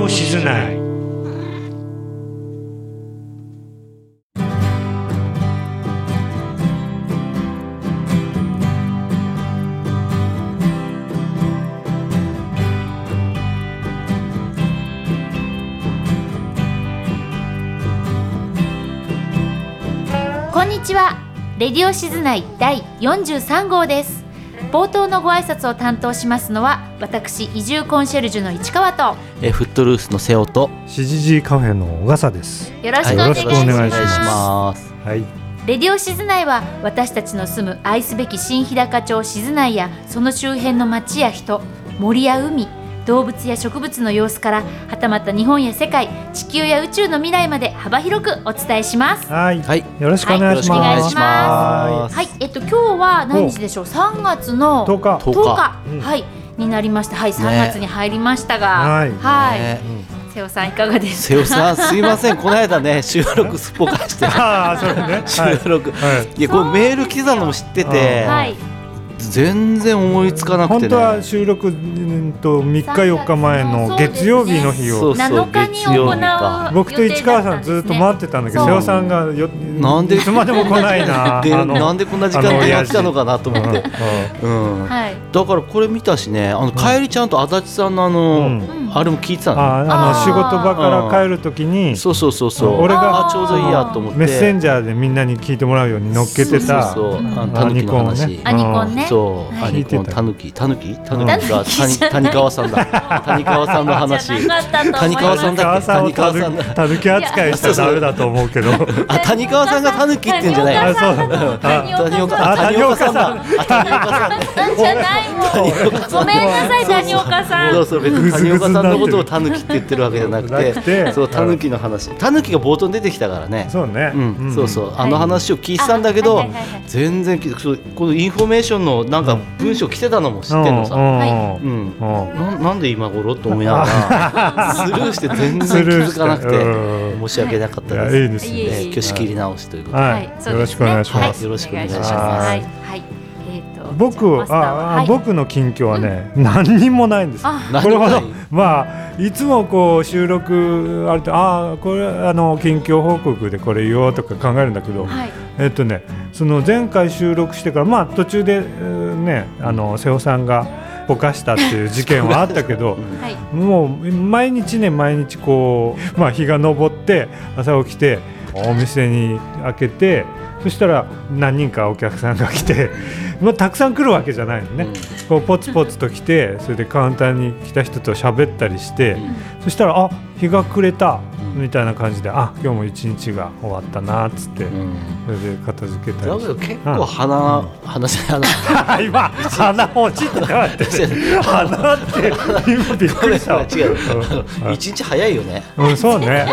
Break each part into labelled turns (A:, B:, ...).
A: を静ない
B: こんにちはレディオ静内第43号です冒頭のご挨拶を担当しますのは私移住コンシェルジュの市川と
C: えフットルースの瀬尾と
D: シジジカフェの小笠です。
B: よろしくお願い
C: はよろ
B: し
C: しく
B: ま
C: お
B: す,、
D: 願いし
C: ます。
D: はい。
B: レディオ静内は私たちの住む愛すべき新日高町静内やその周辺の町や人森や海動物や植物の様子からはたまた日本や世界地球や宇宙の未来まで幅広くお伝えします
D: はい。
C: はい。
D: よろしくお願いします。
B: はいよろしくお
C: 願いします
B: はいえっと今日は何日でしょう3月の
D: 10日。
C: と
B: 10日
C: か、
D: うん
B: はいになりましたはい3月に入りました
D: は
B: が、
D: い
B: はい、
C: ね
B: 瀬尾さんいかがです
C: 瀬尾さん、すいません、この間ね、 収録すっぽかして、
D: ああ、そうだね。はい
C: 収。録。
D: はい。
C: いや、これメール来てたのも知ってて
D: えー
B: か、はい
C: 全然思いつかなく
D: 本
C: て
D: 当は
C: ね。
D: 収録うんと3日4日前の月曜日の日
C: そう
D: を
C: そう
B: 7日に
C: 月曜日
B: 行
C: か
B: う
D: 僕と市川さんずっと待
B: っ
D: ってたんだけど、
B: そう
D: 瀬尾さんがよ
C: なんで
D: いつまでも来ないな。
C: で、
D: あの
C: なんでこんな時間
D: あの
C: になっちゃうのかなと思って。うん。
B: はい、
C: だからこれ見たしね、あの、帰りちゃんと足立さんのあの
D: う、
B: ん
C: あれも聞いてたの。
D: ああの
B: あー
D: 仕事場から帰るときに
C: そうそうそうそう。
D: 俺
B: が
C: あちょうどいいやと思って。
D: メッセンジャーでみんなに聞いてもらうように乗っけてた
C: そうそうそうあのタ
D: ア
C: ヌキ
D: ニ
C: の
D: コンを
C: 話。
D: ね。
B: アニコンね
C: そう、
B: はい
C: アニコンタヌキ、タヌキ、タヌキが
B: タヌキじゃない
C: 谷谷川さんだ。谷川さんの話。
B: じゃなかったと思います
C: 谷川さん
D: 谷川さんをた
C: 谷川
D: ぬ
C: さんだ
D: たぬき扱いしちゃダメだと思うけ ど。
C: あ、谷川さんがタヌキって言うんじゃない。
D: あ
C: あ
D: そうだ
B: 谷岡
C: 谷
B: さ
C: 岡、
D: あ
C: あ谷岡さんだ。あ谷岡さんだ。
B: んじゃないもんごめんなさい谷岡さ
C: そうんそう、別
D: ぐず
C: に
D: ぐず
C: 谷岡さんのことをタヌキって言ってるわけじゃなく
D: なくて
C: て。そう、タヌキの話。タヌキが冒頭に出てきたからね。
D: そうね。。
C: うん、そうそうう、あの話を聞いてたんだけど
B: はいはいはいはい。
C: 全然聞いて、そうこのインフォメーションの、なんか文章来てたのも知ってんのさ。
D: う。
C: うんん。
D: うん
C: ななんで今頃と思いなが らスルーして全然気づかなく
D: スル
C: て
D: ーしてうん
C: 申し訳なかっ
D: い
C: た
D: やい
C: で
D: い
C: す。
D: です
B: いえいえ
D: ね。
C: えー今日仕切り直しということで。
D: はい
B: そう
D: よ
B: ですね
D: ろしくお願いします
B: は
C: よろしくお願いします
B: はいはいえっとじゃあ
D: 僕
B: マスターはは
D: あ
B: い
D: 僕の近況はね何にもないんです。
B: あ
D: これほど
C: 何もない
D: まあいつもこう収録あるとああこれあの近況報告でこれ言おうとか考えるんだけど、
B: はい
D: えっとねその前回収録してからまあ途中でえーねあの瀬尾さんがぼかしたっていう事件はあったけ ど。
B: はい
D: もう毎日ね毎日こう、 まあ、日が昇って朝起きてお店に開けてそしたら何人かお客さんが来て、 まあ、たくさん来るわけじゃないのね、
C: うん
D: こうポツポツと来てそれでカウンターに来た人と喋ったりして、そしたらあ日が暮れたみたいな感じであ今日も一日が終わったなっつって、
C: うん
D: それで片付けた
C: だ
D: り
C: け
D: して
C: ど。結構鼻、鼻じゃない
D: あ今鼻落ちってな って鼻って今びっくりしたわ
C: 鼻違う
D: うん
C: あの一日早いよね
D: うん、そうね。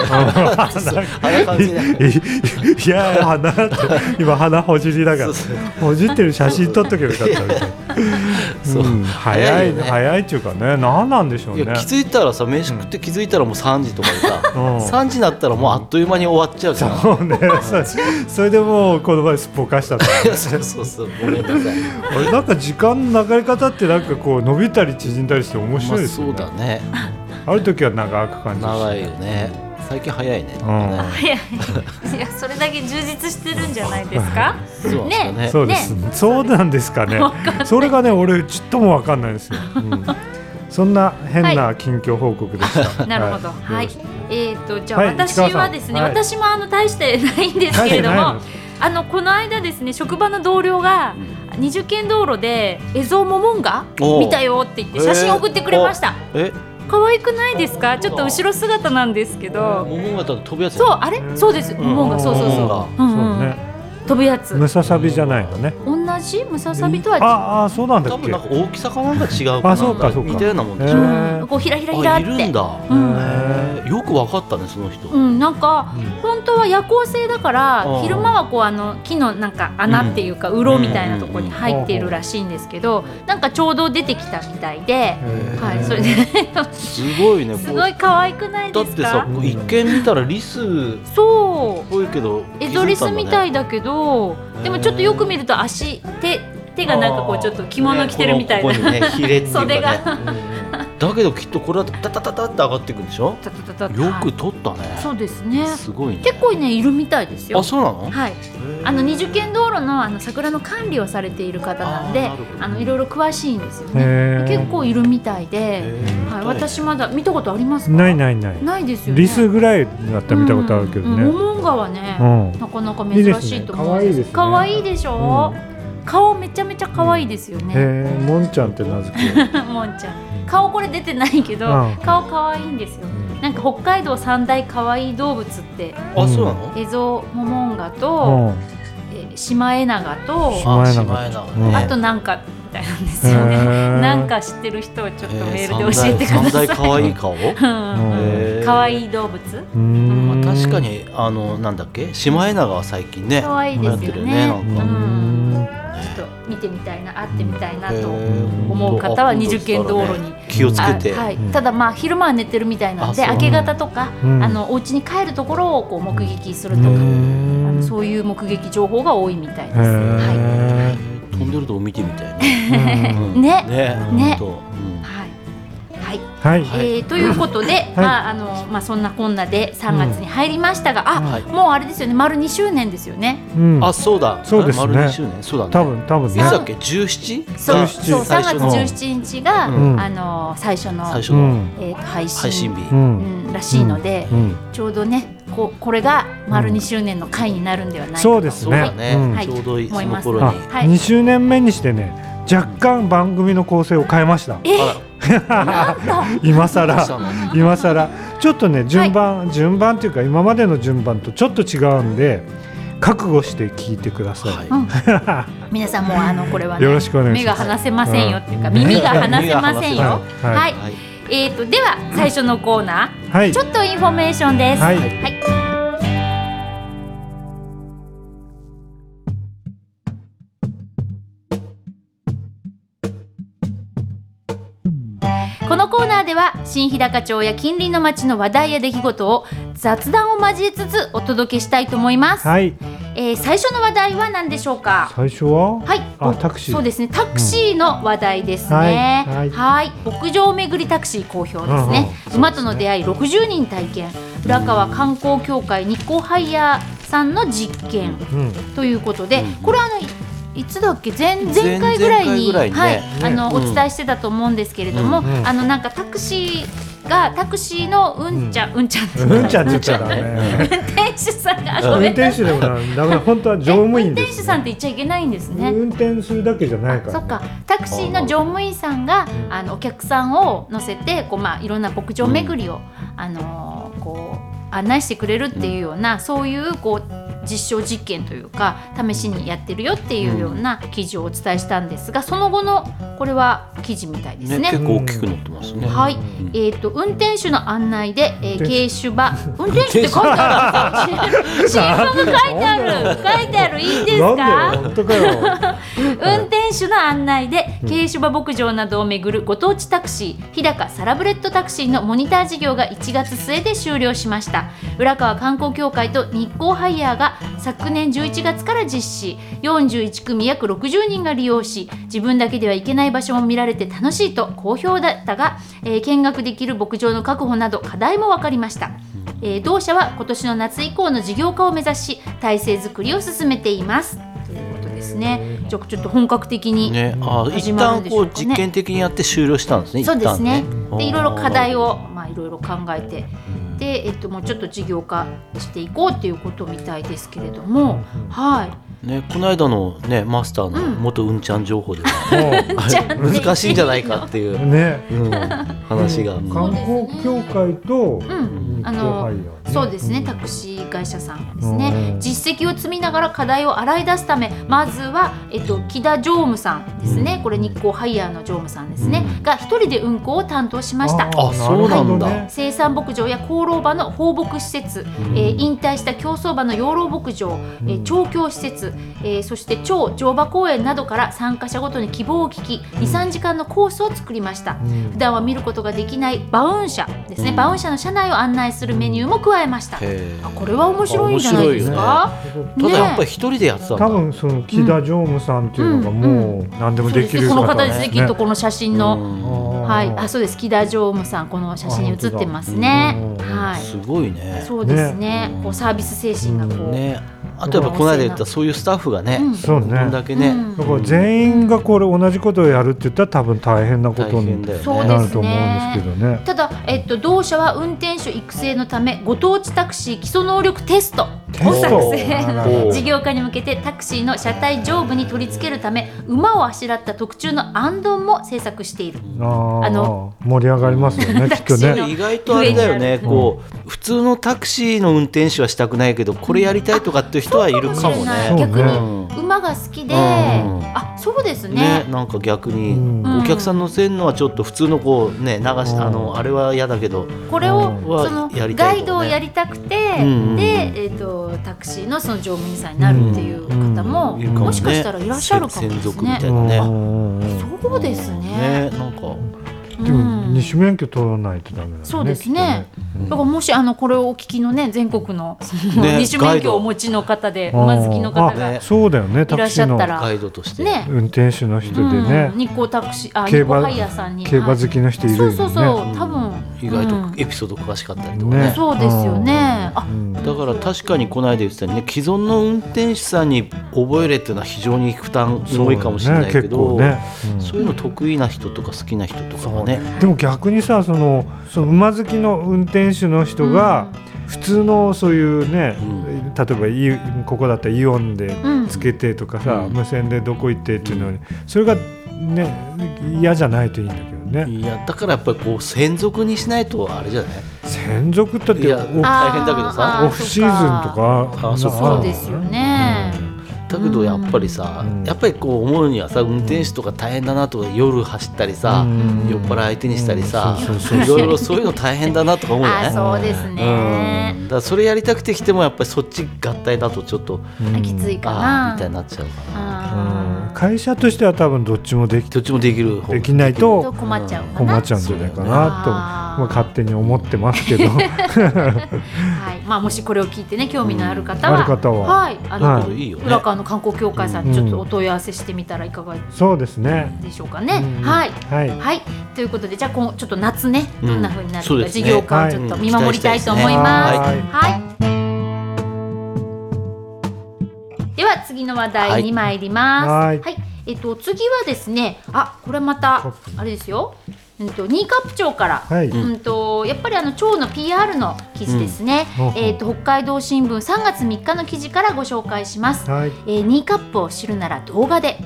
C: 鼻感じない
D: いいや鼻って今鼻ほじりだから
C: そうそう
D: ほじってる写真撮っとけばよかったみたいな
C: そう
D: うん早い
C: よね
D: 早いっていうかね何なんでしょう
C: い
D: ね
C: や気づいたらさ飯食って気づいたらもう3時とかでさ、
D: うん
C: 3時になったらもうあっという間に終わっちゃうじゃん
D: そうねそそれでもうこの前すっぽかしたと
C: そうそうそうごめんなさい
D: あれなんか時間の流れ方ってなんかこう伸びたり縮んだりして面
C: ま
D: 白い
C: あ
D: です
C: そ
D: よ
C: うだ
D: ね
C: ね
D: ある時は長く感じるし
C: 長いよね最近早いね
D: うん
B: いやいやそれだけ充実してるんじゃないですか
C: そうなんですかね
D: そうです、そうなんですかねそれがね俺ちっともわかんないんですよ、うんそんな変な近況報告でした、
B: なるほど、はい、
D: よろしく
B: えっ、と、じゃあ、
D: はい市
B: 私
D: 川さん
B: はですね、
D: はい
B: 私もあの大してないんですけれども。
D: はいないの
B: あの、この間ですね、職場の同僚が。二十軒道路で、エゾモモンガ
C: おう
B: 見たよって言って、写真送ってくれました。
C: え
B: 可愛くないですか、ちょっと後ろ姿なんですけど。
C: 桃形の飛ぶやつだ
B: そう、あれ、そうです、モモンガ、そうそうそう、う
D: そ
B: ん
D: う
B: うん、
D: ね
B: 飛ぶやつ
D: ム。ササビじゃないのね
B: 同じムササビとは違う。
D: ああそうなんだ
C: 多
D: っ
C: 分
D: け
C: なんか大きさかなんか違うかな
D: あそうかそうか
C: 似たようなもんでし
D: へ
C: ょ、
D: ー
B: うんこうひらひらひら
C: あ
B: っ
C: いるん
B: て。
C: だ、
B: うん
C: へーよくわかったねその人、
B: うん、なんか、本当は夜行性だから
C: ああ
B: 昼間はこうあの木のなんか穴っていうか、うろみたいなところに入っているらしいんですけど、なんかちょうど出てきたみたいで、はい、それで
C: すごいね
B: す
C: こう
B: ごい可愛くない
C: だ
B: で
C: っ
B: す
C: てさ
B: か
C: こう一見見たらリスっ
B: そう
C: ぽいけど
B: エゾリスみたいだけど
C: へえ
B: でもちょっとよく見ると足手手がなんかこうちょっと着物着てるみたいな、
C: ここにね、ヒレっていうかね
B: 袖が
C: うんだけどきっとこれはタタタタって上がっていくんでしょ
B: たたたた
C: よ
B: は
C: く
B: い
C: 撮ったね
B: そうですね
C: すごいね
B: 結構ねいるみたいですよ
C: あそうなの
B: はいあの二十軒道路のあの桜の管理をされている方なんで
C: あーなるほど
B: あのいろいろ詳しいんですよ
D: へ
B: ね
D: ー
B: 結構いるみたいで、
C: えー
B: はい、私まだ見たことありますか
D: ないないない
B: ないですよね
D: リスぐらいだったら見たことあるけどね、
B: うんうんモモンガはね、
D: うん
B: なかなか珍しいと思うん
D: いいですね
B: 可
D: 可
B: 愛
D: 愛
B: い
D: い
B: でしょ、顔めちゃめちゃ可愛いですよ
D: へ
B: ね、
D: えもんちゃんって名付け
B: もんちゃん 顔これ出てないけど、
D: うん
B: 顔可愛いんですよなんか北海道三大可愛い動物って
C: あそうなの
B: エゾモモンガ
D: う
B: と、
D: ん
B: えーシマエナガと
D: シマエナガ
C: エナガ
D: うん
B: あとなんかみたいなんですよ
D: へ
B: ね
D: ー
B: なんか知ってる人をちょっとメ
C: え
B: ールで教えてくだ
C: 三
B: さい
C: 大可愛い顔
B: うん
D: うん
C: へー
B: 可愛い動物
D: うーん
C: まあ確かにあのなんだっけシマエナガは最近ね
B: 可愛いですよね
C: 流行ってるね
D: う
C: なん
D: ー
C: か
D: ん
B: ちょっと見てみたいな会ってみたいなと
C: ー
B: 思う方は
C: うん
B: 20軒道路に
C: 気をつけて
B: あはい
D: うん
B: ただまあ昼間は寝てるみたいなんで
C: あそう
B: 明け方とか、
D: うん
B: あのお家に帰るところをこう目撃すると
D: う
B: か、あ
D: ん
B: のそういう目撃情報が多いみたいです。
D: へ
B: は
D: え
C: 飛んでるとこ見てみたいねうん
B: ねね
C: ねほんとうん
B: い、はいは
D: は
B: い
D: い、
C: はい
B: えーというこ とで、まああのまあ、そんなこんなで3月に入りましたが、あ、
C: はい
B: もうあれですよね丸2周年ですよね。
D: うん、
C: あそうだ
D: そうですね
C: 丸2周年そうだね
D: 多分多分
C: いつ
D: ね
C: だっけ 17?
B: そう
D: 17
B: そう3月17日が、
D: うん
B: あの最初の
C: 最初
D: う
C: の
D: ん
B: えー、と配信
C: 配信日
D: う
B: うんん、らしいので、
D: うん
B: ちょうどねここれが丸2周年の回になるんではないかと
D: そうです
C: そうだ
D: うん
C: ねちょうどいいその頃
D: あ
C: に
B: はい
D: 2周年目にしてね若干番組の構成を変えました
B: え
C: あら
D: 今更
C: どうしたの
D: 今更ちょっとね順番、順番っていうか今までの順番とちょっと違うんで覚悟して聞いてください、
C: はい
B: うん皆さんもうあのこれは、ね、
D: よろしくお願いします
B: 目が離せませんよっていうか、
D: うん
B: 耳が離せませんよ。
D: は
B: はい、
D: いはい
C: はい
B: えっ、とでは最初のコーナー、
D: はい
B: ちょっとインフォメーションです。
D: はい
B: このコーナーでは新日高町や近隣の町の話題や出来事を雑談を交えつつお届けしたいと思います、
D: はい
B: えー最初の話題は何でしょうか
D: 最初は、
B: はい、
D: あタクシー
B: そうですね、タクシーの話題ですね。
D: うん
B: は
D: はいい、
B: 牧場を巡りタクシー好評ですね。
D: うんうんそうですね
B: 馬との出会い60人体験、浦川観光協会日光ハイヤーさんの実験
D: うん、
B: ということで、
C: うん
B: これはあの。いいつだっけ前前
C: 前
B: 回ぐらいに
C: 前々回ぐ
B: は
C: ら
B: い
C: いね
B: あの
C: ね
B: お伝えしてたと思うんですけれども、
C: うん
D: うん
B: あのなんかタクシーがタクシーのうんちゃん、うんちゃんって
D: うんちゃんって言っちゃダ
C: う
D: メ
B: 店主さんが
D: 運
B: ごめんな
D: 転手でもなダメ本当は乗務員
B: 運
D: で
B: 転手
D: す、
B: さんって言っちゃいけないんですね。
D: 運転するだけじゃないから、ね、
B: そっかタクシーの乗務員さんが
D: うん
B: あのお客さんを乗せてこう、まあ、いろんな牧場巡りを、あのーこう案内してくれるっていうような、そういうこう実証実験というか試しにやってるよっていうような記事をお伝えしたんですがその後のこれは記事みたいです
C: ね
B: ね。
C: 結構大きくなってますね
B: はい、
C: ん
B: えー、と運転手の案内で、え
D: 運
B: ー、
D: 転
B: 軽種馬運転手って書いてある新 聞が書いてある書いてあるいいです
D: なん
B: か
D: でよ本当か よ
B: 運転手の案内で軽種馬牧場などを巡るご当地タクシー日高サラブレッドタクシーのモニター事業が1月末で終了しました浦川観光協会と日光ハイヤーが昨年11月から実施41組約60人が利用し自分だけでは行けない場所も見られて楽しいと好評だったが、えー見学できる牧場の確保など課題も分かりました、えー同社は今年の夏以降の事業化を目指し体制づくりを進めていますということですねじゃあちょっと本格的に、
C: ねあ
B: 始
C: 一
B: まるん
C: 旦
B: でし
C: こ
B: ょう
C: う
B: かね
C: 実験的にやって終了したんですね
B: そうですね
C: 一旦
B: でいろいろ課題
C: を
B: をまあいろいろ考えてで、えっと、もうちょっと事業化していこうっていうことみたいですけれども、は
C: ねこの間のねマスターの
B: うん
C: 元うんちゃん情報では
D: も
B: ちゃんって言っていいの
C: 難しいんじゃないかっていう
D: うね
C: うん話が
D: うん
B: う
D: 観光協会と
B: い、うん、あのそうですね、タクシー会社さんですね、
D: うん
B: 実績を積みながら課題を洗い出すためまずは、えっと、木田常務さんですね、これ日光ハイヤーの常務さんですね、
C: うん
B: が一人で運行を担当しました
C: あそうなんだ
B: 生産牧場や功労場の放牧施設、
C: ん
B: えー引退した競走馬の養老牧場、えー調教施設、えーそして超乗馬公園などから参加者ごとに希望を聞き23時間のコースを作りました、
D: ん
B: 普段は見ることができないバウン車ですね、バウン車の車内を案内するメニューも加捉えました
C: へー
B: あこれは面白いんじゃないですか、
D: た
C: ただやっ
B: ね
C: ぱり一人でやってたんだ
D: 多分その木田常務さんっていうのがもう何でもできる
B: この方
D: ね
B: ですねきっとこの写真の、
C: の
B: はいあそうです木田常務さんこの写真に写ってます
D: あ
B: ね
D: 本当だうん
B: はい
C: すごいね
B: そうですね
C: ね
B: こうサービス精神がこう、
C: ねあとやっぱこの間言ったそういうスタッフがね、
B: うん
D: そう
C: こん
D: ね
C: だけね、
B: うん
D: だから全員がこれ同じことをやるって言ったら多分大変なこ
C: 大
D: と
C: 変
D: に
C: だよね
B: そう
D: なると思うんですけどね。
B: ただ、えっと、同社は運転手育成のためご当地タクシー基礎能力テストを
D: テスト
B: 作
D: あら
B: 成
C: お
B: 事業化に向けてタクシーの車体上部に取り付けるため馬をあしらった特注のあんどんも制作している
D: あ
B: あ
D: あ
B: の
D: 盛り上がりますよねきっと
B: タクシーの
D: ね。
C: 意外とあれだよね、
B: うん
C: こう普通のタクシーの運転手はしたくないけどこれやりたいとかっていう人はいるかも
B: そうか
C: ね。
B: もしれない
D: そう
C: ね
B: 逆に馬が好きで、
C: うん
B: あそうですね
C: ねなんか逆に、
D: うん
C: お客さん乗せるのはちょっと普通のこうね流し、
D: うん
C: あのあれは嫌だけど、
B: これ
D: う
B: を、
D: ん
B: その
C: やりた
B: ガ
C: い
B: イ
C: と
B: ド
C: か
B: を
C: ね
B: やりたくて、
C: うん
B: で、えっとタクシーのその乗務員さんになるっていう方も、
C: いるかもね
B: もしかしたらいらっしゃるかも
C: 専
B: で
C: 属
B: す
C: みた
B: ね
C: い。なね。
D: うんうんうん
B: そうですね。
C: ねなんか
D: でも二種免許取らないとダメだね。
B: そうですね
D: きっと
B: だからもしあのこれをお聞きのね全国のその
C: ね
B: 二種免許をお持ちの方で馬好きの方
C: あ
B: が
C: ね
D: そうだよね。タ
B: いらっ
D: ク
B: し
D: シー
B: ゃっ
D: の
B: たら
C: ガイドとして。
B: ね
D: 運転手の人で
B: うん
D: ね、
B: 日光タクシーあ
D: 競
B: 日光
D: 馬
B: ハイヤーさんに
D: 競馬
B: はい
D: 好きの人いる
B: そ
D: よ
B: う
D: ね。
B: そうそう
C: ね
B: 多分
C: 意外
B: うん
C: とエピソード詳しかったりとかね。
D: ね
B: そうですよねあ
D: うん
C: だから確かにこの間言ってたよね既存の運転手さんに覚えれっていうのは非常に負担多いかもしれないけど
D: そうだね結構ね
C: そういうの得意な人とか好きな人とかがね
D: うんでも逆にさそのその馬好きの運転手の人が、普通のそういうね、
C: うん
D: 例えばイオここだったらイオンで
B: うんうん
D: つけてとかさ、
C: うん
D: 無線でどこ行ってっていうのにそれがね嫌じゃないといいんだけどね
C: いやだからやっぱりこう専属にしないとあれじゃない
D: 専属だっ
C: い
D: て
C: や
D: オ
B: あ
D: フ
C: 大変だけど
B: あ
C: さ
B: ー
D: オフシーズンとか
C: あそうか
D: な
B: そうですよね
C: だけどやっぱりさ、
D: うん
C: やっぱりこう思うにはさ運転手とか大変だなとか夜走ったりさ、
D: うん
C: 酔っ払い相手にしたりさ、
D: うんそうそうそう
C: いろいろそういうの大変だなとか思うよ
B: あ
C: ね。
B: そうですね
C: うんだからそれやりたくて来てもやっぱりそっち合体だとちょっと
D: うん
B: きついか
C: ああ
B: な
C: みたいになっちゃうから
D: うん
B: あー
D: 会社としては多分どっちもでき
C: どっちもできる方
D: できないと
B: 困っちゃうか
D: 困
B: な
D: っちゃうんじゃないかなと、
B: あー
D: まあ、勝手に思ってますけど
B: はい、まあもしこれを聞いてね興味のある方
D: あ
B: は、
D: る方は、
B: はい、あの、
D: はい
C: いいよね
B: 浦川の観光協会さん、
D: うん
B: ちょっとお問い合わせしてみたらいかが
D: そうですね、
B: でしょうかね。
D: うん
B: はい、
D: はい
B: はい、ということで、じゃあ、こう、ちょっと夏ね、
C: うん
B: どんな風になるか、
C: そうですね
B: 事業化をちょっと
C: はい
B: 見守りたいと思います。
C: うん期待したい
D: ですね
B: はい。では次の話題に参ります。は
D: はいい。
B: えっと次はですね、あこれまた
D: そう
B: あれですよ。うんと新カップ町から、
D: はい
B: うんとやっぱりあの町の PR の記事ですね。
D: うん
B: えっと北海道新聞3月3日の記事からご紹介します。
D: はい
B: えー、ニーカップを知るなら動画で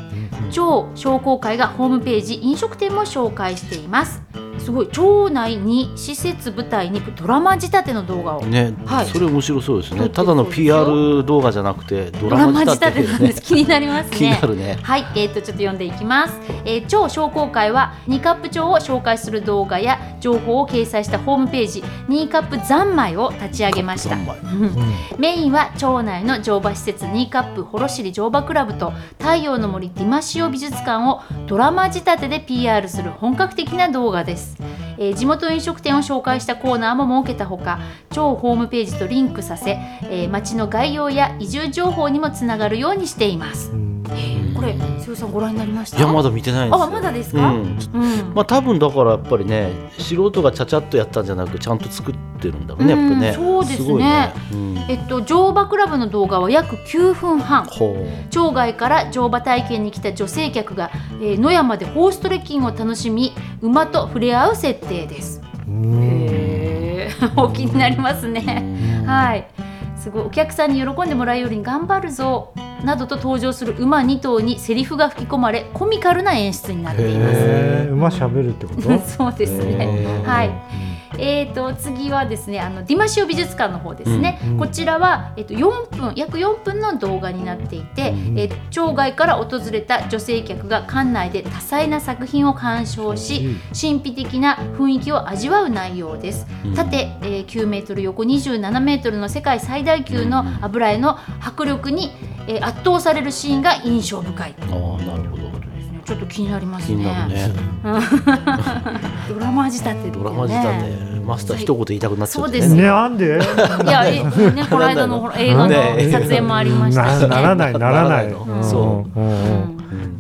B: 町商工会がホームページ飲食店も紹介していますすごい町内に施設舞台にドラマ仕立ての動画を
C: ね、
B: はい
C: それ面白そうです
B: 撮っ
C: ね
B: て
C: ただの
B: そうですよ
C: PR 動画じゃなくて
B: ド
C: ド
B: ラ
C: ラ
B: マ
C: マ仕
B: 仕
C: 立
B: 立
C: て
B: て
C: で
B: なん
C: す
B: で
C: ね
B: す気になりますね
C: 気になるね
B: はい、えー、とちょっと読んでいきます、えー、超商工会はニーカップ町を紹介する動画や情報を掲載したホームページニーカップ三昧を立ち上げました
C: 三昧
B: うん メインは町内の乗馬施設ニーカップ幌尻乗馬クラブと太陽の森ディマシオ美術館をドラマ仕立てで PR する本格的な動画です、えー地元飲食店を紹介したコーナーも設けたほか町ホームページとリンクさせ、えー町の概要や移住情報にもつながるようにしています、
D: うん
B: これ瀬尾さんご覧になりました
C: いやまだ見てないんですよ
B: あまだですか、
C: う
B: う
C: ん
B: ん
C: まあ多分だからやっぱりね素人がちゃちゃっとやったんじゃなくちゃんと作ってるんだろうねやっぱ
B: うん
C: ね
B: そうですね
C: ごいね、うん、
B: えっと乗馬クラブの動画は約9分半
C: ほ
B: 町外から乗馬体験に来た女性客が、えー野山でホーストレッキングを楽しみ馬と触れ合う設定です。へー お気になります
C: う
B: ね。
C: ん
B: はいすごいお客さんに喜んでもらうより頑張るぞなどと登場する馬2頭にセリフが吹き込まれコミカルな演出になっています。
D: えー、馬喋るってこ
B: そうですね。
C: へー
B: はいえー、と次はですねあのディマシオ美術館の方ですね、
D: うんうん
B: こちらは、えっと4分約4分の動画になっていて、
D: ん
B: えー町外から訪れた女性客が館内で多彩な作品を鑑賞し神秘的な雰囲気を味わう内容です、
C: うん
B: 縦、えー9メートル横27メートルの世界最大級の油絵の迫力に、えー圧倒されるシーンが印象深い、
C: ああなるほど
B: ちょっと気になります
C: 気
B: ね
C: になるね
B: ドラマ仕立てっていうね
C: ドラマ仕立て、マスター一言言いたくなっちゃう
B: そうです
D: ねなんで
B: いや、えね、この間のほら映画の
C: ね
B: 撮影もありました
D: な
B: し、ね。
D: ならないならない
C: ならないの
D: ん
C: そ
D: うん
B: う
D: うん
B: ん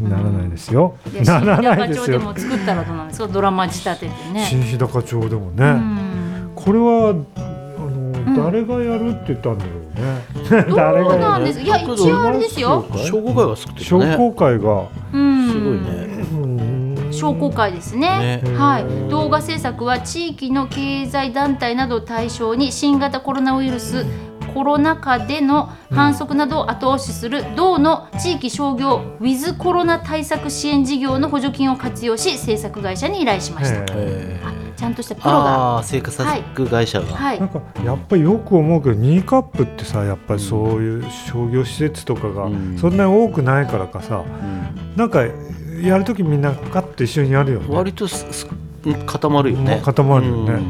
D: うんならないですよ
B: いや
D: な
B: 新
D: らな
B: 高
D: いです
B: 町で
D: よ
B: も作ったらどうなんですか、ドラマ仕立ててね。
D: 新日高町でもね、
B: うん
D: これはあの誰がやるって言ったんだろうね、
B: どう
D: 誰が
B: な
D: や
B: んで
D: る
B: す。いや、一応あれですよ。
C: 商工会が作ってる
D: 商
C: ね
D: 工会が、
B: うん
C: すごい。ね
D: うん
B: 商工会ですね
D: ね
B: はい、動画制作は地域の経済団体などを対象に新型コロナウイルスコロナ禍での反則などを後押しする道の地域商業ウィズコロナ対策支援事業の補助金を活用し制作会社に依頼しました、
D: ええ
C: えー
B: あちゃんとしたプロが
C: ああー生活作会社が
B: はい
D: なんかやっぱりよく思うけどニーカップってさやっぱりそういう商業施設とかが
C: うん
D: そんなに多くないからかさ
C: うん
D: なんかやるときみんなカッと一緒にやるよね
C: 割とすす固まるよ
D: まあ
C: ね
D: 固まるよね
B: うん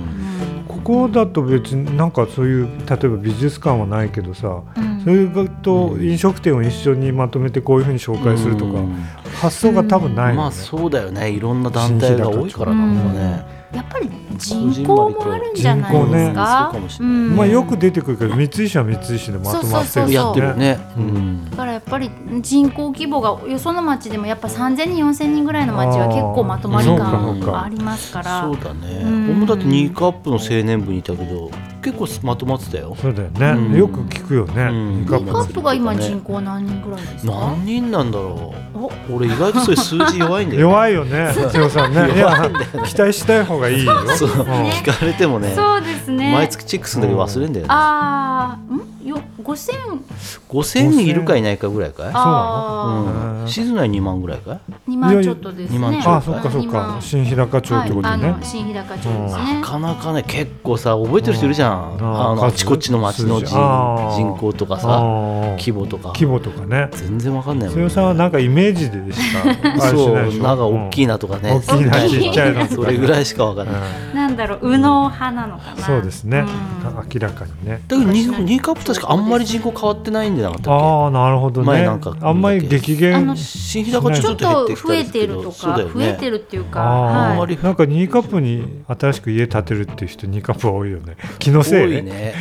D: ここだと別になんかそういう例えば美術館はないけどさ
B: うん
D: それと飲食店を一緒にまとめてこういうふうに紹介するとか
C: うん
D: 発想が多分ない
C: ま
D: よ
C: あ
D: ね
C: そうだよねいろんな団体が多いからなのかね
B: やっぱり人口もあるんじゃないですか
C: 人口ねそうかもし
B: う
C: れない
B: ん
D: まあよく出てくるけど三井市は三井市でまとまって
B: そう
D: るし
C: やってるねうん
B: だからやっぱり人口規模がよその町でもやっぱ3000人4000人ぐらいの町は結構まとまり
D: あーそう
B: 感
D: かそうか
B: がありますから
C: そうだね
B: うん
C: 俺もだってニークアップの青年部にいたけど結構まとまってたよ
D: そうだよね、
C: うん
D: よく聞くよね、
C: うん
D: ニー
B: ピ
D: カ
B: ー
D: ッ
B: カ
D: プ
B: ップが今人口何人ぐらいですか
C: 何人なんだろ
B: お
C: う俺意外とそういう数字弱いんだよね
D: 弱いよね、強さんね。いや、期待したい方がいいよ。
C: そう聞かれてもね
B: そうですね
C: 毎月チェックするんだけど忘れんだよね
B: あーんよ5000
C: 5000人いるかいないかぐらいかい
B: あー
D: う
C: うんん静内2万ぐらいかい
B: 2万ちょっとですね
C: いやいや二万ちょ
D: あ、
C: っと
D: そっかそっ
B: 二万
D: か、新日高町っ
B: は
D: て
B: い
D: こと
B: あ
D: ね。
B: の新日高町ですね
C: なかなかね結構さ覚えてる人いるじゃん
D: うんあー
C: あのあちこちの町の
D: 数
C: 人
D: 字あー
C: 人口とかさ
D: あー
C: 規模とか
D: 規模とかね。
C: 全然わかんないもんね
D: 強さんはなんかイメージでしか。あれし
C: そ
D: ないで
C: う
D: しょ
C: なんか大きい。なとかね
D: 大きいなちっちゃいなとかね
C: それぐらいしかわかん
D: う
C: ない
D: ん
C: だ
B: なんだろう右脳派なのか
D: うん
B: な
D: そうですね
B: ん。
D: 明らかにね。
C: けどニニーカップ確かあんまり人口変わってないんじゃなかったっ
D: ああ、なるほど
C: 前
D: ね
C: なんか。
D: あんまり激減。
B: あ
D: あ
B: の
C: け新日高町
B: ち
C: ち
B: ょ
C: ょ
B: っ
C: っと減っ
B: と
C: てき
B: 増
C: た
B: え
C: りす
B: て
C: るけ
B: る
C: ど
B: と
C: そう
B: か
C: だよ
B: 増え
C: ね
B: てるっていうか
D: あ
C: んま
B: はい
C: り
D: ーなんかニーカップに新しく家建てるっていう人ニーカップは多いよ ね気の
C: 多
D: せい
C: いね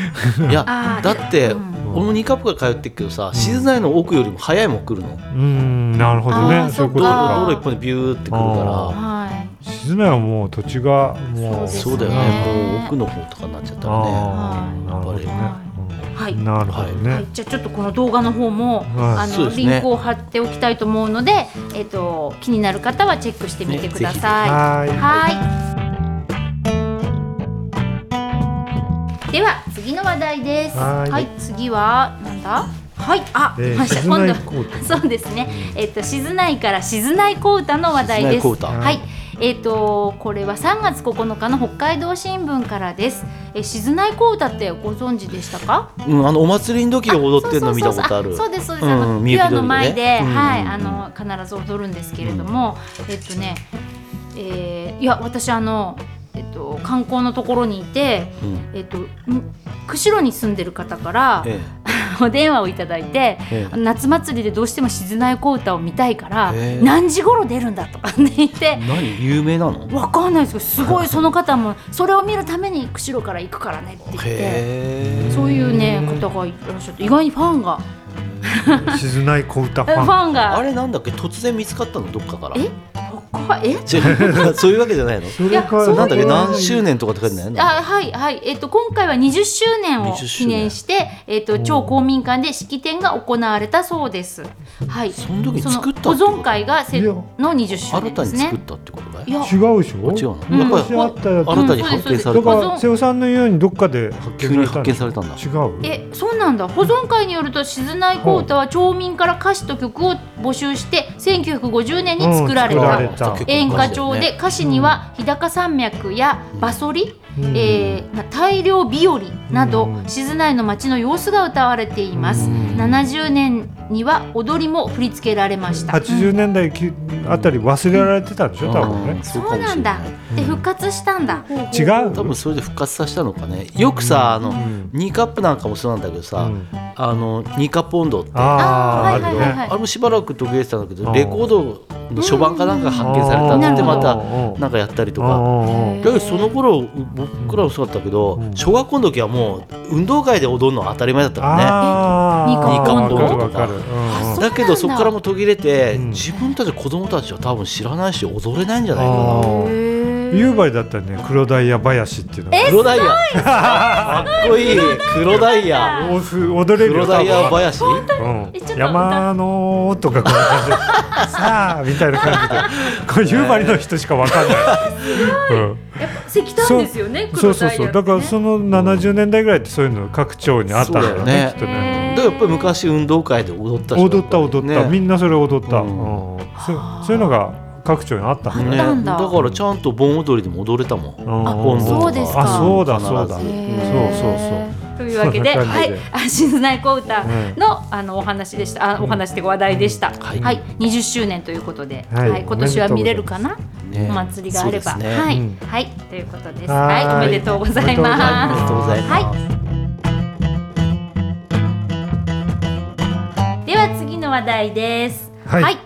C: いや
B: あー
C: だって
B: うん
C: 俺もニーカップから通ってっけどさ静内の奥よりも早いもん来るの
D: うんなるほど
B: あ
D: ね
B: ー
D: そういうこ
C: 道
D: と
C: 路
D: か
B: そっか
C: 道路一本でビューってくるか
B: はい
D: 静内はもう土地がもう
C: ら
B: そ
C: そうう
B: で
C: だ
B: すね
C: よねもう奥の方とかになっちゃったらね
D: ああなるほどね、
B: はい
D: うんなるほどね、
B: はい、じゃあちょっとこの動画の方も、
D: はい
B: あ
C: そう
B: の
C: です
B: リ
C: ね
B: ンクを貼っておきたいと思うので、えっと気になる方はチェックしてみて
C: ね
B: くだ
C: ぜひ
B: さい。
D: はい
B: はいでは次の話題です。
D: は
B: はいい、次はなんだ？はい、あ、
D: えー
B: 出ました。
D: 静内
B: 今度
D: コート
B: そうですね。えっと静内から静内小唄の話題です。
C: 静内小唄
B: はい。えっとこれは3月9日の北海道新聞からです。え静内小唄ってご存知でしたか？
C: うんあのお祭りの時踊ってるの見たことある
B: そうそうそうそうですそうです。あの
C: うん
B: ピ
C: みゆ
B: ュ
C: き
B: ア
C: 通りでね
B: の前で、
C: うん
B: はい、あの必ず踊るんですけれども、えっとね、えーいや私あのえっと観光のところにいて、
C: うん
B: えっとん釧路に住んでる方から。
C: え
B: お電話をいただいて、
C: ええ
B: 夏祭りでどうしても静内小唄を見たいから、
C: ええ
B: 何時頃出るんだとかって言って
C: え、何有名なの
B: わかんないですけどす ごいその方もそれを見るために釧路から行くからねって言って
C: へえ
B: そういうね方がいらっしゃって意外にファンが
D: 静内小唄フ
B: えフ
D: ァン
B: ァン
C: あ
B: が
C: れなんだっけ突然見つかったのどっかから
B: え
C: 違
B: 他え
C: う そういうわけじゃないの
D: それか
B: いやそういう
C: なんだっけ何
D: 年
C: 周年とかって書いてないの
B: あはいはいえっと今回は20周年を
C: 20
B: 記
C: 周年
B: 念してえっと超公民館で式典が行われたそうですはい
C: その時に作った
B: そ
C: っ
B: の
C: てこと
B: 保存会がせ
D: いや
B: の20周
C: 新
B: 年
C: た
B: で
C: に
B: す
C: 作
B: ね
C: ったってことかい
B: いや
D: 違うでしょ
C: 違う
B: う
C: の
B: ん
C: やっぱ
D: 昔あったやつ
C: り新たに発見さ
D: だ
C: れ
B: う
C: た
B: ん
D: から瀬尾さんのようにどっかで発
C: 急に
D: 見
C: 発
D: さ
C: 見
D: れ
C: されたんだ
D: たの違う
B: えそうなんだ保存会によると静内小唄は町民から歌詞と曲を募集して1950年に作られ
D: うん作ら
B: た
D: れた
B: 演歌帳で歌詞には日高山脈や馬ソリ、
D: うん
B: えー大量日和など、
D: うん
B: 静内の町の様子が歌われています、
C: うん
B: 70年には踊りも振り付けられました、
D: 80年代きあたり忘れられてたんでしょ多分ね
C: ん
B: そうなんだで復活したんだ、
D: 違う
C: 多分それで復活させたのかねよくさあの
D: ん
C: ニーカップなんかもそうなんだけどさ
D: うん
C: あのニーカップ温度って
D: あーあ
B: あーはいはいはい
D: る
B: は
D: ね
B: い
C: あれもしばらく途切れてたんだけ
D: あ
C: ど
D: ー
C: レコードの初版かなんかが発見された
B: うん
C: って
B: うん
C: また
D: な
C: なんかやったりとか
B: うん
C: だけどその頃僕らもそうだったけど、
D: うん
C: 小学校の時はもう運動会で踊るのは当たり前だったからね
D: あ
B: えニカ
D: わ
C: ニカ
D: か
C: ポ
D: る
C: ン
D: わ
C: とか
D: かる、うんうん
B: あ
C: だけどそこからも途切れて、
D: うん
C: 自分たち子供たちは多分知らないし踊れないんじゃない
D: あ
C: か
D: ー
B: 夕
D: 夕張だったらね黒ダイヤ林っていうのが
C: な黒ダイヤかっこいい黒ダイヤ
D: おす踊れるよ
C: 黒ダイヤ
D: 多分
C: 林
D: うん
B: えちょっと
D: 山のとかこんな感じで さあみたいな感じでこれ夕張の人しかわかん ない、うん
B: やっぱ石炭ですよね
D: そう
B: 黒
D: そう
B: ダイヤ
D: そうだからその70年代ぐらいってそういうの各町にあったんだよ
C: そうだよ
D: ね
C: ね
D: きっとね
C: だからやっぱり昔運動会で踊った人
D: 踊った踊った、み
C: ん
D: んなそれ踊った、う
C: う
D: んんそそういうのが各町にあったんだよね
B: ねたんだ
C: だからちゃんと盆踊りでも踊れたもん
D: うん
B: あ
C: 今度と
B: そうですか
D: あそうだそうだ
C: 必ず
B: へー
D: そうそう
B: というわけで
D: そんな感
B: は
D: じ
B: い
D: で
B: あ静内小歌
D: うん
B: の,、あのお話でしたあお話でご話題でした、
C: はい
B: 20周年ということで、は
D: はいい
B: 今年は見れるかなお
C: ね
B: 祭りがあれば、
C: そうですね
B: はい、
D: うん
B: はいということです
D: は
B: はい
D: い
B: おめでとうござい
C: あり
B: ま
C: がとうございます、
B: すでは次の話題ですは、
D: はいい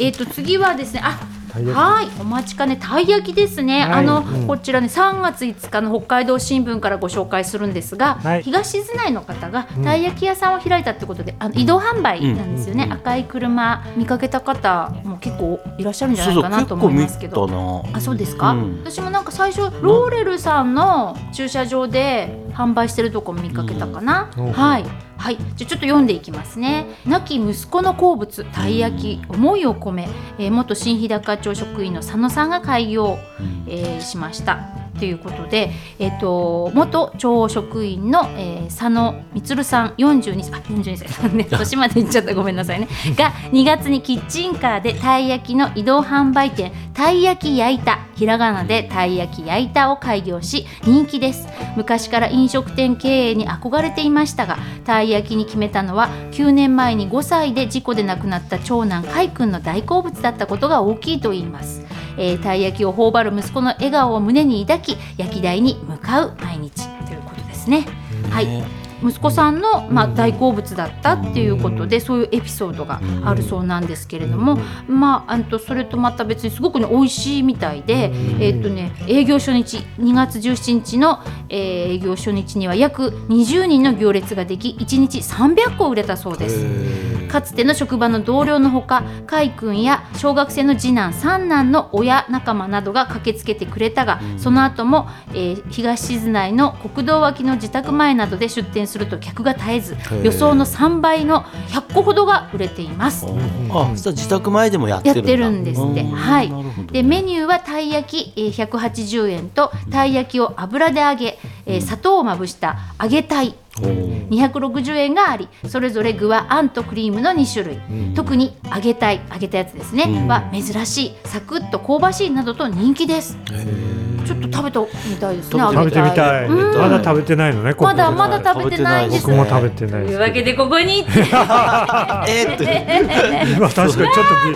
B: えっ、と次はですねあ
D: たい焼き
B: はいお待ちかねたい焼きですね、
D: はい
B: あの、
D: うん
B: こちらね3月5日の北海道新聞からご紹介するんですが、
D: はい
B: 東津内の方が
D: うん
B: たい焼き屋さんを開いたってことであの移動販売なんですよね、
C: うんうんうん
B: 赤い車見かけた方も結構いらっしゃるんじゃ
C: そ
B: ない
C: うそう
B: かな
C: 結
B: と思
C: 構
B: いま
C: 見
B: す
C: た
B: けど
C: な
B: あそうですか、
C: うん
B: 私もなんか最初ローレルさんの駐車場で販売してるとこ見かけたかな、
D: うん
B: はいはいじゃあちょっと読んでいきますね亡き息子の好物たい焼き思いを込め、えー元新日高町職員の佐野さんが開業、
C: うん
B: えーしましたということで、えっと元町職員の、えー佐野充さん42歳あ42歳 そうね年までいっちゃったごめんなさいね が2月にキッチンカーでたい焼きの移動販売店たい焼き焼いたひらがなでたい焼き焼いたを開業し人気です昔から飲食店経営に憧れていましたがたい焼きに決めたのは9年前に5歳で事故で亡くなった長男海君の大好物だったことが大きいと言いますえーたい焼きを頬張る息子の笑顔を胸に抱き焼き台に向かう毎日ということですね。はい
C: ね
B: 息子さんの、まあ、
D: うん
B: 大好物だったっていうことで、そういうエピソードがあるそうなんですけれども、まあ、あとそれとまた別にすごく、ね、美味しいみたいで、
D: うん
B: えーっとね、営業初日2月17日の、えー営業初日には約20人の行列ができ1日300個売れたそうです。
C: へ
B: かつての職場の同僚のほか海君や小学生の次男三男の親仲間などが駆けつけてくれたが、
C: ん
B: その後も、えー東静内の国道脇の自宅前などで出店すると客が絶えず
C: ー
B: 予想の3倍の100個ほどが売れています。
C: ーあ、そしたら自宅前でもやって
B: や
C: るんだ
B: ってるんですって
C: うん
B: はい
C: なるほど
B: でメニューはたい焼きえー180円とたい焼きを油で揚げ、えー砂糖をまぶした揚げたい
C: おー
B: 260円がありそれぞれ具はあんとクリームの2種類、特に揚げたい揚げたやつですね、
C: うん
B: は珍しいサクッと香ばしいなどと人気ですちょっと食べてみたいですね
C: 食
D: 食べてみ
B: 揚げ
D: たい、
C: うん
D: まだ食べてないのねここ
B: まだまだ食べてないんです
D: 僕も食べてないで
B: という
D: す
B: わけでここに
C: えーって
D: 今確かにちょっ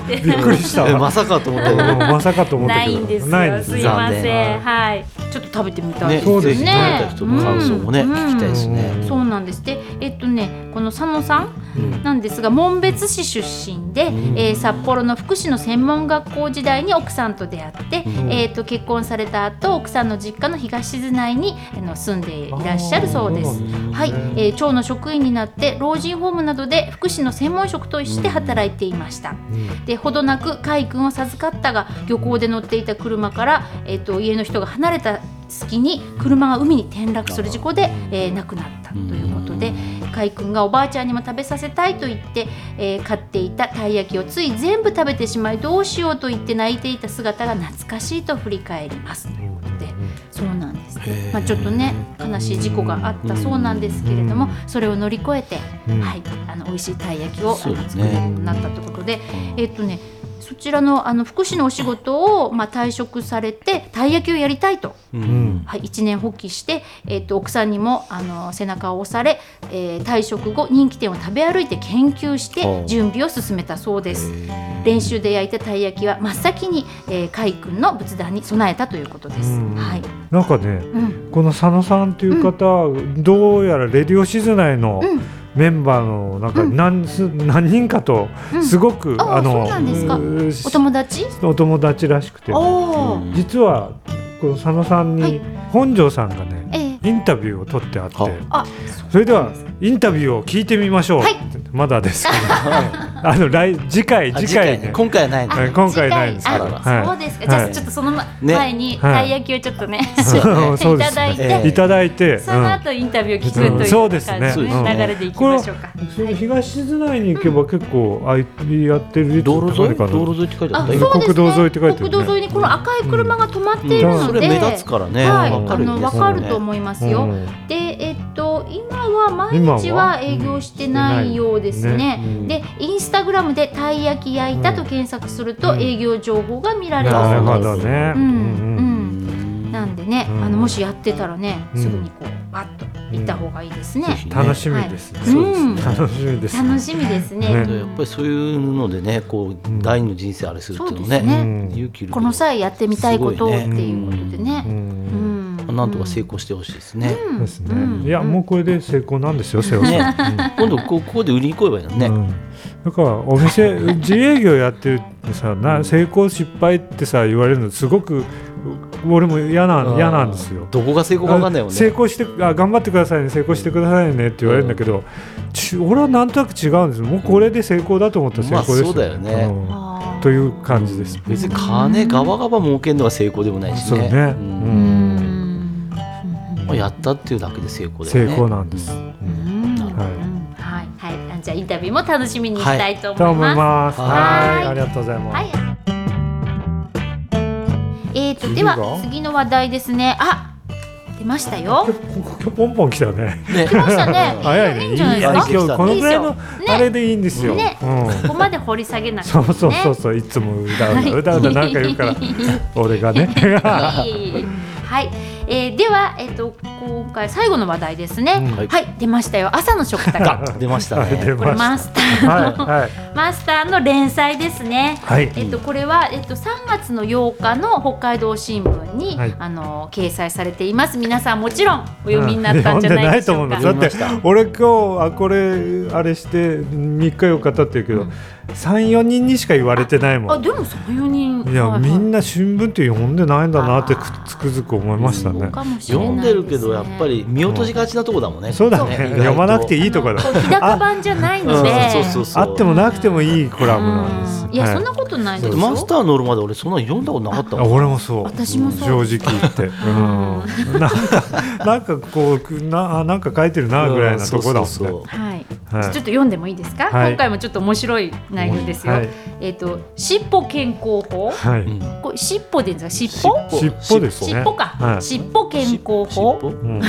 D: とびびっくりした
C: え
D: わ
C: まさかと思っ
D: うん
C: た
D: まさかと思った
B: な
D: けど
B: いんですよ
D: ないんですよ
B: すいま
C: 残
B: せん
C: 念
B: はいちょっと食べてみたい
C: ね、
B: ですね
D: そうです
C: ぜひ食べた人の感想もね、
B: うん
C: 聞きたいですね。
B: そうなんですでえっとねこの佐野さん
D: うん
B: なんですが紋別市出身で、
C: ん
B: えー札幌の福祉の専門学校時代に奥さんと出会って、
C: ん
B: えー、と結婚された後奥さんの実家の東静内にあの住んでいらっしゃるそうです
D: あーそうなんですね
B: はい、えー町の職員になって老人ホームなどで福祉の専門職として働いていました。でほどなく海君を授かったが漁港で乗っていた車から、えー、と家の人が離れた隙に車が海に転落する事故で、えー亡くなったということで海君がおばあちゃんにも食べさせたいと言って、えー買っていたたい焼きをつい全部食べてしまいどうしようと言って泣いていた姿が懐かしいと振り返ります。ということでそうなんです、
C: へー
B: まあ、ちょっとね悲しい事故があったそうなんですけれども
D: うん
B: それを乗り越えて、
D: うん
B: はい、あの美味しいたい焼きをあ
C: そう
B: の
C: です
B: 作
C: ね
B: れるようになったということで、えっとねそちらのあの福祉のお仕事を、まあ、退職されてたい焼きをやりたいと、
C: うん
D: うん
B: はい、一年発起して、えっと奥さんにもあの背中を押され、えー退職後人気店を食べ歩いて研究し
C: は
B: て
C: あ
B: 準備を進めたそうです練習で焼いたたい焼きは真っ先に、えー、海君の仏壇に備えたということです。
D: うん
B: はい
D: なんかね
B: うん
D: この佐野さんという方、どうやらレディオ静内の
B: うん
D: メンバーの中に何,、す何人かと
B: うん
D: すごく、
B: あ
D: あの
B: そうなんですか
D: うー
B: お友達
D: お友達らしくて
B: おー
D: 実はこの佐野さんに、
B: はい
D: 本庄さんがね
B: ええ
D: インタビューを取ってあって
C: は
B: あ
D: それではインタビューを聞いてみましょう、
B: はい
D: まだですけど あの来次回
C: あ
D: 次回ね
C: 今回はないんだ
D: はい今回ないです
B: あ
D: か
C: 次
D: ら、
B: あそうですか、じゃ
D: は
B: あ
D: い
B: ちょっとその、ま
C: ね
B: 前に
D: は
B: た
D: い
B: い焼きをちょっとね、
C: そうだ ね
D: そうです
B: いただいて
D: ねいただいて、
B: その後インタビューを聞くといううん感じ
D: そうですね
C: うん
B: 流れでいきましょうか。
D: うんその東静内に行けば結構 IP やってる
C: 道路沿い
D: ところかな
C: 道路沿いって書いてあ
B: あ
C: っ
B: そ
C: た
B: うですね、
C: よ
D: 国道沿いって書いてるね
B: 国道沿いにこの赤い車が止まっている
D: うん
B: の
C: そ
B: で、
C: れ目立つからね、
B: はい、
C: わかる
B: あ
C: よ
B: の
C: ね
B: 分かると思いますよ。
D: うん
B: で、えっと今は毎日
D: 今は
B: は営業してないようです
D: うんしてな
B: ね
D: い。
C: うん
B: で、インスタグラムでたい焼き焼いたと検索すると
D: うん
B: 営業情報が見られる
D: なるほ
B: そ
D: ど
B: うです。
D: ね、
B: うん
D: うんうん
B: うんなんでね、
D: うん
B: あのもしやってたらね、
D: うん
B: すぐにこうバッと行った方がいいですね。
C: ぜひね
D: 楽しみですね、
B: はい
C: そうですね
D: 楽しみですね
B: 楽しみですね。
D: ね
C: やっぱりそういうのでねこう、
D: ん
C: 第二の人生あれするっていうのね
B: そうですね
D: うん
C: 勇気いるけど
B: この際やってみたいことをって
C: すごいね
B: いうことでね。
D: うん
B: う
C: なんとか成功してほしいですね、
B: うん
D: ですね、
B: うん
D: いやもうこれで成功なんですよ瀬尾さん、
C: ね今度こうここで売りに行こえばいいのね、
D: うんだからお店自営業やってるってさな成功失敗ってさ言われるのすごく俺も嫌な嫌なんですよ。
C: どこが成功か分かんないよね
D: 成功してあ頑張ってくださいね成功してくださいねって言われるんだけど、ち俺はなんとなく違うんですもうこれで成功だと思ったら成
C: まあ
D: 功です
C: そうだよね
D: うん
B: あー
D: という感じです。
C: 別に金ガバガバ儲けるのが成功でもないし
D: そ
C: ね
D: うね、
B: う
C: ん
B: ーん
C: まあ、やったっていうだけで成功だ
D: 成
C: よね
D: 功なんです。
B: う
D: うん
B: ん
D: は
B: はい、はい、あじゃあインタビューも楽しみにしたいと思
D: と
B: い
D: 思い
B: ます。
D: ます。
C: はい
D: はいありがとうございます。
B: はい。えーと
D: 次
B: で
D: が
B: は次の話題ですね。あ出ましたよ。
D: 今日ポンポン来たよね。
C: ね
B: 来 ましたね。
D: 早い
B: い
D: ね。
B: いんじゃないです
C: いいで
B: か。
D: 今日このぐらい
B: い
D: の
B: い
D: あれでいいんですよ。
B: ね
D: うん
B: ここまで掘り下げなくて
D: そ
B: もね。
D: うそうそうそういつもうだうだうだうだなんか言うから俺が ね。
B: はい、えー、では、えっ、と、今回最後の話題ですね。
D: うん
B: はい、出ましたよ。朝の食
C: が
B: 卓。
C: 出ましたね
D: 出
B: これ
D: ま
B: マ
D: し
B: スタ
D: た。は
B: ー
D: い
B: の、
D: はい
B: マスターの連載ですね。
D: はい。
B: えっと、これは、えっと、3月の8日の北海道新聞に、
D: はい
B: あの掲載されています皆さんもちろんお読みになったんじゃないでしょうか、
D: うん
C: 読
D: 読
C: ん
D: ん
C: で
D: で
C: ない
D: ないと
C: と思うん
D: 思うんだ。だって俺今日あこれあれして三日四日経ってるけど三四人にしか言われてないも
B: あ
D: ん。
B: でもそういう人
D: いや
B: は
D: みん
B: な
D: な新聞って読んでないんだなってくつくづく思いましたね。
B: かもしれない
C: 読
B: すね
C: んでるけどやっぱり見落としがちなとこだもんね、
D: そうだ
B: そ
D: ね
B: うね
D: 読まなくて
C: い
D: いいとこだ。
B: こう日高版じゃないので
C: そうそうそう
D: あってもなくてもいいコラムなんです。
B: うんいや、
D: は
B: そんなことないですよ。
C: マスター乗るまで俺そんなの読んだことなかった
D: あ
C: もん
D: 俺もそう
B: 私もそう
D: 正直言って、うん、なんかなんかこうくなあなんか書いてるなぐらいなとこだもんね、
C: うんそうそうそう
B: はい、ちょ
D: はい
B: っと読んでもいいですか、
D: はい
B: 今回もちょっと面白い内容ですよ。
D: はい
B: えっ、と、尻尾健康法。
D: はい、
C: うん
B: これ尻尾でいいんですか、尻尾。
D: 尻尾ですね
B: 尻尾か、
D: はい
B: 尻尾健康法。
C: 尻
D: うん、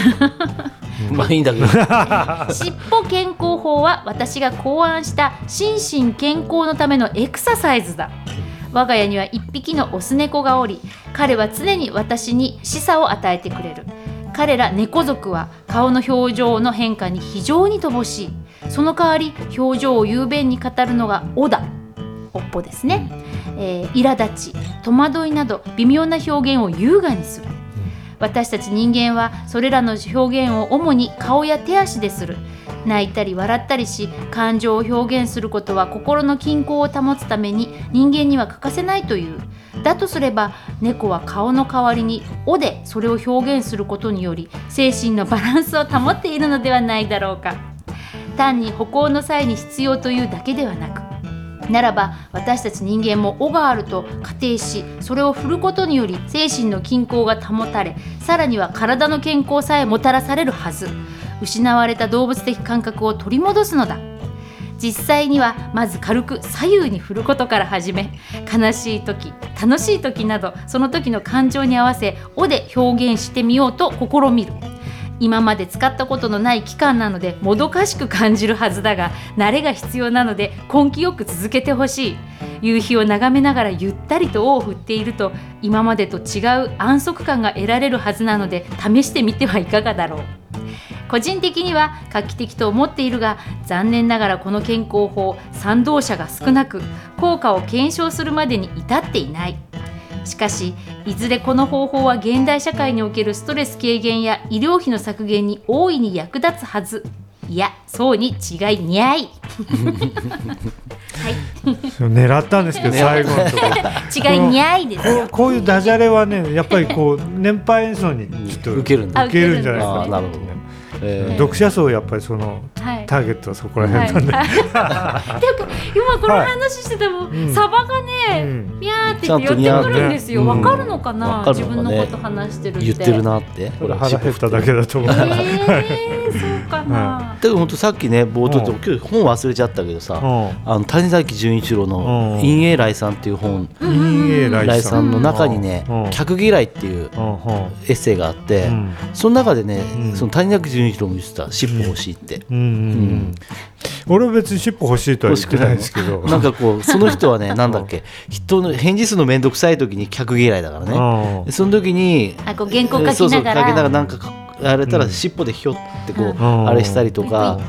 C: 尾まあいいん だけど
B: 尻尾健康法は私が考案した心身健康のためのエクササイズだ我が家には一匹のオス猫がおり彼は常に私に示唆を与えてくれる彼ら猫族は顔の表情の変化に非常に乏しいその代わり表情を雄弁に語るのが「おだ」おっぽですね、えー苛立ち戸惑いなど微妙な表現を優雅にする私たち人間はそれらの表現を主に顔や手足でする泣いたり笑ったりし感情を表現することは心の均衡を保つために人間には欠かせないというだとすれば猫は顔の代わりに「お」でそれを表現することにより精神のバランスを保っているのではないだろうか単に歩行の際に必要というだけではなくならば私たち人間も「お」があると仮定しそれを振ることにより精神の均衡が保たれさらには体の健康さえもたらされるはず失われた動物的感覚を取り戻すのだ実際にはまず軽く左右に振ることから始め悲しい時楽しい時などその時の感情に合わせ「お」で表現してみようと試みる。今まで使ったことのない期間なのでもどかしく感じるはずだが慣れが必要なので根気よく続けてほしい夕日を眺めながらゆったりと尾を振っていると今までと違う安息感が得られるはずなので試してみてはいかがだろう個人的には画期的と思っているが残念ながらこの健康法賛同者が少なく効果を検証するまでに至っていないしかしいずれこの方法は現代社会におけるストレス軽減や医療費の削減に大いに役立つはずいやそうに違いにゃいはい
D: 狙ったんですけど最後のところ
B: 違いにゃいです
D: こうこういうダジャレはねやっぱりこう年配層にちょっと
C: うん受けるんだ
B: あ
D: 受けるんじゃない
C: あー
D: です
C: な
D: か
C: るほどね。え
D: 読者層やっぱりその
B: はい
D: ターゲットはそこら辺なんで、
B: はい、てか今この話してても、
D: い
B: サバがね、
D: うん
B: ミャーって言って寄ってくるんですよ。
D: ちゃ
B: わ、
D: んとニャーね
B: かるのかな、
C: わかる
B: 自
C: のかね
B: 分のこと話してるって。
C: ー言ってる。なって。
D: ただ腹減っただけだと 思う、
B: えー、そうかな。
C: でも本当さっきね冒頭で
D: うん
C: 今日本忘れちゃったけどさ、
D: う
C: あの谷崎潤一郎の
D: うん
C: 「陰影来さん」っていう本
D: ん、いい
C: 来
D: 来
C: さ
D: さ
C: ん
D: ん
C: の中にね
D: うん
C: 「客嫌い」っていう
D: うんうん
C: エッセイがあって、
D: うん
C: その中でね、
D: ん
C: その谷崎潤一郎も言ってた「尻尾欲しい」って。
D: うんうんうん俺は別に尻尾欲しいとは言ってないですけど
C: なんか こうその人はねなんだっけ人の返事するの面倒くさい時に客嫌いだからね
D: う
C: でその時に
B: あ、こう原稿
C: えー
B: 書
C: そう
B: き
C: そう
B: な
C: 書
B: が
C: きながら
B: ら。
C: なんかやれた
D: う
C: ら
D: ん
C: 尻尾でひょってこ
D: う
C: う、
D: ん
C: あれしたりと
B: と
C: か、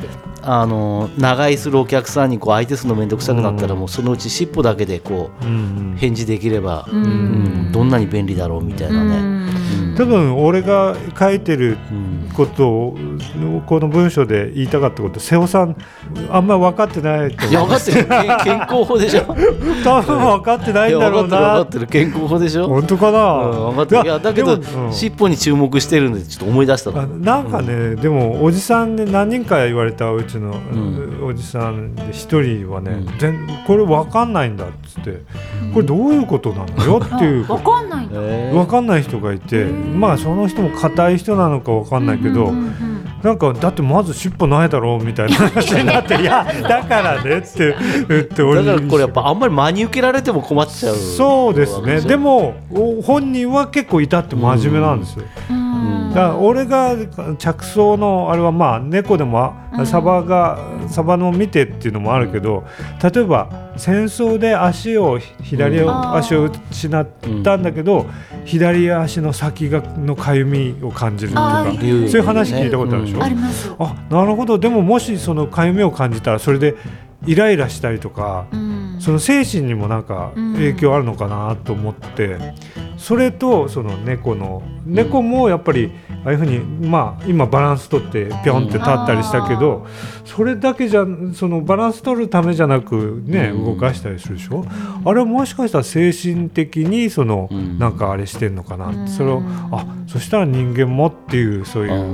C: あの長居するお客さんにこう相手するの面倒くさくなったらもうそのうち尻尾だけでこ
D: んうん
C: う返事できれば、
B: うん
C: うんどんなに便利だろうみたいなね。
B: ね
D: 多分俺が書いてる
C: うん
D: ことをこの文章で言いたかったこと瀬尾さんあんまり分かってないと
C: いや
D: 思う
C: 分かってる健健康法でしょ
D: 多分分かってないい
C: や
D: んだろ
C: 分
D: う
C: か
D: な
C: ってる分かってる健康法でしょ、うん、
D: 本当かな、
C: 分かってるいやだけど、
D: でもうん
C: 尻尾に注目してるんでちょっと思い出した
D: あ
C: の
D: なんかね、でもおじさんで何人か言われたうちの、
C: ん
D: おじさんで一人はね、
C: うん
D: 全これ分かんないんだっつってこれどういうことなのよっていう
B: わかんないんだ。
C: え
D: 分かんない人がいてまあその人も硬い人なのか分かんないけど、
B: うんうんうん
D: なんかだってまず尻尾ないだろうみたいな話になって 「いやだからね」って言って俺
C: だ
D: に
C: からこれやっぱあんまり真に受けられても困っちゃう
D: そうですねで
C: も
D: もお本人は結構いたって真面目なんですよ、
B: うん
C: うん
D: だから俺が着想のあれはまあ猫でも
B: うん
D: あサバがサバの見てっていうのもあるけど例えば戦争で足を左
B: うん
D: 足を失ったんだけど左足の先がのかゆみを感じると
B: あ
D: かそ
B: ーいうい
D: いう話聞いたことあるでしょ、
B: あります。
D: あなるほどでももしそのかゆみを感じたらそれでイライラしたりとか、
B: うん
D: その精神にもなんか
B: うん
D: 影響あるのかなと思って、それとその猫の猫もやっぱりああいうふうに、まあ、今バランス取ってピョンって立ったりしたけど、それだけじゃそのバランス取るためじゃなくね、
C: うん
D: 動かしたりするでしょあれはもしかしたら精神的にその、
C: うん
D: なんかあれしてんのかなって、
B: うん
D: それをあそしたら人間もっていうそういう。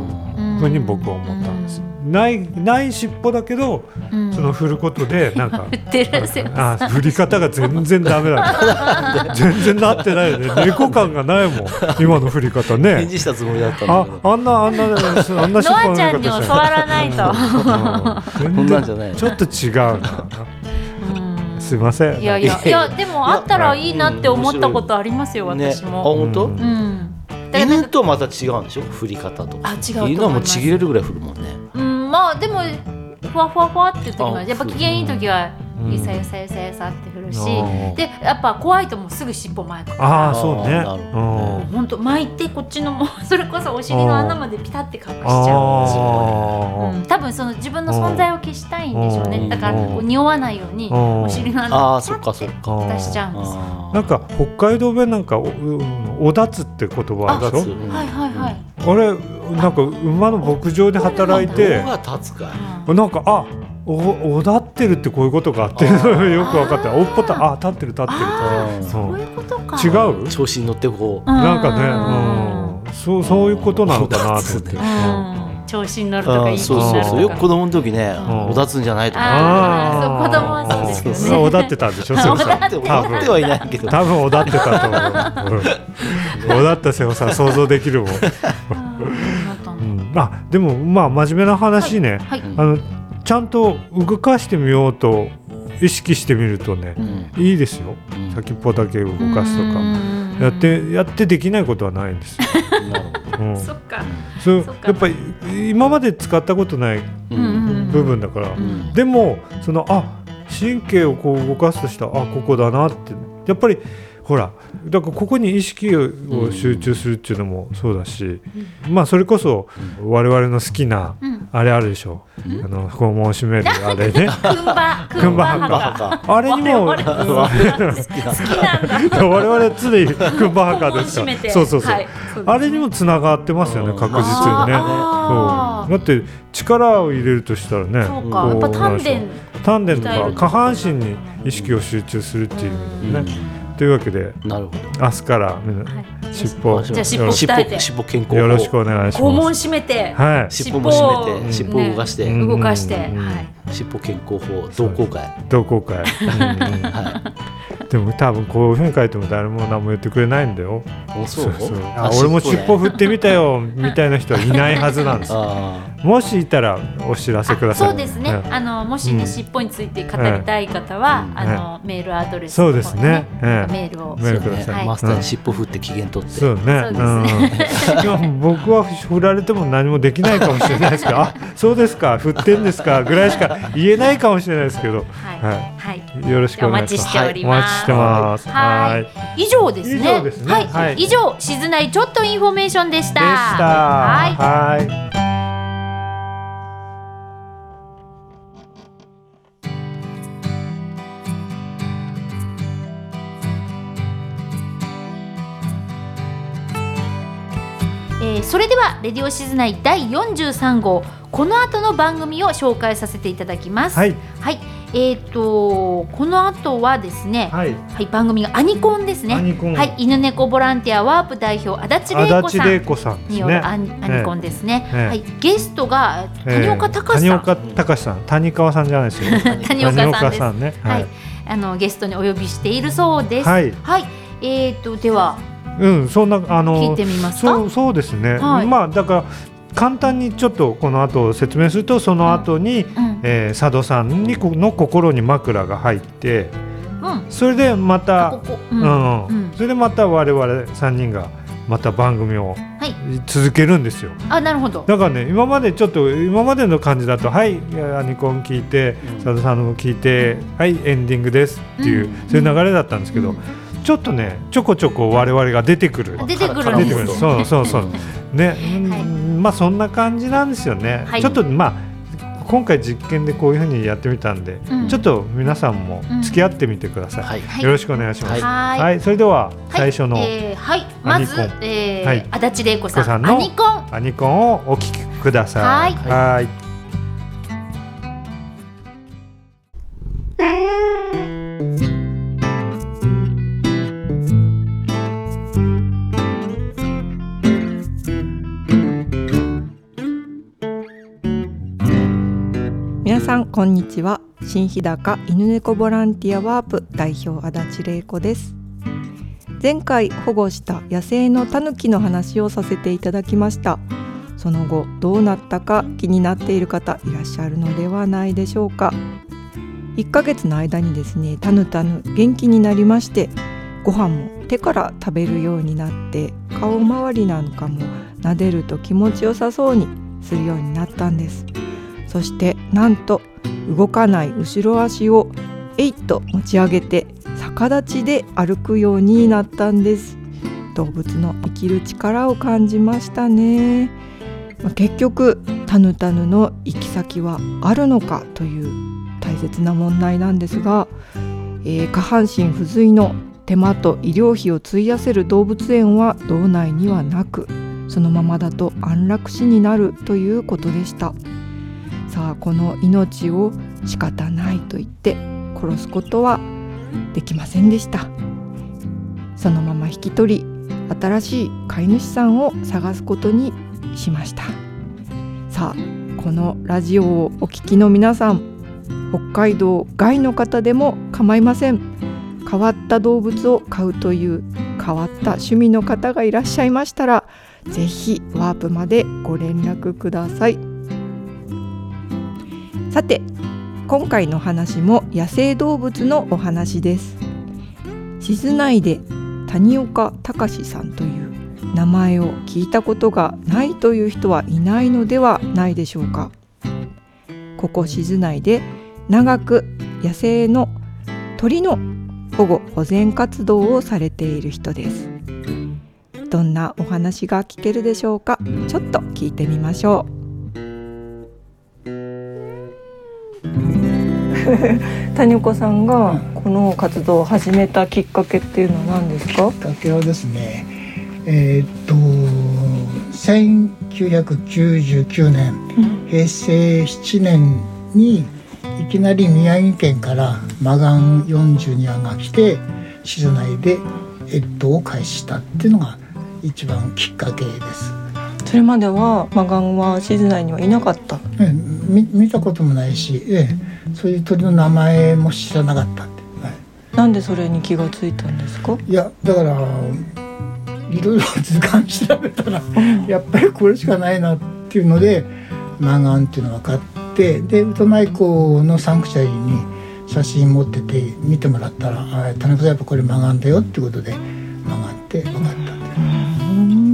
D: ふうに僕は思ったんです。ないない尻尾だけど、
B: うん
D: その振ることでなん か。
B: 振ってらっしゃいます。
D: あ振り方が全然ダメだ、ね、全然なってないよね猫感がないもん今の振り方
C: 返
D: ね
C: 事したつもりだったんだ
D: あ
C: けど
D: あんなあんなあんな尻
B: ノ
D: 尾の
B: アちゃんにも
D: 振り
B: 触
D: 方
B: らな いと。
D: して
C: こんなんじゃないの
D: ちょっと違うな
B: うん
D: すいません
B: いやいやいやでもあったらいいなって思ったことありますよ
C: ね、
B: 私
C: あ
B: も。
C: 本当、
D: うん
B: うん。だからなん
C: 犬
B: か
C: とまた違うんでしょ振り方とか
B: あ違うと思います
C: 犬はもうちぎれるぐらい振るもんね
B: うんまあでもふわふわふわって時もある
C: あ
B: やっぱ機嫌いい時は
D: うん
B: ゆさゆさゆさゆさって振るし、
D: うん
B: でやっぱ怖いともうすぐ尻尾前から。
D: ああそう
C: あ
D: ね
C: ーなるほど
D: うん
B: ほんと巻いてこっちのも うそれこそお尻の穴までピタって隠しちゃう。
D: あ
B: うん、多分その自分の存在を消したいんでしょう
C: う
B: ね
C: ん
B: だからこう匂わないように
D: うん
B: お尻の
C: あ
B: 穴
C: あそっかそっか
D: ー
B: 出しちゃうんですよ
C: あー
D: なんか北海道弁なんかおうんおだつって言葉あるでしょ
C: うん
B: はいはいはい、
D: 俺なんか馬の牧場で働いて
C: 棒が立つか
D: なんかあおおだってるってこういうことかっていうのが よく分かったおっぽたあ立ってる立ってる
B: あ
C: う
B: あ
C: ん
B: そういうことか
D: 違う
C: 調子に乗ってこう
D: なんか
B: うん
D: ね、うん、そうそういうことなのかなと思って、
C: う
B: うん、調子に乗るとか
C: あ
B: い
C: ー
B: い気
C: そう
B: に
C: そう
B: なる
C: そう
B: と
C: よ
B: か
C: く子供の時ね
D: ん
C: おだつんじゃないとか
B: あーそう子供はそうですけどね
D: そおだってたんでしょ瀬
B: あ
D: 尾
B: おだ
D: さ
B: っ
D: ん
C: って思ってはいないけど
D: 多分おだってたと思う、う ん、おだった瀬尾さん想像できるもん、
B: うんなったんだ
D: うん、あでもまあ真面目な話ね、
B: はい、
C: うん
D: あのちゃんと動かしてみようと意識してみるとね、
C: うん
D: いいですよ、
C: うん
D: 先っぽだけ動かすとか。
B: うん
D: やってやってできないことはないんです よ。
C: なるほど
D: うん、
B: そっか、
D: そう
B: そっか
D: やっぱり今まで使ったことない
C: うん
B: うん
D: 部分だから、
C: ん
D: でもそのあ神経をこう動かすとしたらあここだなってやっぱりほらだからここに意識を集中するっていうのもそうだし、まあそれこそ我々の好きな
B: うん
D: あれあるでしょ、あの肛門を締めるあ れね
B: クンバ、ク
D: ク
B: ン
D: ン
B: バ
D: バ
B: ハ
D: ハ
B: カ。
D: あれにも
B: 我々
D: うん
B: 好きなんだ。
D: 我々は常にクンバハカです
B: 締
D: か
B: めて。
D: らそうそうそう、
B: はい
D: あれにもつながってますよね
C: うん
D: 確実にね
B: あー
D: そうだって力を入れるとしたらね
B: そうか、やっぱ丹田。
D: 丹田と
B: 鍛える
D: か
B: と
D: 下半身に意識を集中するっていう意味でね、というわけで
C: なるほど
D: 明日からみんな
B: はい
D: 尻尾
B: じゃあ尻尾
C: 尻
B: 鍛えて
C: 尾尻尾健康法
D: よろしくお願いし
B: 肛門
D: ます。
B: 締めて、
D: はい、
C: 尻尾も締め
D: 尻
C: て尻
B: 尾を
C: 尾を動かして、
D: ねうん
B: 動かして、
D: うん
B: はい。
C: 尻尾健康法同好会
D: 同好 会。
C: は
D: でも多分こういうふうに書いても誰も何も言ってくれないんだよ。
C: いおそう
D: あ俺も尻尾振ってみたよみたいな人はいないはずなん です。
C: あ
D: もしいたらお知らせくだ
B: あ
D: さい。
B: そうですね、
D: ええ
B: あのもし
D: う
B: ね、
D: ん
B: 尻尾について語りたい方は、
C: うん
B: あの、メールアドレス
D: そ
B: の
D: う
B: 方に、
D: ですね。ええ
B: メールを
D: メールくだ
C: ー、
D: さ
B: はい
C: ね、マスターに尻尾振って機嫌取って、
D: そうね。うん、今僕は振られても何もできないかもしれないですけど、あ、そうですか、振ってんですかぐらいしか言えないかもしれないですけど、
B: はい、
D: は
B: はい、
D: い、よろしくお願いします。
B: じゃあお待ちしておりま
D: はいお
B: す
D: 待ちしてます。
B: はい
D: い
B: 以上ですね。
D: 以上ですね
B: はい、
D: はい
B: 以上、静内ちょっとインフォメーションでした。
D: でした。
B: はい。
D: はい
B: えーそれでは「レディオシズナイ第43号」この後の番組を紹介させていただきます。
D: はい、
B: はいえー、とこの後はですね、はい
D: はい、
B: 番組が「アニコン」ですね。
D: アニコン
B: はい、犬猫ボランティアワープ代表足立玲子
D: 足立
B: さん
D: 玲子さんで
B: に
D: す
B: よる
D: ね。
B: アニ,、アニコンですね、
D: ええ
B: はい、ゲストが
D: え
B: えー
D: え
B: 谷岡隆さん、
D: 谷岡隆さん、谷川さんじゃないですよ。
B: 谷岡さんです
D: ね。
B: は
D: はいい、
B: あのゲストにお呼びしているそうです。
D: はい
B: えー、とでは
D: うん、そんなあ
B: 聞い
D: の
B: てみますか
D: そうそうですね。
B: はい
D: まあだから簡単にちょっとこの後説明するとその後に、
B: うん
D: えー佐渡さんにこの心に枕が入って、
B: うん
D: それでま
B: こ
D: た、
B: こ、
D: う、
B: うんんうん
D: それでまた我々三人がまた番組を
B: はい
D: 続けるんですよ。
B: あなるほど
D: だからね今までちょっと今までの感じだと「はいいやアニコン聞いて
C: うん
D: 佐藤さんの聞いてはいエンディングです」っていう、
B: うん
D: そういう流れだったんですけど、
B: うん
D: ちょっとねちょこちょこ我々が出てくる。
B: 出てくる
C: あ
B: ん
D: 出
B: で
D: て
B: す
D: く
B: よ
D: るそうそうそうね、
B: はい
D: うんまあそんな感じなんですよね、
B: はい
D: ちょっとまあ今回実験でこういうふうにやってみたんで、
B: うん
D: ちょっと皆さんも付き合ってみてください、
C: はい
B: はい
D: よろしくお願いします
B: は
D: はいい、それでは最初の
B: はい、えーはいまず
D: アニコン、
B: えー
D: はい
B: 足立玲子さん
D: 子さんの
B: アニコン
D: アニコンをお聞きください。
B: はい
D: はい。
A: 皆さんこんにちは新日高犬猫ボランティアワープ代表足立玲子です前回保護した野生のタヌキの話をさせていただきましたその後どうなったか気になっている方いらっしゃるのではないでしょうか1ヶ月の間にですねタヌタヌ元気になりましてご飯も手から食べるようになって顔周りなんかも撫でると気持ちよさそうにするようになったんですそしてなんと動かない後ろ足をえいっと持ち上げて逆立ちで歩くようになったんです動物の生きる力を感じましたねまあ結局タヌタヌの行き先はあるのかという大切な問題なんですが、えー下半身不随の手間と医療費を費やせる動物園は道内にはなくそのままだと安楽死になるということでしたさあこの命を仕方ないと言って殺すことはできませんでしたそのまま引き取り新しい飼い主さんを探すことにしましたさあこのラジオをお聞きの皆さん北海道外の方でも構いません変わった動物を飼うという変わった趣味の方がいらっしゃいましたらぜひワープまでご連絡くださいさて今回の話も野生動物のお話です静内で谷岡隆さんという名前を聞いたことがないという人はいないのではないでしょうかここ静内で長く野生の鳥の保護保全活動をされている人ですどんなお話が聞けるでしょうかちょっと聞いてみましょう谷岡さんがこの活動を始めたきっかけっていうのは何ですか
E: きっかけはですねえーっと1999年、平成7年にいきなり宮城県からマガン42案が来て静内で越冬を開始したっていうのが一番きっかけです。
A: それまではマガンは静内にはいなかった
E: ええ見見たこともないし、ええ、そういう鳥の名前も知らなかったって、は
A: なんでそれに気がついたんですか
E: い、いやだからいろいろ図鑑調べたらやっぱりこれしかないなっていうのでマガンっていうの分かってで宇都宮港のサンクチャリに写真持ってて見てもらったら「あ田中さんやっぱこれマガンだよ」ってことでマガンって分かったん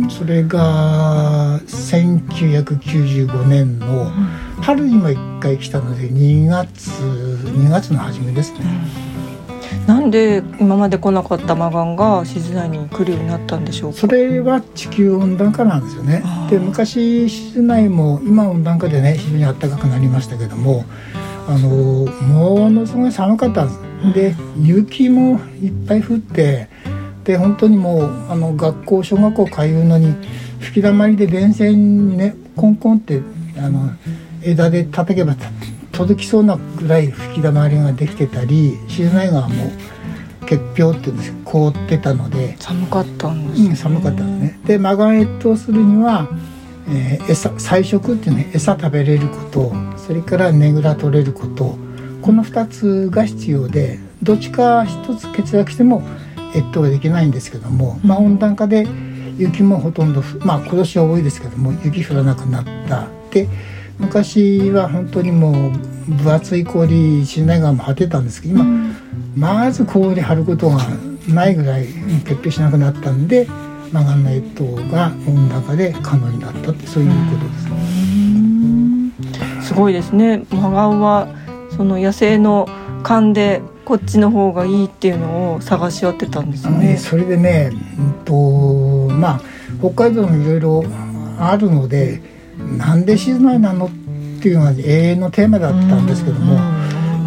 E: でそれが1995年の春にも一回来たので2月2月の初めですね。
A: なんで今まで来なかったマガンが静内に来るようになったんでしょうか
E: それは地球温暖化なんですよね
A: あー
E: で昔室内も今温暖化でね非常に暖かくなりましたけどもあのものすごい寒かったんですで雪もいっぱい降ってで本当にもうあの学校小学校通うのに吹きだまりで電線にねコンコンってあの枝で叩けばた届きそうなぐらい吹きだまりができてたり静内川も結氷っていうんですけど凍ってたので。
A: 寒かったんです、
E: うん、寒かったのねでマガン越冬するには、えー餌菜食っていうね餌食べれることそれからねぐら取れることこの2つが必要でどっちか1つ欠落しても越冬ができないんですけども、まあ、温暖化で雪もほとんどふまあ今年は多いですけども雪降らなくなったで昔は本当にもう分厚い氷信内川も張ってたんですけど今、まず氷張ることがないぐらいうん結氷しなくなったんで曲がんない越冬が温暖化で可能になったってそういうことですね。
A: すごいですねマガンはその野生の勘でこっちの方がいいっていうのを探し合ってたんです
E: あのね、
A: ね
E: それでね、うんとまあ、北海道もいろいろあるのでなんで静内なのっていうのが永遠のテーマだったんですけども、や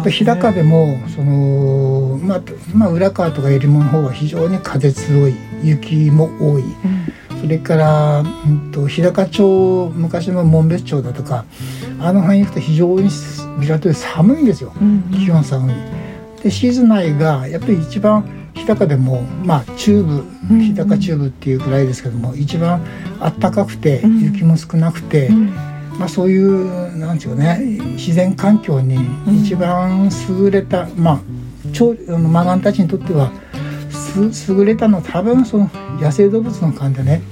E: っぱ日高でもその、まあまあ、浦川とかえりもの方は非常に風強い雪も多い、それから、うん、と日高町昔の紋別町だとかあの辺行くと非常にビラとで寒いんですよ、気温寒い。でシーズナイがやっぱり一番日高でもまあ中部日高中部っていうくらいですけども、一番暖かくて雪も少なくて。まあ、そういうなんていうかね自然環境に一番優れた、まあ鳥あのマガンたちにとってはす優れたのは多分その野生動物の感じでね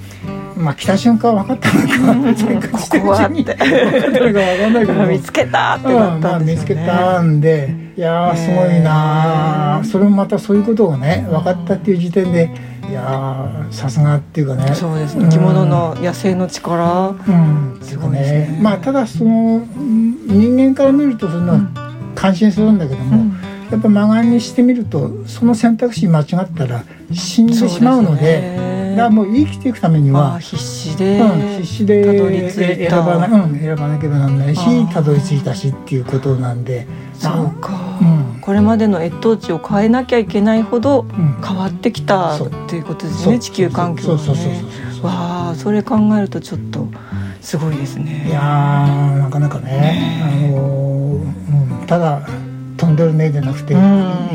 E: まあ来た瞬間分かったのか生活してるうち に
A: ここ
E: 分かったのか分かんないけど
A: 見つけたって
E: う
A: なっ
E: んま
A: た
E: あ、
A: んで
E: 見
A: す
E: つ
A: よね、
E: けたんでいやーすごいな
A: へー
E: ーそれもまたそういうことをね分かったっていう時点でいやーさすがっていうかね
A: そうです
E: う
A: ね
E: ん
A: 生き物の野生の力
E: うん、
A: す
E: す
A: ご
E: ご
A: い
E: い
A: ですね
E: ね。まあただそのうん人間から見るとそんな感心するんだけども、やっぱマガンにしてみるとその選択肢間違ったら死んでしまうので、だから
A: も
E: もう生きていくために
A: ああ
E: は、
A: 必死で、
E: うん、必死で
A: たどり着いた
E: え選ばな、うん、選ばなければならない
A: あー
E: したどり着いたしっていうことなんで、
A: そう
E: ま
A: か、
E: うん
A: これまでの越冬地を変えなきゃいけないほど
E: あうん
A: 変わってきた
E: そう
A: っていうことです
E: そう
A: ね地球環境がね
E: そうそうそうそうそう。
A: わあそれ考えるとちょっとすごいですね
E: いやーなかなかね、あのーうん、ただ飛んでるねじゃなくて、い
A: うん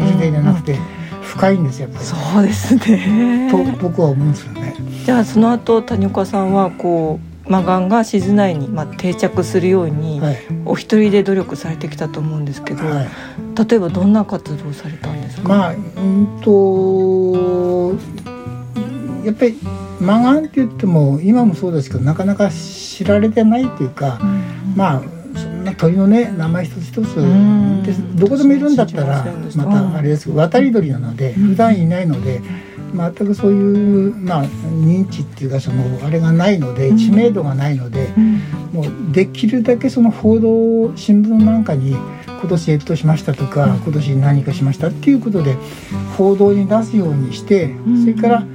E: るねじゃなくて、深いんですよやっぱり。
A: そうですね
E: と僕は思うんですよね。
A: じゃあその後谷岡さんはこうマガンが静内にまあ定着するように、
E: はい。
A: お一人で努力されてきたと思うんですけど、
E: はい。
A: 例えばどんな活動をされたんですか、
E: まあうんとやっぱりマガンって言っても今もそうですけどなかなか知られてないというか、まあそんな鳥のね名前一つ一つ
A: ん
E: でどこでもいるんだったら
A: そうですね
E: またあれですけど渡り鳥なので普段いないので。全くそういう、まあ、認知っていうかそのあれがないので知名度がないので、もうできるだけその報道新聞なんかに今年越冬しましたとか、今年何かしましたっていうことで報道に出すようにして、それから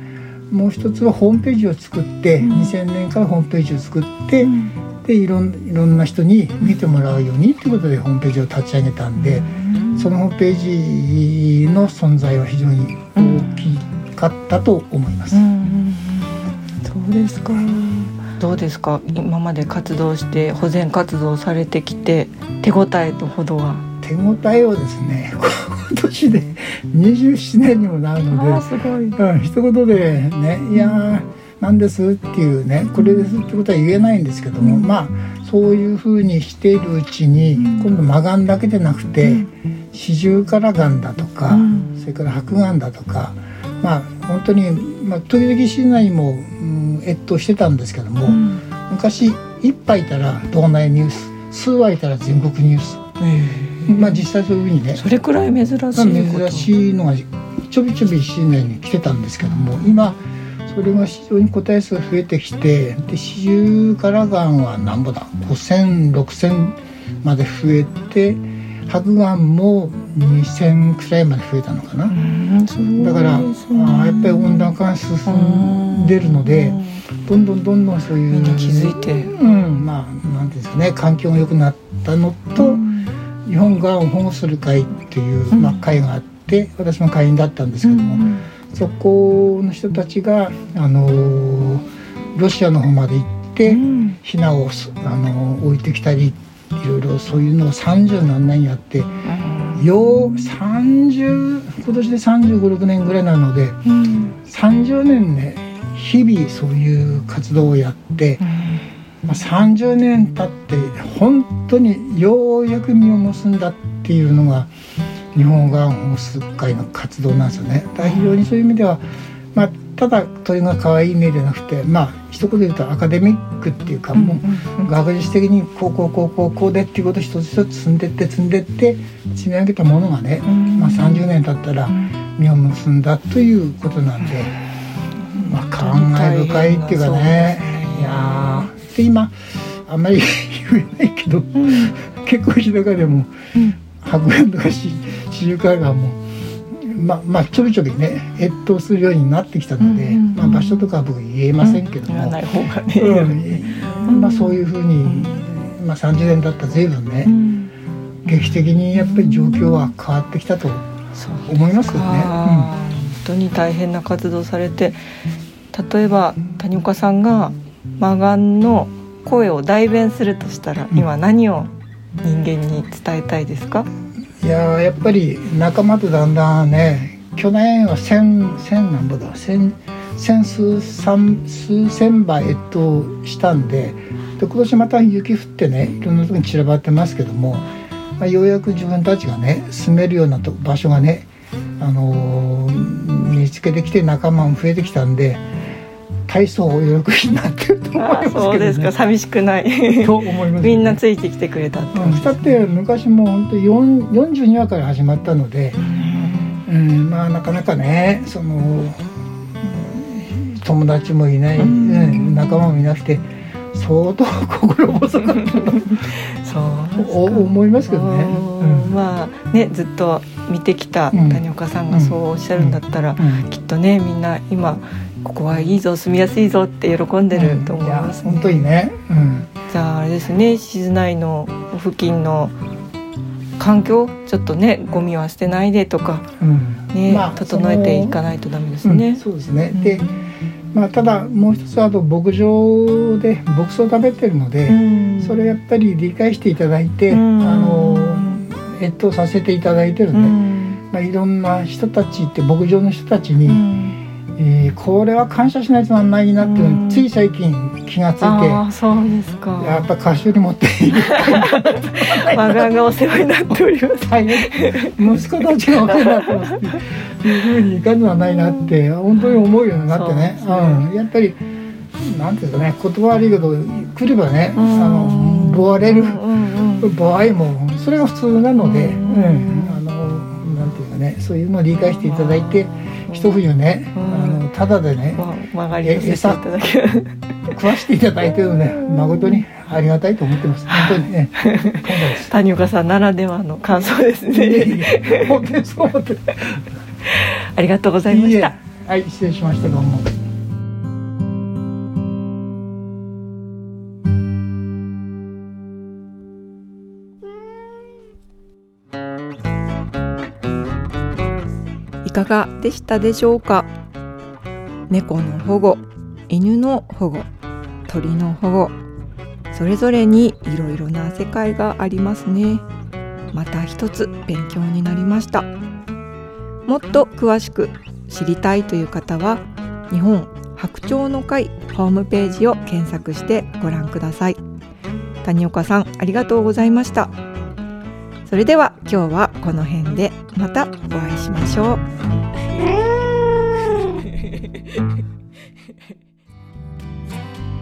E: もう一つはホームページを作って、2000年からホームページを作って、でいろんいろんな人に見てもらうようにっていうことでホームページを立ち上げたんで、そのホームページの存在は非常に大きかったと思います。
A: そうですか。どうですか。今まで活動して保全活動をされてきて手応えのほどは。
E: 手応えをですね 今年で27年にもなるので
A: ーすごい。
E: うん一言でね「いやーなんです」っていうね「これです」ってことは言えないんですけども、まあそういうふうにしているうちに今度マガンだけでなくて四十からがんだとか、それから白眼だとかまあ本当に、まあ、時々市内も、うん、越冬してたんですけども、昔一杯いたら道内ニュース数羽いたら全国ニュース、まあ実際そういうふうにね
A: それくらい珍しいこと。
E: 珍しいのがちょびちょび新年に来てたんですけども今それが非常に個体数が増えてきてで四十からがんはなんぼだ50006000まで増えて白眼も2000くらいまで増えたのかな、
A: うんすごい
E: だから、
A: ですね
E: あーやっぱり温暖化が進んでるので
A: うん
E: どんどんどんどんそういう
A: みんな気づいて
E: うん、まあなんていうんですかね環境が良くなったのと、日本がんを保護する会っていう、まあ、会があって私も会員だったんですけども、そこの人たちが、あのーロシアの方まで行って、ひなをす、あのー置いてきたりいろいろそういうのを30何年やって。よう30今年で3 5 6年ぐらいなので、30年ね日々そういう活動をやって、まあ、30年経って本当にようやく実を結んだっていうのが日本がん保護会の活動なんですよね。だから非常にそういう意味では、まあ、ただ鳥が可愛い目じゃなくてまあ一言で言うとアカデミックっていうかもう学術的にこうこうこうこうこうでっていうことを一つ一つ積んでって積んでって積み上げたものがね、まあ、30年経ったら実を結んだということなんで、まあ、感慨深いっていうかねいやーで今あんまり 言えないけど、結構日高でも白眼とかし四十海岸も。まあまあ、ちょびちょびね越冬するようになってきたので、まあ、場所とかは僕言えませんけど
A: 言
E: も、
A: わない方がね。
E: うんまあ、そういうふうに、まあ、30年だったら随分ね、劇的にやっぱり状況は変わってきたと
A: そう
E: 思いますよね。
A: あー本当に大変な活動されて例えば谷岡さんがマガンの声を代弁するとしたら今何を人間に伝えたいですか、
E: うんいやーやっぱり仲間とだんだんね去年は千千何ぼだ千千数三数千倍越冬したんでで今年また雪降ってねいろんなとこに散らばってますけども、まあ、ようやく自分たちがね住めるようなと場所がね、あのー見つけてきて仲間も増えてきたんで大層お喜びになってると思い
A: あ
E: ま
A: ー
E: すけど、ね、
A: そうですか寂しくない
E: と思います、
A: みんなついてきてくれたって
E: う
A: 感
E: ん
A: じ
E: だって昔も本当4 42話から始まったので、うん、まあなかなかねそのうん友達もいない、うん仲間もいなくて相当心細かったと
A: そう
E: お思いますけどね。
A: うんまあねずっと見てきた谷岡さんがそうおっしゃるんだったら、
E: うんうん
A: きっとねみんな今ここはいいぞ住みやすいぞって喜んでると思いますね、
E: や本当にね、うん、
A: じゃああれですね静内の付近の環境ちょっとねゴミは捨てないでとか
E: うん
A: ね、
E: まあ
A: 整えていかないとダメです
E: うん
A: ね。
E: そうですね。で、まあただもう一つあと牧場で牧草を食べてるので、
A: うん
E: それやっぱり理解していただいて、
A: うん
E: あの越冬させていただいてる
A: う
E: ね、
A: ん
E: まあ、いろんな人たちって牧場の人たちに、
A: うん
E: えーこれは感謝しないとなんないなっていうのについ最近気がついて、
A: ああそうです
E: や
A: か。
E: っぱ菓子折り持っている
A: 我ががお世話になっております。
E: 大変 息子たちがお世話になってますっていうふうにいかずはないなって本当に思うようになってね
A: そううですね
E: ん、やっぱりなんていうんですかね言葉悪いけど来ればね、あの
A: うん
E: ボわれる。
A: うんうん
E: 場合もそれが普通なので、
A: うん
E: うんあのなんていうかねそういうのを理解していただいて
A: うん
E: 一冬ね、
A: うん
E: あのただでね
A: まあ曲がりをさせていただき
E: 食わしていただいてるので、誠にありがたいと思っ てます。本当にね。感謝です。
A: 谷岡さんならではの感想ですね
E: 本当にそう思って。い
A: ありがとうございま
E: い
A: し
E: え
A: た
E: はい、失礼しました。どうも。
A: いかがでしたでしょうか猫の保護犬の保護鳥の保護それぞれにいろいろな世界がありますねまた一つ勉強になりましたもっと詳しく知りたいという方は日本白鳥の会ホームページを検索してご覧ください谷岡さんありがとうございましたそれでは今日はこの辺でまたお会いしましょう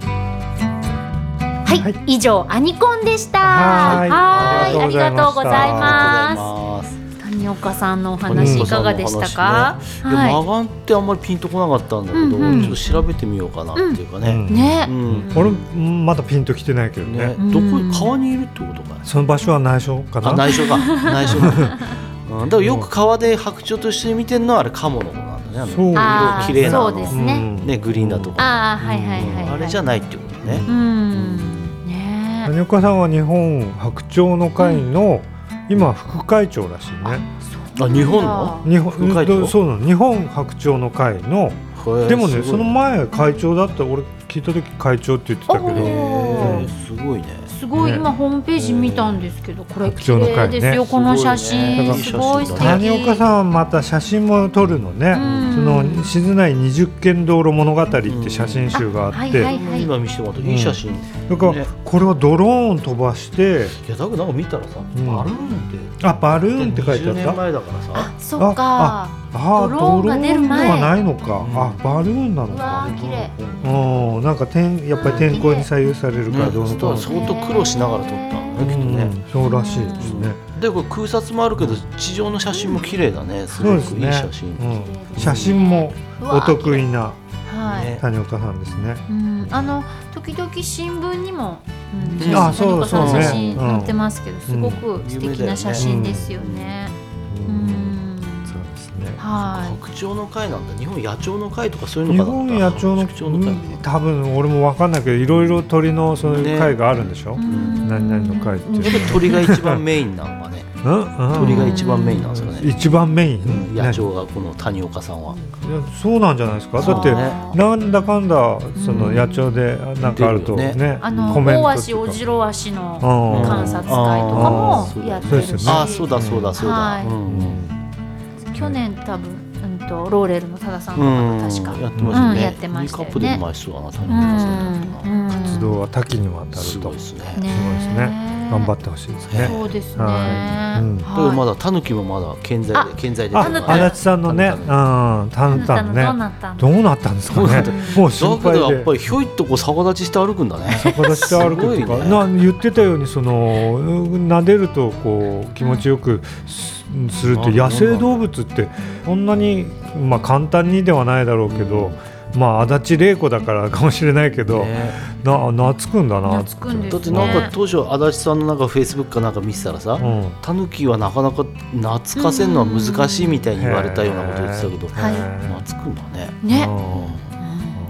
B: はい、
D: はい
B: 以上アニコンでした
D: はーい
B: はーいありがとうござい
C: ありがと
B: ま
C: うございます。
B: す谷岡さんのお話いかがでしたか、
C: いやマ
B: は
C: ガンってあんまりピンとこなかったんだけど、
B: うんうん
C: ちょっと調べてみようかなっていうかね。
B: いね
C: う、ん。
D: 俺もまだピンときてないけどね
C: ね、
B: うん
C: どこ川にいるってことかね。
D: その場所は内緒か
C: あ
D: な
C: 内 緒か内緒か。うん、だからよく川で白鳥と一緒に見てるのはあれカモの子なんだね。
D: そう
B: ああ
C: 色綺麗な
B: そうですね、
D: うん
C: ねグリーンだとか。
B: ああはいはいはい、はい、
C: あれじゃないってことね
B: う。んねえ
D: 谷岡さんは日本白鳥の会の、今副会長らしいね
C: あ日本の。
D: 日本
C: 副会長
D: うんそうなの日本白鳥の会の
C: これ
D: でもね
C: すごい
D: その前会長だった俺聞いた時会長って言ってたけ
B: あ
D: ど
C: へえすごいね。
B: すごい、
D: ね
B: 今ホームページ見たんですけどこれ
D: 白
B: 綺
D: 鳥の
B: 麗
D: 会ね
B: ですよ、この写真す
C: す
B: ご
C: ご
B: い
C: いね
B: 素敵
D: 谷岡さんはまた写真も撮るのね、
B: うん
D: その静内20軒道路物語って写真集があって、
B: うんあはいはい
C: 今見せてもらったいい写真。
D: だから、
C: ね
D: これはドローン飛ばして
C: いやだけどなんか見たらさ、
D: ん
C: バルーンって。
D: あバルーンって書いてあ
C: 20
D: っ
C: 年
D: た
C: 前だからさ
B: あ。そうか
D: あ
B: ドローンが出る前
D: ドローンはないのか、
C: うん
D: あバルーンなの
B: う
D: か
B: わー綺麗
C: うん
D: うんなんか天やっぱり天候に左右されるか
C: ね
D: らどうのこうの
C: 相当苦労しながら撮ったんだ
D: う
C: ね、きっと
D: ん
C: ね。
D: そうらしいですね、
C: でこれ空撮もあるけど地上の写真も綺麗だね。
D: そ
C: す
D: う
C: ご
D: で
C: く
D: す
C: いい
D: ね
C: 写真。
D: うん、写真もお得意な
B: はい、
C: ね
D: 谷岡さんですね
B: うん、あの時々新聞にも、うん
C: うんあ
D: そう
B: 谷岡さんの
C: そうね
B: 写真載ってますけど、すごく素
C: 有
B: 敵
C: 名だよ
B: な
C: ね
B: 写真ですよね。
D: う
B: うんん、
D: そうですね
B: は
C: 白鳥の会なんだ。日本野鳥の会とかそういう
D: 日
C: のかな。
D: 本野鳥の
C: 白鳥の会。
D: 多分俺も分かんないけどいろいろ鳥のその
C: ね
D: 会があるんでしょ、
B: い。うん
D: 何々の会っていう
C: やっぱり鳥が一番メインなのかね。
D: うんうん
C: 鳥が一番メインなんですかね。
D: 一番メイン、
C: うん野鳥がこの谷岡さんは。
D: いやそうなんじゃないですかだ
B: そう
D: って
B: ね
D: なんだかんだその野鳥でなんかあると
C: 出
D: ね
C: るよね
B: あの
D: コメントと
B: 大
D: か
B: 足オジロアシの
D: うん
B: 観察会とかもやってる
D: そうです
B: し、
D: よね
C: ああそうだそうだそう
B: は
C: だ。
B: い
C: うん
B: 去年多分うんとローレルの多田さんと
C: うん。
B: か確か、
C: やってました
B: う
C: ね。
B: んやってましたよね
C: いいカップでうまい人だな谷
B: う
C: 岡さんだとな。
B: ん、
D: 活動は多岐にわたる
C: す
D: と
C: ごいですね。
B: ね
D: すごいですね頑張ってほしいですね
B: そうですね。
D: はいうん
C: だからま
B: だ
C: だタヌキもまだ健在で
B: あ
C: 健在で
D: あ
B: タヌタ
D: 足立さんのねう
C: タ
D: ん
C: ヌ
D: タヌタ
B: ど
D: ヌ
B: う
D: ね
B: なったんだ
D: どうなったんですか
C: どうな
D: ね
C: った
D: もう
C: タヌ
D: 心
C: だけ
D: 配
C: どやっ
D: で
C: ぱりひょいっとこう逆立ちして歩くんだね。
D: 形で歩くとか、
C: すごいね
D: な言ってたようにそのうん撫でるとこう気持ちよくすするって
C: あ
D: 野生動物ってこんなに、まあ、簡単にではないだろうけど、まあ、足立玲子だからかもしれないけど、
C: ね
D: な懐くんだなって
B: 懐くんです
C: だってなんか当初足立さんのなんかフェイスブックかなんか見てたらさ、
D: うん
C: タヌキはなかなか懐かせるのは難しいみたいに言われたようなことを言ってたけど、
B: はい
C: 懐くんだね、
B: ね。
D: う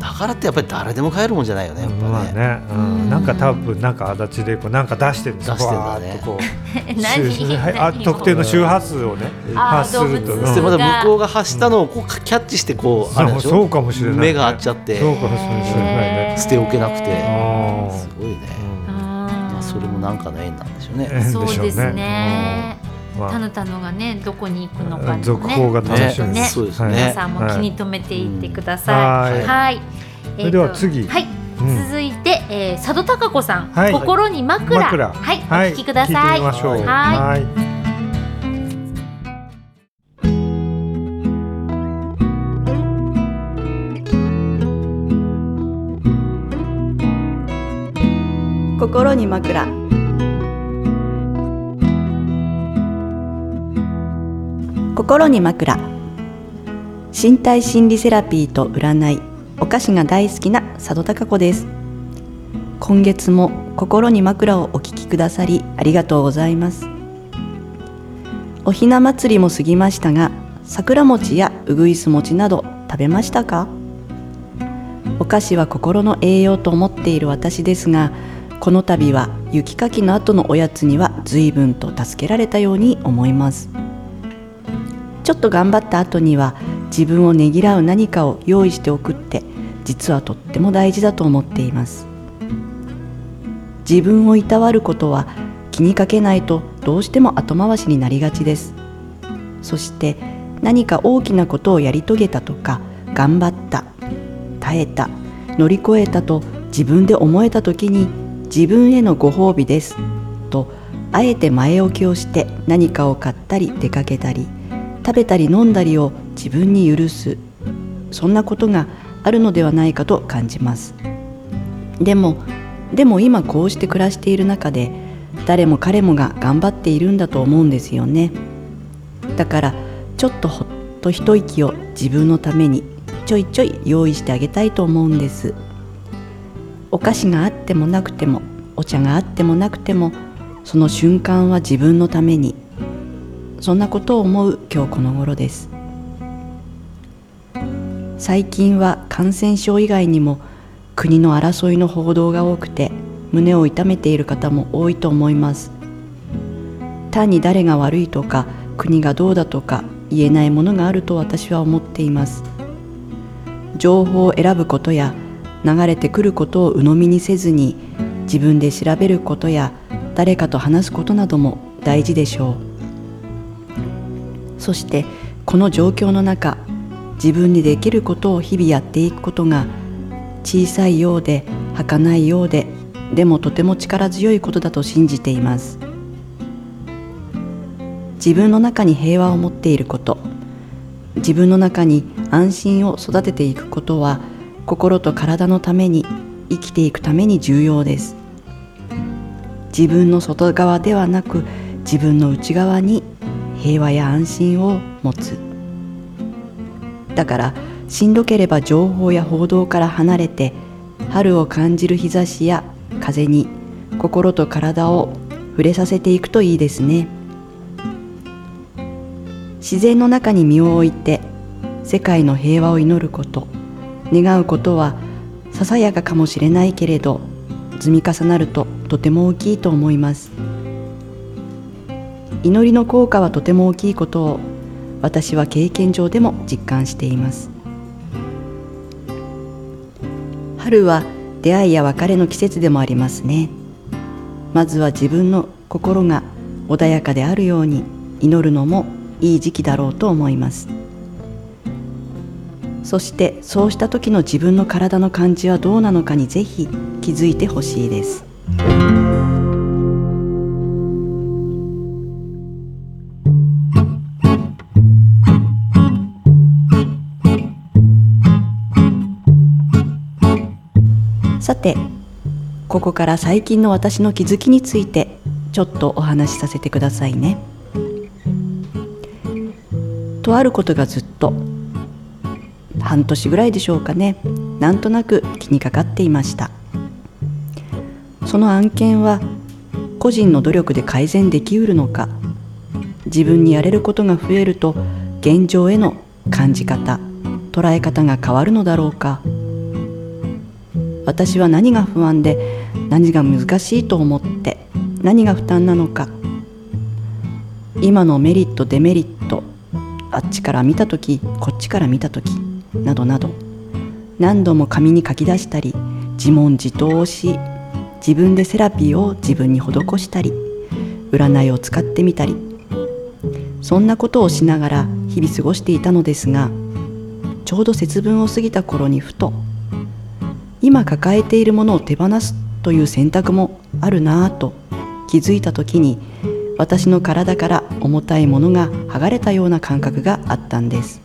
C: だからってやっぱり誰でも飼えるもんじゃないよねやっぱ
D: んまあ
C: ね,、
D: ね、うん、なんか多分なんか足立玲子なんか出してるんです
C: 出してんだね
D: わーっとこう周
B: 何？
D: はいあ特定の周波数をね
B: あー
D: 発すると、
B: 動
D: う
B: 物
D: ん
C: そしてまだ向こうが発したのをこうキャッチしてこうあれでし
D: そう
C: ょ
D: かもしれないね、
C: 目が合っちゃって
D: そうかもしれないね
C: 捨ておけなくて
D: あ
C: すごいね、
D: ー
C: まあ、それもなんかの縁なんでしょうね、
D: え
B: そう
D: で
B: で
D: しょう
B: す
D: ね
B: ね。
D: まあ
B: タヌタヌがねどこに行くのかね。
D: 続報が楽しみ
B: ね
C: そうですね
B: 皆さんも気に留めていってくださ。
D: はいい
B: はい。え
D: それ
B: ーと
D: では次
B: はい。
D: うん
B: 続いて、えー、佐渡孝子さん、
D: はい
B: 心に枕
D: 枕
B: はい、お聞きくださ
D: 聞い
B: い
D: てみましょう
C: はい
D: はい
F: 心に枕心に枕身体心理セラピーと占いお菓子が大好きな佐渡孝子です今月も心に枕をお聞きくださりありがとうございますおひな祭りも過ぎましたが桜餅やうぐいす餅など食べましたかお菓子は心の栄養と思っている私ですがこの度は雪かきの後のおやつには随分と助けられたように思いますちょっと頑張った後には自分をねぎらう何かを用意しておくって実はとっても大事だと思っています自分をいたわることは気にかけないとどうしても後回しになりがちですそして何か大きなことをやり遂げたとか頑張った耐えた乗り越えたと自分で思えた時に自分へのご褒美ですとあえて前置きをして何かを買ったり出かけたり食べたり飲んだりを自分に許すそんなことがあるのではないかと感じますでもでも今こうして暮らしている中で誰も彼もが頑張っているんだと思うんですよねだからちょっとほっと一息を自分のためにちょいちょい用意してあげたいと思うんですお菓子があってもなくてもお茶があってもなくてもその瞬間は自分のためにそんなことを思う今日この頃です最近は感染症以外にも国の争いの報道が多くて胸を痛めている方も多いと思います単に誰が悪いとか国がどうだとか言えないものがあると私は思っています情報を選ぶことや流れてくることを鵜呑みにせずに自分で調べることや誰かと話すことなども大事でしょうそしてこの状況の中自分にできることを日々やっていくことが小さいようで儚いようででもとても力強いことだと信じています自分の中に平和を持っていること自分の中に安心を育てていくことは心と体のために生きていくために重要です自分の外側ではなく自分の内側に平和や安心を持つだからしんどければ情報や報道から離れて春を感じる日差しや風に心と体を触れさせていくといいですね自然の中に身を置いて世界の平和を祈ること願うことはささやかかもしれないけれど積み重なるととても大きいと思います祈りの効果はとても大きいことを私は経験上でも実感しています春は出会いや別れの季節でもありますねまずは自分の心が穏やかであるように祈るのもいい時期だろうと思いますそしてそうした時の自分の体の感じはどうなのかにぜひ気づいてほしいですさてここから最近の私の気づきについてちょっとお話しさせてくださいねとあることがずっと半年ぐらいでしょうかねなんとなく気にかかっていましたその案件は個人の努力で改善できうるのか自分にやれることが増えると現状への感じ方捉え方が変わるのだろうか私は何が不安で何が難しいと思って何が負担なのか今のメリットデメリットあっちから見た時こっちから見た時などなど何度も紙に書き出したり自問自答をし自分でセラピーを自分に施したり占いを使ってみたりそんなことをしながら日々過ごしていたのですがちょうど節分を過ぎた頃にふと今抱えているものを手放すという選択もあるなぁと気づいた時に私の体から重たいものが剥がれたような感覚があったんです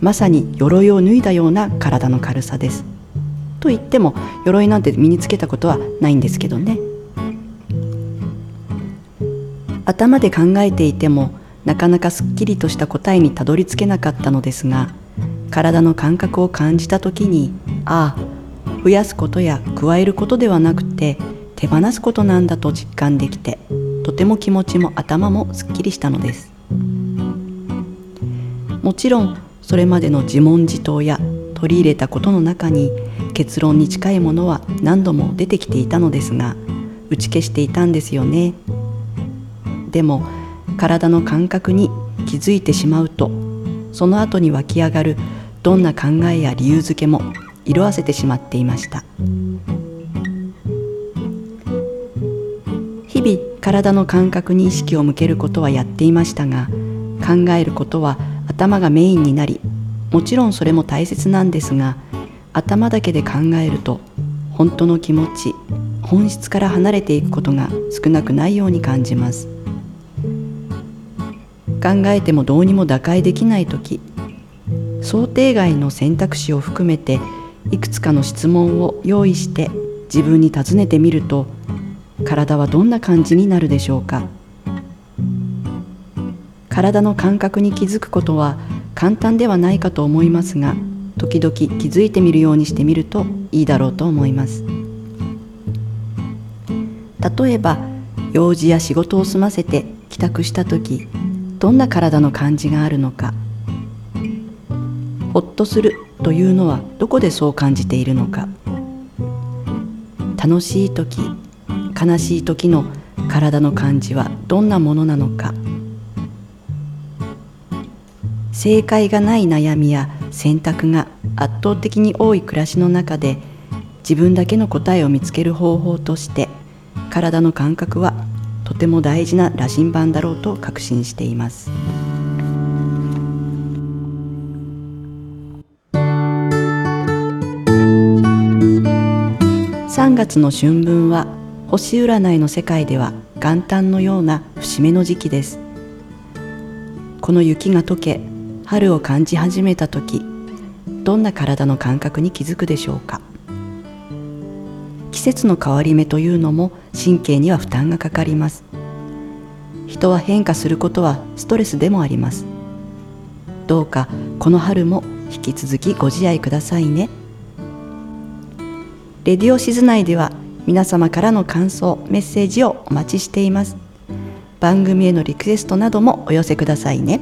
F: まさに鎧を脱いだような体の軽さですと言っても鎧なんて身につけたことはないんですけどね頭で考えていてもなかなかすっきりとした答えにたどり着けなかったのですが体の感覚を感じた時にああ増やすことや加えることではなくて手放すことなんだと実感できてとても気持ちも頭もすっきりしたのですもちろんそれまでの自問自答や取り入れたことの中に結論に近いものは何度も出てきていたのですが打ち消していたんですよねでも体の感覚に気づいてしまうとその後に湧き上がるどんな考えや理由付けも色あせてしまっていました日々体の感覚に意識を向けることはやっていましたが考えることは頭がメインになりもちろんそれも大切なんですが頭だけで考えると本当の気持ち本質から離れていくことが少なくないように感じます考えてもどうにも打開できない時想定外の選択肢を含めていくつかの質問を用意して自分に尋ねてみると体はどんな感じになるでしょうか体の感覚に気づくことは簡単ではないかと思いますが時々気づいてみるようにしてみるといいだろうと思います例えば用事や仕事を済ませて帰宅した時どんな体の感じがあるのかほっとするというのはどこでそう感じているのか楽しい時悲しい時の体の感じはどんなものなのか正解がない悩みや選択が圧倒的に多い暮らしの中で自分だけの答えを見つける方法として体の感覚はとても大事な羅針盤だろうと確信しています3月の春分は星占いの世界では元旦のような節目の時期ですこの雪が溶け春を感じ始めた時どんな体の感覚に気づくでしょうか季節の変わり目というのも神経には負担がかかります人は変化することはストレスでもありますどうかこの春も引き続きご自愛くださいねレディオシズ内では皆様からの感想メッセージをお待ちしています番組へのリクエストなどもお寄せくださいね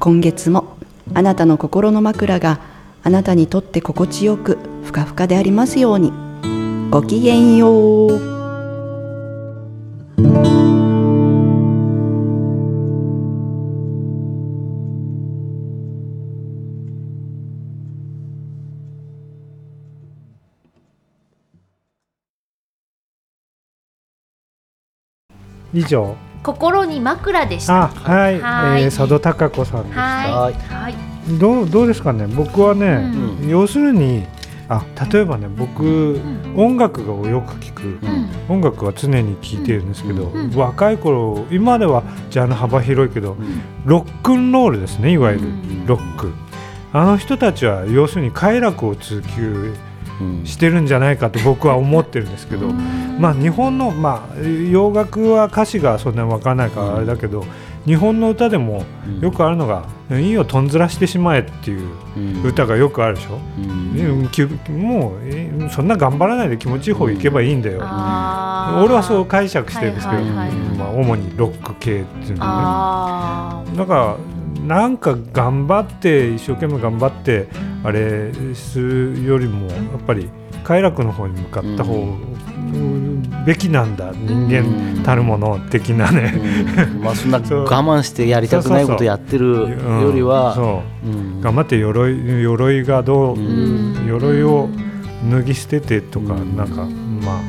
F: 今月もあなたの心の枕があなたにとって心地よくふかふかでありますようにごきげんよう
D: 以上
B: 心に枕でした
D: あはい
B: はい
D: えー佐渡孝子さんです
B: は
C: はい
B: いはい
D: どうどうですかね僕はね、
B: う
D: 要するにあ例えばね僕、音楽をよく聴く、
B: うん
D: 音楽は常に聴いてるんですけど、
B: うんうん
D: 若い頃今ではジャンル幅広いけどロックンロールですねいわゆる、
B: うん
D: ロックあの人たちは要するに快楽を追求
C: うん
D: してるんじゃないかと僕は思ってるんですけど、まあ、日本の、まあ、洋楽は歌詞がそんなに分からないからあれだけど日本の歌でもよくあるのが「いいよとんずらしてしまえ」っていう
C: うん
D: 歌がよくあるでしょ、
C: うん
D: ねきもうえそんな頑張らないで気持ちいい方行けばいいんだよ、
B: あー
D: 俺はそう解釈してるんですけど、
B: はいはいはい
D: まあ、主にロック系っていうの
B: あ
D: ねだからなんか頑張って一生懸命頑張ってあれするよりもやっぱり快楽の方に向かった方、
C: う
D: べきなんだ人間たるもの的なね、
C: うんまあそんな我
D: そう
C: 慢してやりたくないことやってる
D: うん
C: よりは
D: そう
C: うん
D: 頑張って鎧鎧がどう、
C: う
B: ーうん
D: 鎧を脱ぎ捨ててとか、
C: うん
D: なんかまあ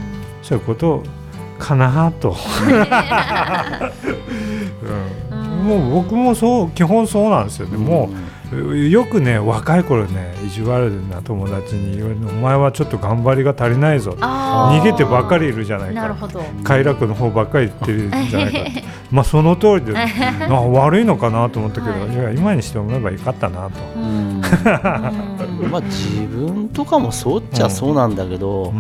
D: そういうことかな と、う
B: う
D: んんもう僕もそう基本そうなんですよね、もうよくね若い頃ね意地悪な友達に言うのお前はちょっと頑張りが足りないぞ
B: あー
D: 逃げてばかりいるじゃない
B: なる
D: か
B: ほど
D: 快楽の方ばっかり言ってるんじゃないか まあその通りであ悪いのかなと思ったけど、
B: はい
D: いや今にして思えばよかったなと。
B: う
C: うんん
B: うん
C: まあ、自分とかもそうっちゃそうなんだけど、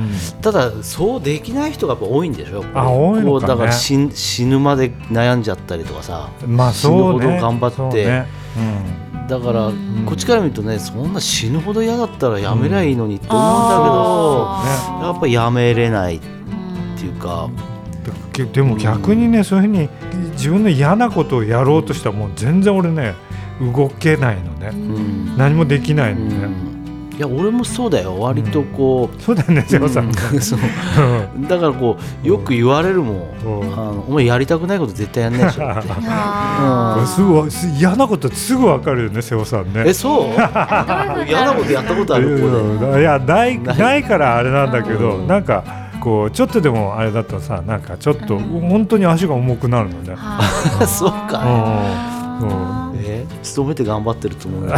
C: ただそうできない人がやっぱ多いんでしょやっぱり
D: あ多いのかね
C: こうだから死死ぬまで悩んじゃったりとかさ
D: まあそうね
C: 死ぬほど頑張って
D: そうねうん
C: だから
D: ん
C: こっちから見るとねそんな死ぬほど嫌だったらやめりゃいいのにって思うんだけどやっぱやめれないっていうか
D: ででも逆にね、そういうふうに自分の嫌なことをやろうとしたらもう全然俺ね動けないのね、
C: うん、
D: 何もできないうのね、
C: んいや俺もそうだよ割とこう、
D: そうだよね瀬尾さん、
C: うんそうだからこうよく言われるもん、
D: うん
C: あのお前やりたくないこと絶対やんないでしょって
B: あ
D: すぐす嫌なことすぐわかるよね瀬尾さんね
C: えそう嫌なことやったことあるこ
D: いやいやない
C: ない
D: ないからあれなんだけど、
C: うん
D: なんかこうちょっとでもあれだとさなんかちょっと本当に足が重くなるのね、
C: でそうか、
D: うん
C: え勤めて頑張ってると思うよ
D: うん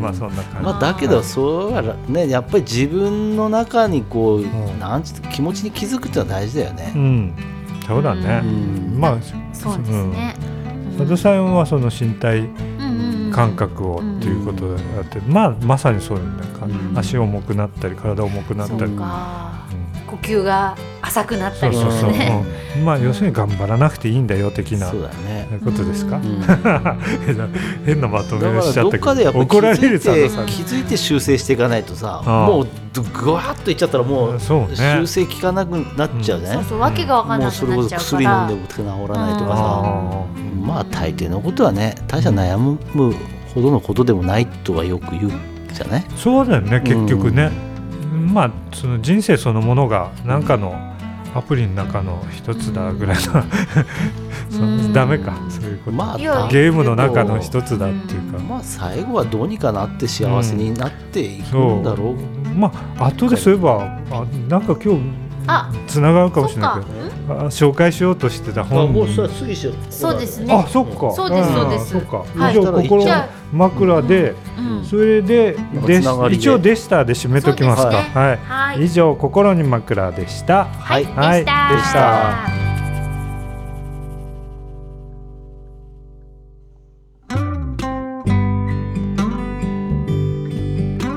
D: まあそんな感じ、
C: まあだけどそうはねやっぱり自分の中にこう、
D: ん
C: なんつうの気持ちに気づくってのは大事だよ
D: う
C: ね、
D: んそうだね、
C: うん
D: まあ
B: そうですね。
D: 佐藤さんはその身体感
B: 覚
D: 覚をっていうことであって、まあ、まさにそういうなんか、
C: うん
D: 足重くなったり体重くなったり、うん
B: 呼吸が浅くなった
D: そう
B: り
C: ん
D: そうそう、
C: そうね
D: うんまあ要するに頑張らなくていいんだよ的な
C: そうだね、
D: ことですか、
C: うん
D: 変な 変なまとめ
C: だ
D: をし
C: か
D: ち
C: ら
D: ゃっ
C: どった
D: け
C: かでやっ
D: ど
C: ぱり気
D: 怒られ
C: づ
D: る
C: い
D: 佐
C: て
D: 藤さん
C: 気づいて修正していかないとさ
D: ああ
C: もうぐわっといっちゃったらもう
D: そうね
C: 修正効かなくなっちゃうね、
B: そうそうわけが分かん
C: も
B: な
C: う
B: く
C: それ
B: なっ
C: こそ
B: ちゃう
C: 薬
B: から
C: 飲んでも治らないとかさ
D: あー
C: まあ大抵のことはね大した悩むほどのことでもないとはよく言うじゃない
D: そうだよね結局ね、まあその人生そのものが何かのアプリの中の一つだぐらいの そう
B: うん
D: ダメかそういうこと、
C: まあ
B: いや
D: ゲームの中の一つだっていうか、
C: まあ最後はどうにかなって幸せになっていくんだろう、
D: まあ後でそういえばあなんか今
B: あ
D: 日つながるか
B: そ
D: も
B: う
D: しれな
B: か
D: いけどあ紹介しようとしてた
C: まあ
D: 本
C: もうそれは過ぎちゃう
B: そうですね
D: あそっか
B: そうです
D: ん
B: そうです
D: そっか
B: はい
D: 以上心
B: じ
D: の
B: ゃ
D: 枕で
B: うん
D: それで
C: なんか
D: で
C: つながりで
D: 一応デスターで締めときますか
B: そうです
D: はい、
B: はい
D: 以上心に枕でした
C: はい
D: はい
B: でした
D: でした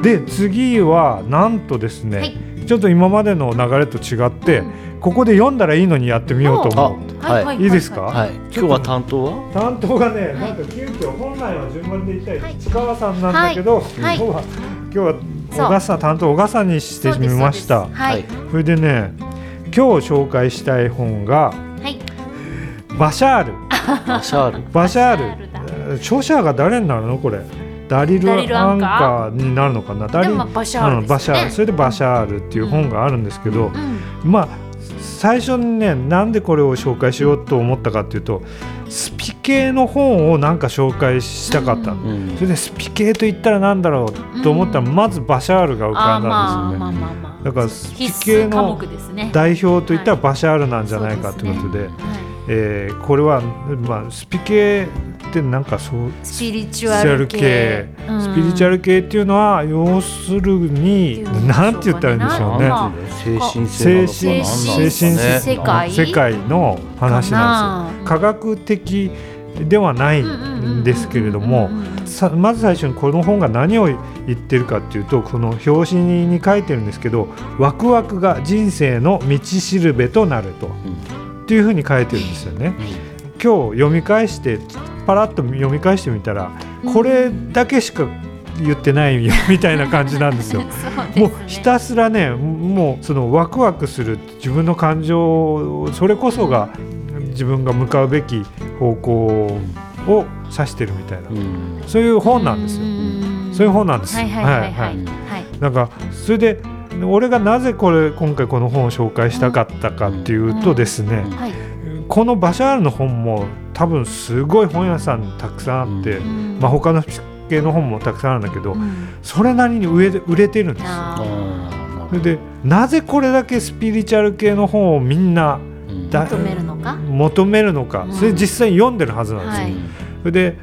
D: で次はなんとですね、
B: はい
D: ちょっと今までの流れと違って、ここで読んだらいいのにやってみようと思う
B: はいはい
D: いいですか
C: はい今日は担当は
D: 担当がね、
B: い
D: なんか急遽本来は順番でいた
B: はい
D: い市川さんなんだけど、
B: は
D: 今
B: い
D: 日は今日は小笠さん担当小笠さんにして
B: そうで
D: み
B: す
D: ました
B: そうですはい
D: それでね今日紹介したい本が
B: はい
D: バシャール
C: マシャール
D: バシャー
B: バシャー
D: ル
B: ルだ
D: えー著者が誰になるのこれダリル・
B: ダリル
D: ア
B: ア
D: ン
B: ンカー
D: カーになるのかなダリ
B: でもバシャールですよね
D: うんバシャールそれでバシャールっていう本があるんですけど、
B: うん
D: まあ最初にねなんでこれを紹介しようと思ったかっていうとスピ系の本をなんか紹介したかったの、
B: う
C: うん
D: それでスピ系と言ったらなんだろうと思ったら、
B: う
D: まずバシャールが浮
B: あ
D: か
B: ー
D: ん
B: まあ
D: だんですよね。
B: まあまあまあ
D: だからスピ
B: 必
D: 系
B: 須科
D: の
B: 目ですね
D: 代表といったらバシャールなんじゃないかということで、
B: はい
D: えーこれは、まあ、スピ系ってなんかそう
B: スピリチュアル系うん
D: スピリチュアル系っていうのは要するに
B: うん
D: 何て言ったらいいんでしょうね
B: な
C: なんん
B: て
C: て
B: いうの
C: いうの精神
D: 精
C: 性
D: 神精神
B: 世界
D: 世界の話なんですよ。
B: か
D: 科学的ではないんですけれども
B: うんうんうんうん
D: さまず最初にこの本が何を言ってるかっていうとこの表紙に書いてるんですけど「ワクワクが人生の道しるべとなると」っていうふうに書いてるんですよね。今日読み返してパラッと読み返してみたらこれだけしか言ってないよみたいな感じなんですよ。
B: そうです
D: も
B: ね
D: うひたすらねもうそのワクワクする自分の感情をそれこそが自分が向かうべき方向を指してるみたいなそういう本なんですよ。
B: ん
D: そういう本なんです
B: はいはいはいはいはい
D: なんかそれで俺がなぜこれ今回この本を紹介したかったかっていうとですね
B: はい
D: このバシャールの本も多分すごい本屋さんにたくさんあって、
B: うん
D: まあ、他の系の本もたくさんあるんだけど、
B: うん
D: それなりに売れ売れてるんですよ。
B: あー
D: それでなぜこれだけスピリチュアル系の本をみんなだ
B: 求めるのか
D: 求めるのか
B: うん
D: それ実際に読んでるはずなんですよ。
B: はい
D: それで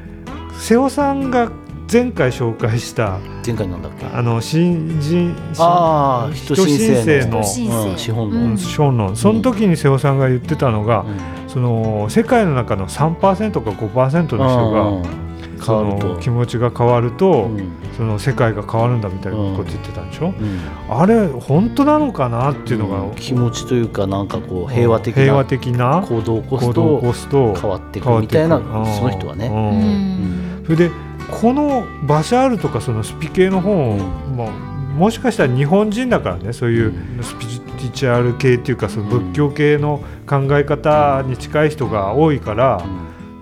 D: 瀬尾さんが前回紹介した
C: 前回なんだっけ
D: あの新人新
C: ああ人申請の
B: 人申請
C: うん資本
B: う
C: の
B: ん
D: 小論その時に瀬尾さんが言ってたのが、
C: うん
D: その世界の中の3%か5%の人が
C: うん変わる
D: そ
C: と
D: の気持ちが変わると、
C: うん
D: その世界が変わるんだみたいなこと言ってたんでしょ、
C: うん
D: あれ本当なのかなっていうのが、
C: ん気持ちというかなんかこう平和的
D: 平和
C: な
D: 的な
C: 行動を起こす
D: 行動を起ことすと
C: 変わっていくみたいなその人はね。
B: う
D: ね、う
B: ん
D: んそれでこのバシャールとかそのスピ系の本を、もうもしかしたら日本人だからねそういうスピリチュアル系っていうかその仏教系の考え方に近い人が多いから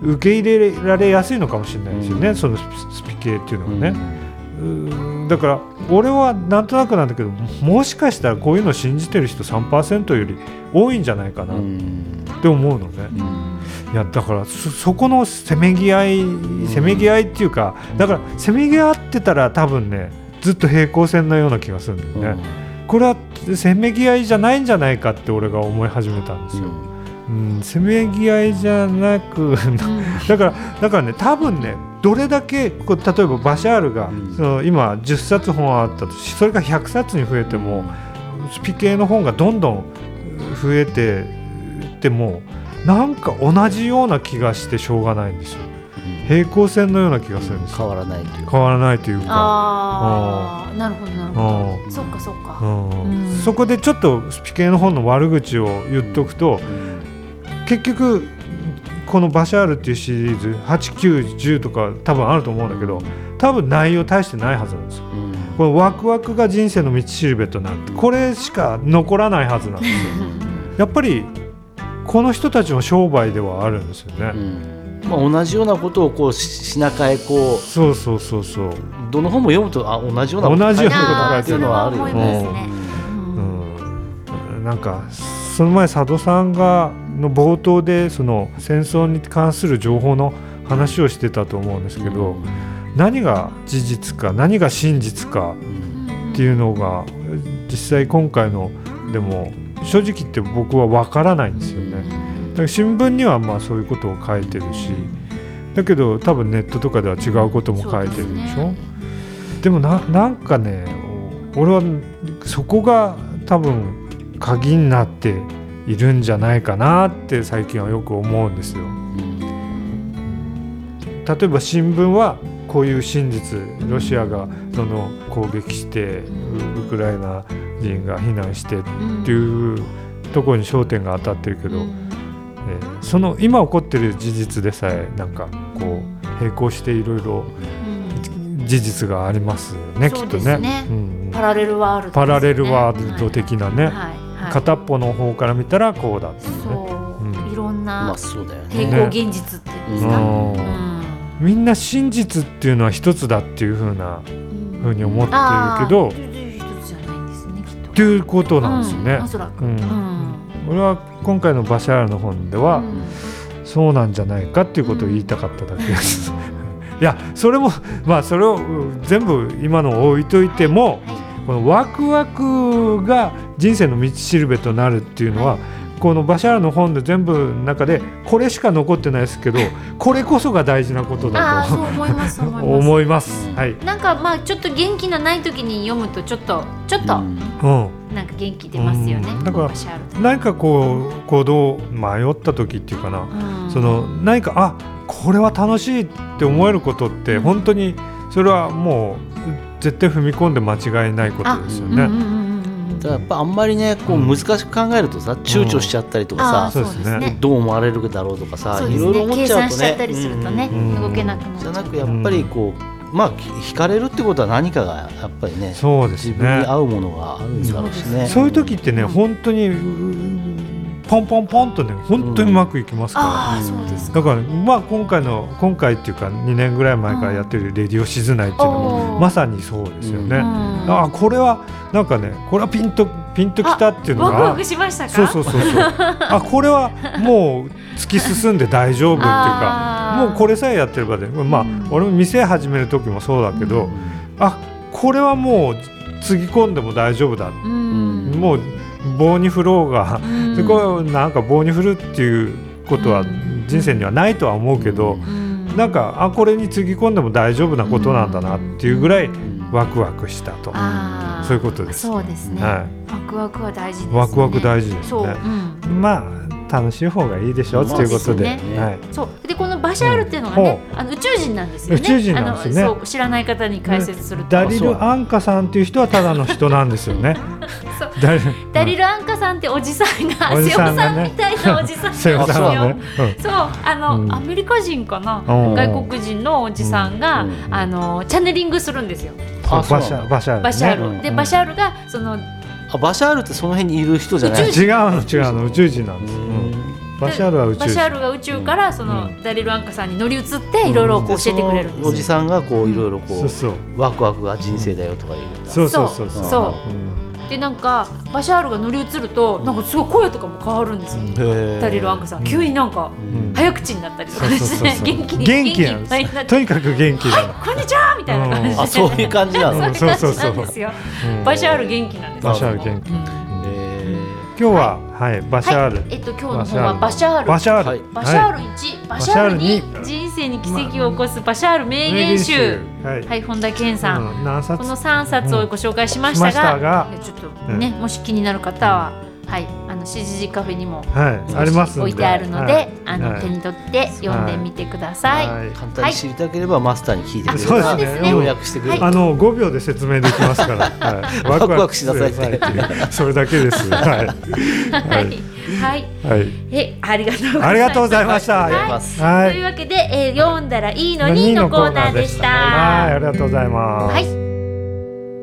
D: 受け入れられやすいのかもしれないですよね、
C: うん
D: そのスピ系っていうのがね。うんだから俺はなんとなくなんだけどもしかしたらこういうのを信じてる人3%より多いんじゃないかなって思うのね、いやだからそそこのせめぎ合いせめぎ合いっていうか、だからせめぎ合ってたら多分ねずっと平行線のような気がするんだよね、これはせめぎ合いじゃないんじゃないかって俺が思い始めたんですよ、うんせめぎ合いじゃなく だからだからね多分ねどれだけこう例えばバシャールが、
C: うん
D: その今10冊本あったとしそれが100冊に増えても、スピ系の本がどんどん増えてでもなんか同じような気がしてしょうがないんですよ平行線のような気がするんです
C: 変
D: よ
C: わらないというか。
D: 変わらないというか、
B: ああなるほどなるほ
D: う
B: どそっかそっか
D: んうん
B: うん
D: そこでちょっとスピ系の本の悪口を言っとくと結局この「バシャール」っていうシリーズ8910とか多分あると思うんだけど多分内容大してないはずなんですよ。このワクワクが人生の道しるべとなってこれしか残らないはずなんですよ。やっぱりこの人たちの商売ではあるんですよね。
C: まあ同じようなことをこう品替えこう
D: そうそうそうそう。
C: どの本も読むとあ同じようなっていうのはあるよね。
D: うん、なんかその前佐渡さんがの冒頭でその戦争に関する情報の話をしてたと思うんですけど、何が事実か何が真実かっていうのが実際今回のでも正直言って僕は分からないんですよね。だから新聞にはまあそういうことを書いてるしだけど多分ネットとかでは違うことも書いてるでしょ。でもななんかね俺はそこが多分鍵になっているんじゃないかなって最近はよく思うんですよ。例えば新聞はこういう真実ロシアがその攻撃してウウクライナ人が避難してっていうところに焦点が当たってるけど、えーその今起こってる事実でさえなんかこう並行していろいろ事実がありますよねき
B: そう
D: っ
B: です
D: とね。
B: ね
D: うん
B: パラレルワールド
D: パラレルワールド的なね、片っぽの方から見たらこうだっていうね。
B: そういろん
C: ま
B: な
C: あそうだよね。
B: 抵抗現実っていうんです
C: う
B: か
D: んみんな真実っていうのは一つだっていう風なふうに思ってるけど、
B: 一つじゃないんですねきっと
D: っていうことなんですよね
B: お。そらく
D: うん俺は今回のバシャールの本では、そうなんじゃないかっていうことを言いたかっただけです。 いやそれもまあそれをうん全部今の置いといてもこのワクワクが人生の道しるべとなるっていうのはこのバシャールの本で全部の中でこれしか残ってないですけどこれこそが大事なこと
B: ああ
D: だ
B: そう思います
D: と
B: 思いま す
D: 思います。はい。
B: なんかまあちょっと元気のない時に読むとちょっとちょっ
D: う
B: と
D: ん。
B: なんか元気出ますよね
D: うんだから
B: バシャールと
D: 何かこう行動迷った時っていうかな
B: うん
D: その何かあこれは楽しいって思えることって本当にそれはもう絶対踏み込んで間違いないことですよ
B: うんうんうん
D: ね。
B: うんうん
C: やっぱあんまりねこう難しく考えるとさ躊躇しちゃったりと
B: ああ
C: か
B: そ
D: そうう
B: で
D: ですす
B: ね
D: ね
C: さどう思われるだろうとかさ
B: そう
C: い
B: です
C: ろいろ
B: ね
C: 思っ
B: 計
C: ちゃう
B: 算
C: と
B: しちゃった
C: ね。
B: りするとね
D: うんうん
B: 動けなくなっち
C: じ
B: ゃ
C: ゃ
B: う
C: なくやっぱりこうまあ惹かれるってことは何かがやっぱりね
D: そうです
C: 自
D: ね
C: 分に合うものがあるんだろうしね。
D: そういう時ってね、
B: うん
D: 本当にうーポンポンポンとね本当にうまくいきますから、
B: ああそうです
D: だから、まあ、今回の今回っていうか2年ぐらい前からやってる「レディオ静内」っていうの
B: お
D: も
B: ー
D: まさにそうですよね。
C: うん
D: ああこれはなんかねこれはピンとピンときたっていうの
B: ワク
D: が
B: ワクしましたか
D: そうそうそうそうあこれはもう突き進んで大丈夫っていう
B: あ
D: か
B: ー
D: もうこれさえやってればでまあ、
B: うん
D: 俺も店始める時もそうだけど、
B: うん
D: あこれはもうつぎ込んでも大丈夫だ、
B: うん
D: もう棒に振ろうが、
B: うん
D: そこはなんか棒に振るっていうこと
B: う
D: は
B: ん
D: 人生にはないとは思うけど、
B: うん
D: なんかあこれにつぎ込んでも大丈夫なことなんだなっていうぐらいワクワクしたと、
B: あー
D: そういうことです
B: そうですね
D: は
B: ワクワクは大事です
D: い、ワクワク大事ですね。
B: そううん
D: まあ楽しい方がいいでしょう
C: まあ
D: ということで
C: そうですね
D: はい
B: そうでこのバシャールっていうのがね、あの宇宙人なんですよね
D: 宇宙人なんですよね
B: あのそう知らない方に解説すると、
D: ダリル・アンカさんっていう人はただの人なんですよね
B: そう
D: ダリ
B: ダリル・アンカさんっておじさんが
D: お
B: 瀬
D: じ
B: 尾
D: さんが
B: さん
D: ね
B: みたいなおじさんなんで す
D: 瀬
B: よ
D: 尾さんはね、
B: そうあの、
D: うん
B: アメリカ人かな、
D: うん
B: 外国人のおじさんが、
C: うんうん
B: あのチャネリングするんですよ
D: うん
C: あ
D: そうバシャバシャ,、ね、
B: バシャールを、
C: ね
B: で
D: うん
B: バシャールがその
C: あバシャールってその辺にいる人じゃない
B: 宇宙
D: 違うの違うの宇宙人なんです、うんバシャールは宇宙
B: バシャー
D: 人
B: ルが宇宙からその、
D: うん
B: ダリル・アンカさんに乗り移っていろいろこう教えてくれるんですよ
C: でそのおじさんがこういろいろこ
D: そうそう
C: うワクワクが人生だよとか言うんだ
D: そうそうそう
B: そ
D: そうう
B: そう
D: うん
B: でなんかバシャールが乗り移るとなんかすごい声とかも変わるんですよ、
C: へー
B: ダリル・アンカさん、
D: うん
B: 急になんか
C: うん
B: 早口になったりとか
D: そう
B: して
D: そうそうそう
B: 元気に
D: 元気なん
B: いっぱいにな
D: です
B: って
D: とにかく元気なの
B: 「こんにちは!」みたいな感じで、
C: あそういう感じなの
D: う
C: へ
D: ん
B: そういう
D: そう
B: 感じ
D: そうそ
B: な
D: うん
B: ですよ
D: うん
B: バシャール元気なんです
D: バシャール元気
B: うん
C: ー
D: 今日ははいバシャール、
B: はい、えっと今日の本はバシャール
D: バシャール、
C: はい
B: バシャー
D: はい
B: ル1、バシャール
D: バシャール
B: 2
D: に
B: 人生に奇跡を起こすバシャール名言集、
D: はい、
B: はい本田健さん、
D: うん何冊
B: この3冊をご紹介しましたが,、
D: うんしましたが
B: ちょっとね、もし気になる方は、はいあの CGG カフェにも
D: はいありますんで
B: 置いてあるので、
D: はい
B: あの、
D: はい
B: 手に取って読んでみてください。は
D: は
B: い
D: い
C: 簡単に知りたければマスターに聞いてくれ
D: そう
C: れ
D: です
C: ば
D: ね
C: 要約してくれる
D: あの5秒で説明できますから、 はい、
C: ワクワクしなさいって
D: ワクワクしてくださいってそれだけです。 はい、はい、
B: はい、
D: はい、
B: えありがとうございます
D: ありがとうございました。
C: ありがとうござ
D: は
C: います
B: というわけで、えー読んだらいいのにのコーナーでした。
D: はい、ありがとうございます。
B: はい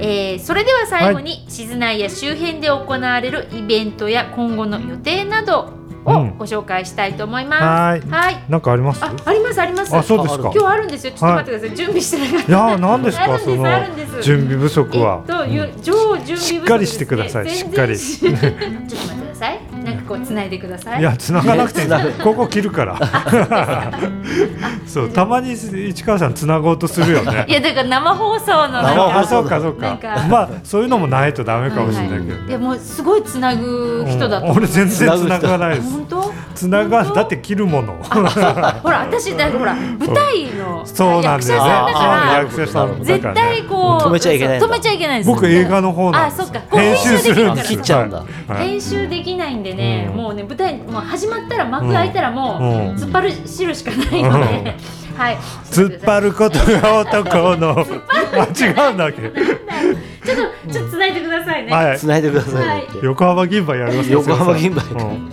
B: えーそれでは最後に、静内や周辺で行われるイベントや今後の予定など
D: う
B: を
D: ん
B: ご紹介したいと思います。
D: はい
B: はい。
D: なんかあります。
B: あ、ありますあります。
D: あ、そうですか。
B: 今日あるんですよ。ちょっと待ってください。準備してなかった。
D: いやー、なんです
B: あ
D: か、
B: る
D: そ
B: んです
D: の
B: あるんです。
D: 準備不足
B: え
D: は
B: っ。と、ゆ上準備不足ですね
D: しっかりしてください
B: 全然
D: しっかり
B: ちょっと待ってください。なんかこう繋いでください。
D: いや、繋がなくていいんです
C: 繋
D: よ、ここ切るから。 そう、たまに市川さん繋ごうとするよね
B: い。やだから生放送のなん
C: 生放
D: あ、
B: か
C: 送
D: そうか、そう
B: な
D: か
B: んか。
D: まあ、そういうのもないとダメかもしれないけど
B: は
D: ね
B: い。でもすごい繋ぐ人だと
D: うん
B: 思う。
D: 俺全然繋がないです。
B: 本当？
D: 繋
B: 本
D: が
B: 当
D: だって切るもの。
B: ほら私だほら舞台 の
D: そうなん
B: 役
D: で
B: 者
D: す
B: さん
D: よね。
B: だ
D: あ
B: から
D: 役者さんだ
B: 絶
D: から
B: 対
D: ね。
B: こう
C: 止めちゃいけないん
B: そ
C: だ
B: う止めちゃいけないです。
D: 僕映画の方なんですよ
B: あそっかこう
D: 編集するんです
C: 編集できるから切っちゃうんだ
D: はい
B: 編集できないんでね、
D: うん
B: もうね舞台もう始まったら幕開いたらもう、
D: うん
B: 突っ張る汁しかないので、はい
D: 突っ張ることが男の。あ違うんだっけ。
B: ちょっとちょっと繋いでくださいね、
D: は
C: 繋いでくださいって
D: い。横浜銀杯やりますか。
C: 横浜銀杯
D: うん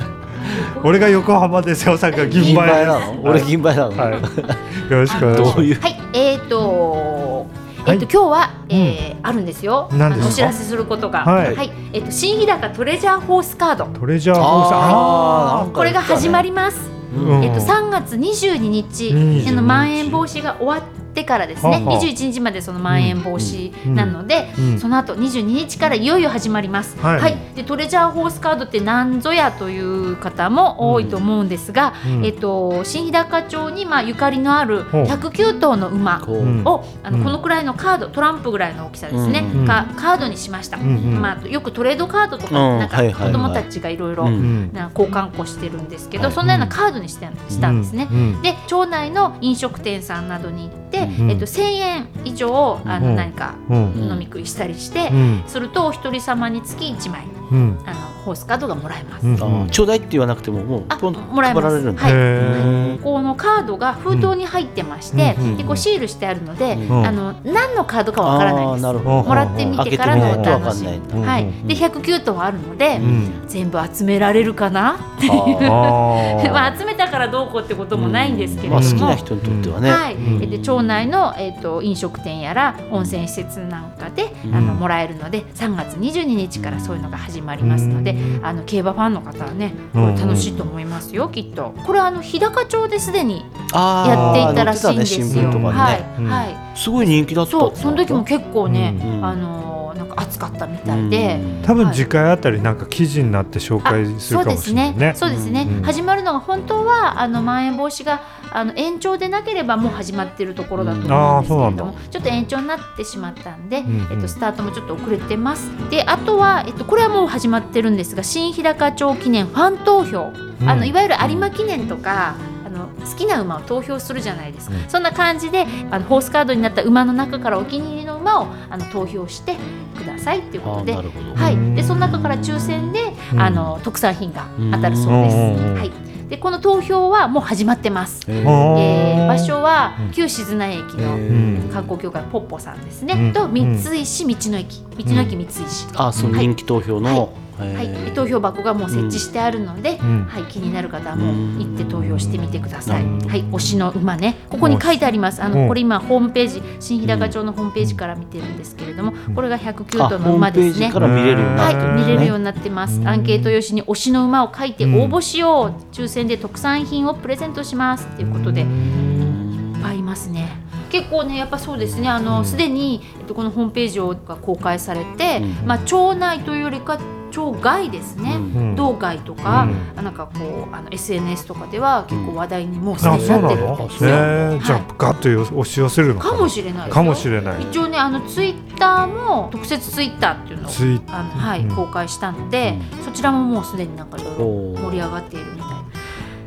D: 俺が横浜で瀬尾さんが銀
C: 銀
D: 杯
C: 杯
D: です
C: なの俺銀杯なの
D: はい。よろしくお願いしま
C: ど
D: す
C: う。いう
B: はいえーと
D: はい
B: えーと今日は、えーあるんですよ
D: 何ですか
B: あのお知らせすることが
D: はい
B: えー、と新日高トレジャーホースカード
D: トレジャーホース。
C: あーなんか
B: これが始まります、
D: うん
B: えっと、3月22日
D: うん
B: あのまん延防止が終わってからですね、
D: はあはあ
B: 21日までそのまん延防止なので、
D: うんうん
B: その後22日からいよいよ始まります、は
D: はいい
B: でトレジャーホースカードって何ぞやという方も多いと思うんですが、
D: うん
B: えっと、新日高町に、まあ、ゆかりのある
D: ほう
B: 109頭の馬
C: こう
D: うん
B: をあの
D: うん
B: このくらいのカードトランプぐらいの大きさですね、
D: うん
B: かカードにしました、
D: んうん
B: まあ、よくトレードカードとか,、
C: うん
B: なんか
C: はいはいはい
B: 子供たちがいろいろ
C: う
D: うんん
B: な交換庫してるんですけど、
C: はい
B: そんなようなカードにしてしたんですね。
D: うん
B: で町内の飲食店さんなどに行って、
D: うん
B: えっと、1,000円以上あの、
D: うん
B: 何か
D: うん
B: 飲み食いしたりして、
D: うん
B: するとお一人様につき1枚
D: うん
B: あのホースカードがもらえます。
D: うん
C: あーちょうだいって言わなくてももう
B: あ
C: ポンと
B: もらえま
C: 配ら
B: す
C: れるんだ
B: はい
D: へー
B: このカードが封筒に入ってまして、
D: うん
B: でこうシールしてあるので、
D: うん
B: あの何のカードかわからないん
C: あー
B: です
C: なる
B: も
C: ほど
D: ほ
B: らってみてからのお楽しみ
C: 開けてみないとわかんないんだ
B: はい
D: うん、
B: で109頭あるので、
D: うん
B: 全部集められるかな
C: あー
D: あー
B: まあ、集めたからどうこうってこともないんですけれど
C: ま
B: も、
C: あ好きな人にとってはね
B: はい
D: うん
B: で町内の、えー、と飲食店やら温泉施設なんかで、
C: うん
B: あのもらえるので3月22日からそういうのが始まりますので、
D: うん
B: あの競馬ファンの方はねこ
D: うん
B: れ楽しいと思いますよ、きっと。これはあの日高町ですでにや
C: あ
B: っ
C: ー
B: ていたらしいんですよ。
C: 載ってたね新聞とかに
B: はい
C: ね
D: うん
B: はい
C: すごい人気だった
B: そうその時も
C: 構
B: 結構ね、
C: うん
B: あのーなんか暑かったみたいで。
C: うん
D: 多分次回あたりなんか記事になって紹介す
B: そ
D: る
B: う
D: か
B: で
D: もし
B: す
D: れない
B: ね
D: ね。
B: そうですね、
D: うん
B: 始まるのが本当はあのまん延防止があの延長でなければもう始まっているところだと思うんですけれども、
D: うんあーそう
B: ちょっと延長になってしまったんで、
D: んうん
B: えっと、スタートもちょっと遅れてますであとは、えっと、これはもう始まってるんですが新日高町記念ファン投票、
D: うん
B: あのいわゆる有馬記念とかあの好きな馬を投票するじゃないですか、
C: うん
B: そんな感じであのホースカードになった馬の中からお気に入りの馬をあの投票してくださいっていうこ
C: あ
B: とで
C: なるほど、
B: は
D: う
B: い、
D: ん
B: でその中から抽選で、
D: うん
B: あの特産品が当たるそうです。
D: うんうんうん
B: はい、でこの投票はもう始まってます。
C: えー
D: あ
B: えー場所は
D: うん
B: 旧静内駅の
C: え
D: うん
B: 観光協会ポッポさんですね、
D: うん
B: と三井市道の駅道の駅三井市、
C: あその人気投票の、
B: はい、
C: えー
B: で投票箱がもう設置してあるので、
D: うん
B: はい、気になる方はもう行って投票してみてください、
C: うん
B: はい、推しの馬ねここに書いてありますあ
D: う
B: の
D: ん
B: これ今ホームページ新日高町のホームページから見てるんですけれどもこれが109
C: あ
B: 頭
C: ホ
B: の
C: ー
B: 馬
C: ムペ
B: で
C: ー
B: す
C: ジ
B: ね
C: から見れるようにな
B: は
C: っ
B: い
C: てる、
D: うん
B: 見れるようになってます、アンケート用紙に推しの馬を書いて応募しよう、抽選で特産品をプレゼントしますということで、いっぱいいますね結構ねやっぱそうですねあのすで、に、えっと、このホームページをが公開されて、
C: うん
B: まあ、町内というよりか町外ですね、
C: うん
D: うん
B: 道外とか、
D: う
B: なんかこうあの SNS とかでは結構話題にもうすで
D: あ
B: に
D: そうな
B: なってるみたい
D: の
B: で？す
D: え
B: よ
D: えじゃあガッと押し寄せるの
B: かもしれないですよ
D: かもしれない
B: 一応ねあのツイッターも特設ツイッターっていうのを
D: ツイ
B: あのはい、
D: うん
B: 公開したので、そちらももうすでになんかいろいろ盛り上がっているみたいな。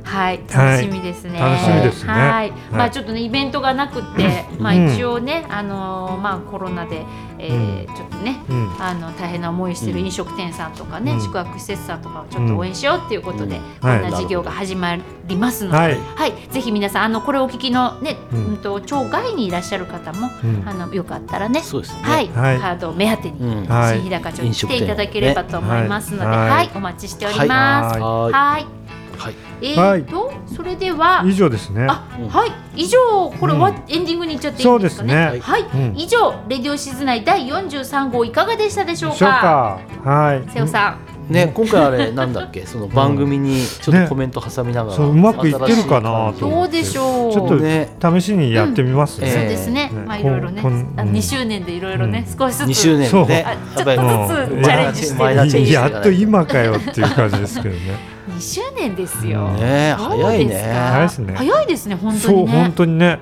B: はい、楽しみですね。
D: 楽
C: しみ
D: ですね
B: はい、ま
D: は
B: あ
D: い
B: ちょっとねイベントがな くって、まあ
D: うん
B: 一応ね、あのーまあコロナで、えーちょっとね。
D: うん
B: あの大変な思いしてる飲食店さんとかね、
D: うん
B: 宿泊施設さんとかをちょっと応援しようっていうことで、
C: うん
B: こんな事業が始まりますので、は
D: はいい
B: ぜひ皆さんあのこれをお聞きのね、う
D: うんん
B: と町外にいらっしゃる方も、
D: うん
B: あのよかったらね、
C: そうですね
B: はい、
D: はい
B: カードを目当てに、
C: うん
D: はい
B: 新日高町に来ていただければと思いますので、はい、
D: はい
B: お待ちしております。
C: は
B: はいい、
C: は
B: はいえー
C: い
B: と、それでは
D: 以、上ですね。
B: あ、
C: うん
B: はい、以上、これ
D: うん
B: は、エンディングにいっちゃっていいんですかね。
D: そうですね
B: はい、
D: うん
B: 以上、レディオシズナイ第43号いかがでしたでしょう
D: で
B: か。
D: しょうか。はい。
B: 瀬尾さん、
C: ね、今回あれなんだっけその番組にちょっとコメント挟みながら、
D: そううまくいってるかなと
B: どうでしょう。
D: ちょっ
C: そ
D: と
C: うね
D: 試しにやってみます
C: え
B: そう
C: え
D: ね。
B: ですね、
D: ね
B: まあいろいろね、
D: こんこん
B: あ
D: う
B: の
D: ん
B: 二周年でいろいろね、少しずつ。
C: 2周年でね
B: あ
C: やっぱり
B: ちょっとず
D: う
B: つ
D: ん
B: チャレンジして
C: 前立ちにしていかない
D: やっと今かよっていう感じですけどね。
B: 二周年ですよ。
C: ね
B: どう
C: 早い
B: で
C: ね
B: すか
D: 早いですね
B: 早いですね、本当
D: そ
B: に
D: う本
B: ね。
D: 当にね。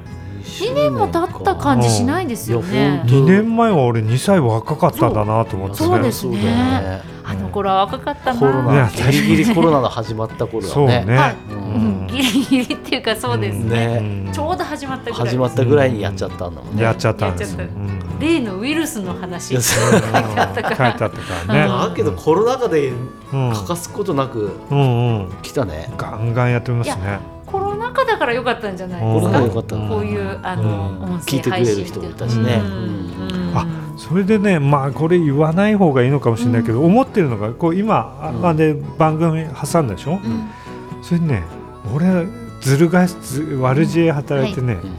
B: 二年も経った感じしないですよ
C: うんいや
B: ね
C: 本。
D: 2年前は俺2歳若かったんだなと思って
B: そうで
D: ね。
B: すね
C: そうだよ
B: あの頃は若かったな。
C: コロナ
D: ね
C: ギリギリコロナの始まった頃
D: そう
C: はね
D: ね。
B: はい
C: うん
B: うん、ギリギリっていうか、そうですね。
C: ね
D: うん
B: ちょうど始まったぐらい。
C: 始まったぐらいにやっちゃったんだもんね
D: やっちゃったんです。
B: やっちゃった
D: うん
B: 例のウイルスの話。
C: いや
B: 書
C: そう
B: いてあったか
D: 書い
B: ら。
D: てあったからね。
C: だけどコロナ禍で
D: うん
C: 欠かすことなく
D: うんうん。
C: 来たね
D: ガンガンやってますね。
B: コロナ禍だから良かったんじゃない
C: コ
B: です
C: ロナ
B: か
C: でよ。かった
D: うん
B: こういうあの
C: うん
B: 音声配信っていうか
C: 聞いてくれる人もいたしね
B: うんうん
D: あそれでね、まあ、これ言わない方がいいのかもしれないけど、思ってるのがこう今、あ
C: うん
D: まあで番組挟んだでしょ、
B: うん
D: それでね俺ずるがず悪知恵働いてね、
C: いうん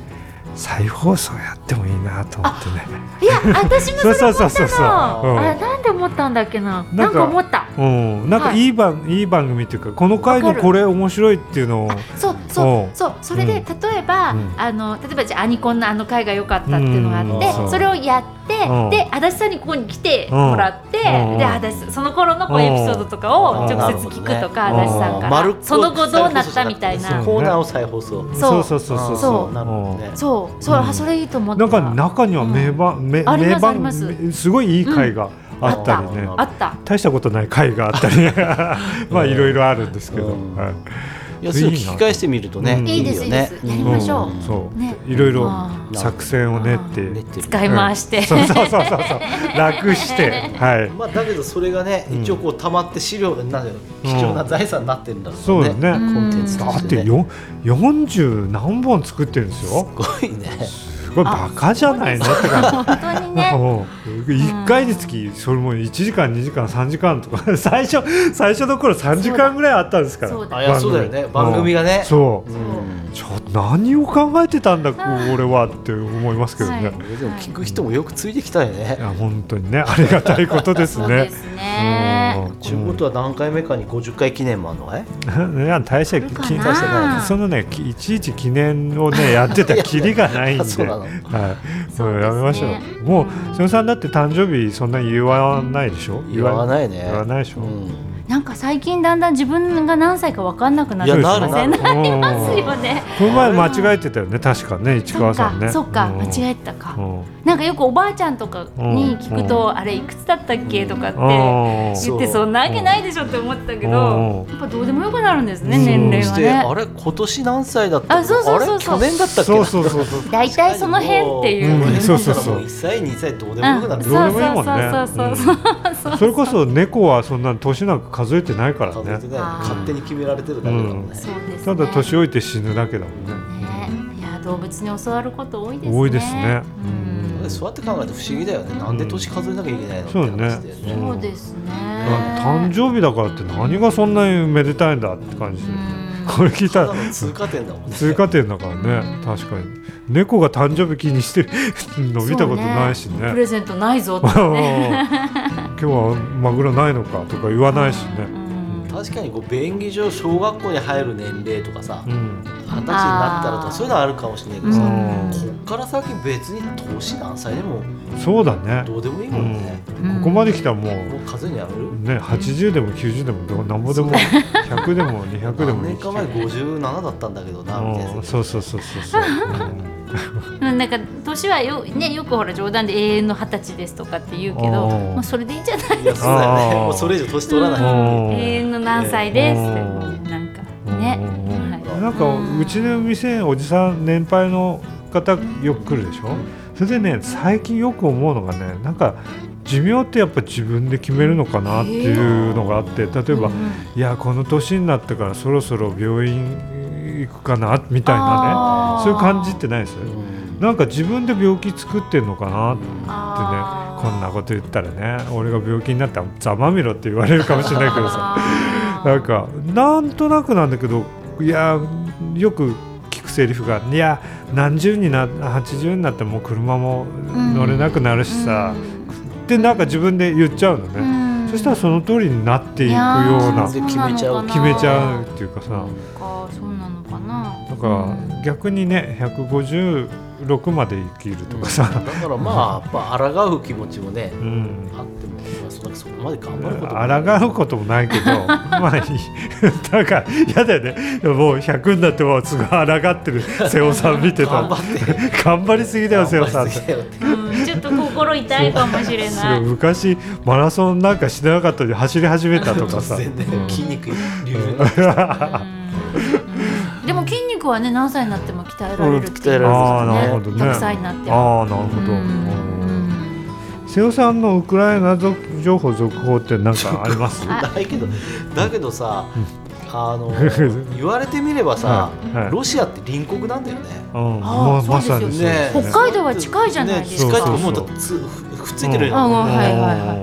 D: 再放送やってもいいなと思ってね
B: いや、私もそれ思った
D: そうそうそう そううん
B: の。あれ、なんで思ったんだっけな。なんか思った。
D: うん、なんかいい番、い、い番組っていうかこの回のこれ面白いっていうのを
B: あそうそう
D: おう
B: そうそれで、
D: うん
B: 例えば、
D: うん
B: あの例えばじゃあアニコンのあの回が良かったっていうのがあって、
C: うんそう
B: それをやって、
D: うん
B: で足立さんにここに来てもらって、
D: うん
B: で足立その頃のこう
D: うん
B: エピソードとかを直接聞くとか、
D: うん
B: 足立さんから、
C: うん
B: その後どうなったみたい
D: そ
B: な
D: う
C: コーナーを再放送
B: そう
D: そうそうそう
B: そう
C: なるほどね
B: そうそう、
D: うん
B: あそれいいと思った
D: なんか中には名番、名
B: あり
D: 名
B: ますあり
D: 番
B: ます
D: めすごいいい回があったりね、
C: うんあった
B: あった
D: 大したことない回があったり ね まあいろいろあるんですけど、
C: うん
D: はい
C: いやそう聞き返してみるとね
D: うん
B: いいです
C: よね
B: いいですやりましょう
C: うん
D: そう、
B: ね
D: いろいろ
B: あ
C: ー
D: 作戦を練っ
C: 練っててる
B: 使い回して、
D: そうそうそうそうそう楽してはい
C: まあだけどそれがね
D: うん
C: 一応こう溜まって資料になる貴重な財産になってるんだろ
D: そうう
C: ね
D: だね
B: ん
C: コンテンツと
D: だ
C: し
D: ってて
C: ね
D: よ40何本作ってるんですよ
C: すごいね
D: すごいバカじゃないのって感じ
B: 本当
D: なん
B: に
D: か
B: ね
D: も う1回につきそれも1時間2時間3時間とか 最初最初の頃3時間ぐらいあったんですから
B: そうだ
C: あいやそうだよね番組がね
D: そう
C: うん
D: ちょ何を考えてたんだこ俺はって思いますけどね、
B: はい
D: い、
C: でも聞く人もよくついてきたよね。
D: や本当にねありがたいことです
B: そうで
D: ね。
B: すね。
D: うん
C: ちゅうことは何回目かに50回記念もあるのかい
D: いや大して
B: 来るか
D: き
C: 大して
B: な。
D: そのねきいちいち記念を ねやってたきりがないんで
C: あそうなの
D: はい、
B: そう
D: もう
B: ですね
D: やめましょうもう瀬尾さんだって誕生日そんな言わないでしょ
C: 言わないね。
D: 言わないでしょ
C: うん
B: なんか最近だんだん自分が何歳か分かんなくなっ
C: い
B: て
C: や
B: き
C: な
B: ま
C: る
B: せ。
C: なん
B: な
C: る
B: り
D: うん
B: ますよね。
D: この前間違えてたよね確かね市
B: そ
D: 川
B: っ
D: さんね
B: か、そっか、間違
D: え
B: えてたか。
D: うん
B: なんかよくおばあちゃんとかに聞くと、あれいくつだったっけとかって
D: うん
B: 言って、
C: そう
B: そんなわけないでしょって思ったけ
D: う
B: ど
D: ん、
B: やっぱどうでもよくなるんですね、
D: うん
B: 年齢
C: そ
B: が
C: してあ
B: ね。
C: れ今年何歳だったの
B: あそうそうそうそう
C: あれ去年だったっけ
D: そうそうそうそう
B: 大体その辺っていう。
D: うんそうそうそう
C: も1歳2歳どうでも
B: う
C: よ
B: ん
C: くなって
D: どうでもいい
B: そ
D: も
B: うん
D: ね
B: そうそうそうそう
D: それこそ猫はそんな年なんか数えてないから
C: 数えて
D: ね
C: ない勝手に決められてるだけだもんね。
B: そうです
D: た
B: ね
D: だ年老いて死ぬだけだもんね
B: ねいや動物に教わること多いですね
D: 多いですね
B: うん
D: うん
C: そうやって考えると不思議だよね。なんで年数えなきゃいけないのって
D: そうね
C: 話だよね。
B: そうですね
D: 誕生日だからって何がそんなにめでたいんだって感じで
B: うん
D: これ聞い
C: た
D: た
C: だ
D: ら
C: の通過点だもんね。
D: 通過点だからね確かに猫が誕生日気にしてる の見たことないし
B: そう
D: ね
B: プレゼントないぞと
D: 今日
B: かね
D: はマグロないのかとか言わないしね
B: うん
C: 確かにこう便宜上小学校に入る年齢とかさ、
D: うん
C: 二十歳になったらと
B: あー
C: かそういうのはあるかもしれないけ
B: う
C: どさ、
B: ん
C: こっから先別に年何歳でも
D: そうだね
C: どうでもいいもんね、
B: うん
D: ここまで来たらも
C: も
D: う
C: う数えにやめる
D: ね80でも90でもどうなんぼでも100でも200で
C: 何
D: も
C: 年か前
D: 生きてる
C: 57だったんだけどなみたい
D: うん
C: な
D: そうそうそうそうそううん
B: うんなんか年はよ,、ね、よくほら冗談で永遠の二十歳ですとかって言うけど
D: おー
B: もうそれでいいんじゃない
C: いやそうだよね
D: あー
C: もうそれ以上年取らない、
D: うん
B: 永遠の何歳ですって
D: うん
B: なんか
D: うん
B: ねはい
D: なんかうちの店おじさん年配の方よく来るでしょそれでね最近よく思うのがねなんか寿命ってやっぱ自分で決めるのかなっていうのがあって例えばいやこの年になったからそろそろ病院行くかなみたいなねそういう感じってないですよ
C: うん
D: なんか自分で病気作ってんのかなってね
B: あー
D: こんなこと言ったらね俺が病気になったらざまみろって言われるかもしれないけどさなんかなんとなくなんだけどいやよく聞くセリフが「いや何十にな80になってもう車も乗れなくなるしさ」ってなんか自分で言っちゃうのね、そしたらその通りになっていくような
C: ー決めちゃう
D: 決めちゃうっていうかさ
B: かそうなのかな
D: なんか逆にね156まで生きるとか
C: だ
D: さ、
C: からまあやっぱ抗う気持ちもね
D: うん、
C: あってもまあそんなそこまで頑張ることもない
D: 抗うこともない けどまあいいなんか嫌だよねもう100になってもうすごい抗ってる瀬尾さん見てた
C: 頑張
D: 頑
C: って
D: 張りすぎだよ瀬尾 さんって
C: 頑張りすぎだよって
B: うんちょっと心痛いかもしれ
D: す
B: な
D: ごい
B: い
D: 昔マラソンなんかしてなかったのに走り始めたとかさ
C: 突然ね
D: うん
C: 筋肉流々になって
B: うんでも筋肉はね何歳になっても鍛えられるっていう
C: うん鍛えられる
D: ああなるほどね
B: 100歳になっても
D: ああなるほど、うん
B: ん
D: 瀬尾さんのウクライナぞ情報続報って何かあります
B: あ
C: ないけどだけどさ
D: うん
C: あの言われてみればさ
D: はいはい
C: ロシアって隣国なんだよね
D: うん、ま
B: あ
D: あ
B: ー
D: ま
B: そ
D: さ
B: うで
D: に
B: す
D: そうです
B: ね北海道は近いじゃないです
D: か
C: ね近いと思うとつふくっついてるよう
B: うん
C: な
B: あはいはいはい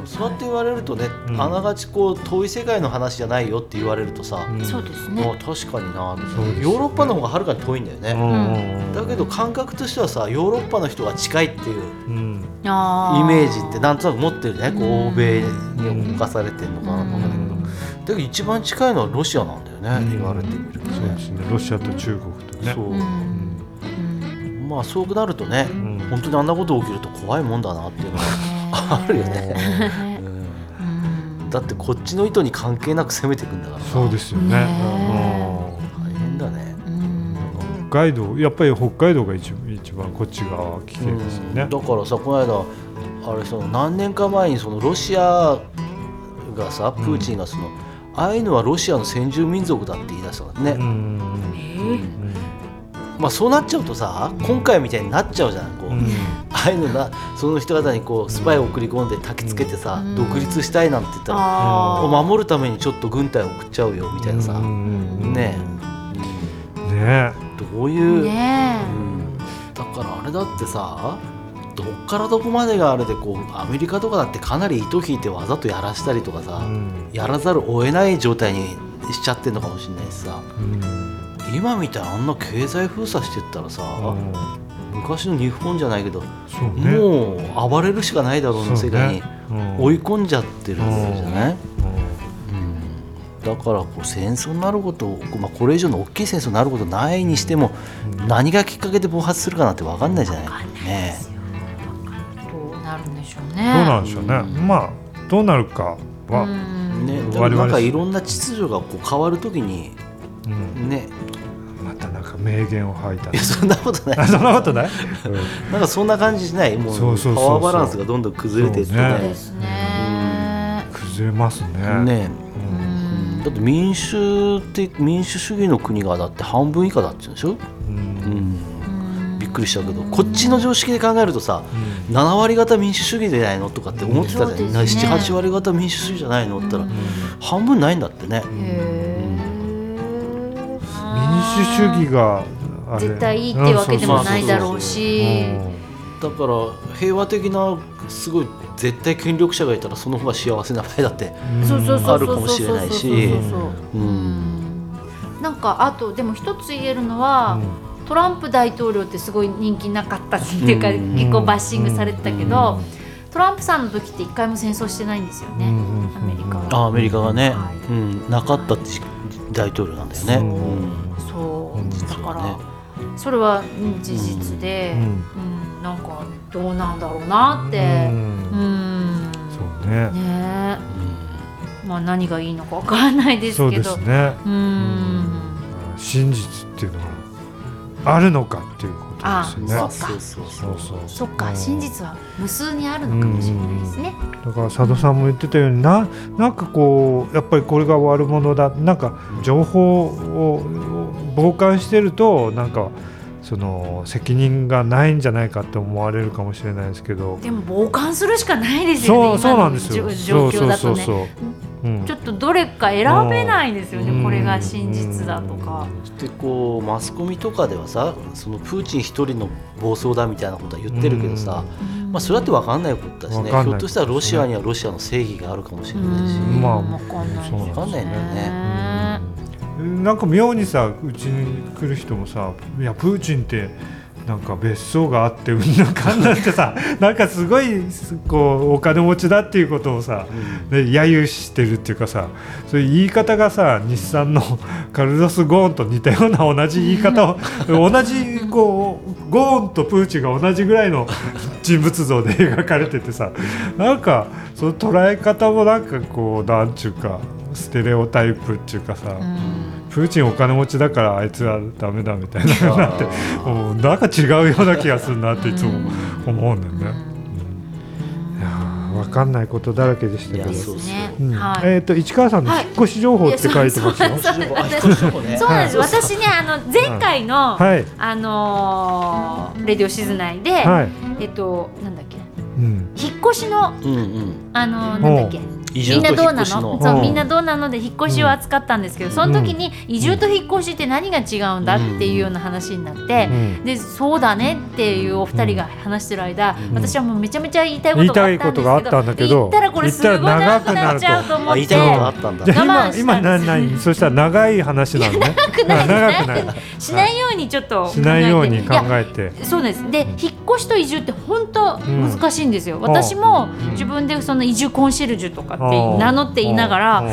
C: うん、そうやって言われるとね、
D: うん
C: あながちこう遠い世界の話じゃないよって言われるとさ、
D: うん
B: そうです
C: まあ
B: ね
C: 確かにな
D: そうですね
C: ヨーロッパの方がはるかに遠いんだよね、
D: うん
C: だけど感覚としてはさヨーロッパの人が近いっていう
D: うん
B: あ
C: イメージってなんとなく持ってるね
B: う
C: こう
B: ん
C: 欧米に侵されてるのかなと思うんだけど、だけど一番近いのはロシアなんだよね、
D: うん
C: 言われてみると
D: そうで
C: ね
D: すね。ロシアと中国とね。
C: そ
B: う
C: う
D: うんん
B: うん
C: まあそうなるとね、
D: うん
C: 本当にあんなこと起きると怖いもんだなっていうのはあるよね、
B: ね
C: うん
B: うん
C: だってこっちの意図に関係なく攻めていくんだからさ
D: そうですよね。
B: ね
D: うん
C: 大変だね
B: うん
D: 北海道、やっぱり北海道が一一番こっち側危険ですよ
C: う
D: ね
C: ん。だからさこの間あれその何年か前にそのロシアがさプーチンがその、ああいうのはロシアの先住民族だって言い出したからね、
D: うん。
C: まあそうなっちゃうとさ今回みたいになっちゃうじゃんこう、
D: うん
C: ああいうのなその人方にこうスパイを送り込んで焚きつけてさ、
B: うん
C: 独立したいなんて言ったら、
B: あー
C: を守るためにちょっと軍隊を送っちゃうよみたいなさ、
D: うん
C: ね
D: ね
C: どういう、
B: ねえ
C: うんだからあれだってさどっからどこまでがあれでこうアメリカとかだってかなり糸引いてわざとやらしたりとかさ、
D: うん
C: やらざるを得ない状態にしちゃってるのかもしれないしさ
D: うん
C: い今みたいにあんな経済封鎖してったらさ、
D: うん
C: 昔の日本じゃないけど、
D: そうね
C: もう暴れるしかないだろうな
D: そ
C: 世
D: う
C: 界に
D: ねうん
C: 追い込んじゃってるんじゃない、
D: う
C: うんだからこう戦争になること、まあ、これ以上の大きい戦争になることないにしても、何がきっかけで暴発するかなんて分かんないじゃない。ね
B: どうなるんでしょう
D: ど
B: ね。
D: うなんでしょうね、
C: うん
D: まあどうなるかは、うん
C: え
B: ん
C: ね
D: うん
C: でもな
D: 我
C: ん
D: 々
C: かいろんな秩序がこう変わるときにね
D: またなんか名言を吐いた
C: い
D: ね
C: やそんなことない
D: あ そんなことない、
C: なんかそんな感じしないも
D: そう
C: う
D: そうそうそう
C: パワーバランスがどんどん崩れていって
D: そう
B: で
C: ね
B: すね。
D: 崩れますね
C: ね
D: うん
C: うんだって民主って民主主義の国がだって半分以下だって言うんでしょ、
D: うん
C: うん、
B: うん
C: びっくりしたけどこっちの常識で考えるとさ
D: うん
C: 7割方民主主義じゃないのとかって思ってた
B: そう
C: じ
B: で
C: ゃ
B: す
C: な
B: ね
C: い、78割方民主主義じゃないのって言ったら、半分ないんだってね、
B: へえ。
D: 民主主義があれ
B: 絶対いいってわけでもないだろうし。
C: だから平和的なすごい絶対権力者がいたらその方が幸せな場合だって、
B: そうそうそうそう
C: あるかもしれないし
B: そうそうそう
C: う
B: うんんなんかあとでも一つ言えるのは、トランプ大統領ってすごい人気なかったっていうか、
C: うん
B: 結構バッシングされてたけど、トランプさんの時って一回も戦争してないんですよね、
D: うん
B: アメリカ
C: あ
B: は。
C: アメリカがね、
B: はい
C: うん、なかったじ大統領なんだよね。
D: そう
B: そう、
C: うん
D: うん
B: だから、
C: ね
B: それはうん事実で、
D: う
B: うんんなんかどうなんだろうなって、うん
D: そうね
B: ねえまあ何がいいのかわからないです
D: そう
B: け
D: です
B: ど。
D: ね
B: うん
D: 真実っていうのがあるのかっていうことです
B: あ
D: よ
C: あ
D: ね
C: そうそうそう
D: そうそう
B: そっ
D: う
B: か
D: ん
B: 真実は無数にあるのかもしれないですね。
D: だから佐渡さんも言ってたようにななんかこうやっぱりこれが悪者だなんか情報を傍観してるとなんかその責任がないんじゃないかって思われるかもしれないですけど
B: でも傍観するしかないです
D: そ
B: よね。
D: うそうなんですよ
B: 今の状
D: そ
B: 状況
D: う
B: だ
D: そ
B: と
D: うそう
B: ね。
D: そう、うん
B: ちょっとどれか選べないですよね。これが真実だとか。
C: でこうマスコミとかではさそのプーチン一人の暴走だみたいなことは言ってるけどさ、まあ、それだって分かんないことだしね
D: わかんない
C: ひょっとしたらロシアにはロシアの正義があるかもしれないし、
B: うん
D: まあ
B: わかんないですね。
C: わかんないんだよ
B: ね。
D: なんか妙にさうちに来る人もさ「いやプーチンってなんか別荘があってうんぬんかんなんってさなんかすごいすこうお金持ちだっていうことをさ、ね揶揄してるっていうかさそういう言い方がさ日産の カルロス・ゴーンと似たような同じ言い方を同じこうゴーンとプーチンが同じぐらいの 人物像で描かれててさなんかその捉え方もなんかこうなんちゅうかステレオタイプっていうかさ、
B: うん
D: プーチンお金持ちだからあいつはダメだみたいな
C: あ
D: なんて
C: ー
D: もうなんか違うような気がするなっていつも思うんだよね。うんいやーわかんないことだらけでしたけど
C: いや、
B: そうですね
D: うん。
B: はい。
D: えっ、と市川さんの引っ越し情報って書いてますよ。
B: いやそうそう
C: あ人々もね
B: そうなんです。私ね、あの前回の
D: はい
B: あのーレディオシズナイで、
D: はい。
B: えっとなんだっけ、
D: うん。
B: 引っ越しの
C: うんうん
B: あのーなんだっけ。
C: 移
B: み
C: 住
B: んな
C: と
B: ど
C: 引
B: う
C: っ
B: な
C: 越し
B: の
C: の
B: そう
D: うん
B: みんなどうなので引っ越しを扱ったんですけど、その時に移住と引っ越しって何が違うんだっていうような話になって、
D: うん
B: でそうだねっていうお二人が話してる間、
D: ん
B: 私はもうめちゃめちゃ言いたい
D: 言いたい
B: こ
D: ことと
B: が
D: が
B: あ
D: あ
B: っ
D: ったた
B: ん
D: ん
B: だ
D: だ
B: け
D: け
B: ど
D: ど
B: 言ったらこれすごい長くなっちゃうと思
C: あ
B: って
C: 言いたいことがあったんだ
D: じゃ
B: 我慢
D: あ
B: した
D: 今今
B: んで
D: 何
B: す
D: 何そしたら長い話なのね。長くない。
B: しないようにちょっと考えて
D: しないように考
B: いや
D: えて。
B: そうですで引っ越しと移住って本当難しいんですよ、
D: ん
B: 私も自分でその移住コンシェルジュとかって名乗っていながら、
D: うんうん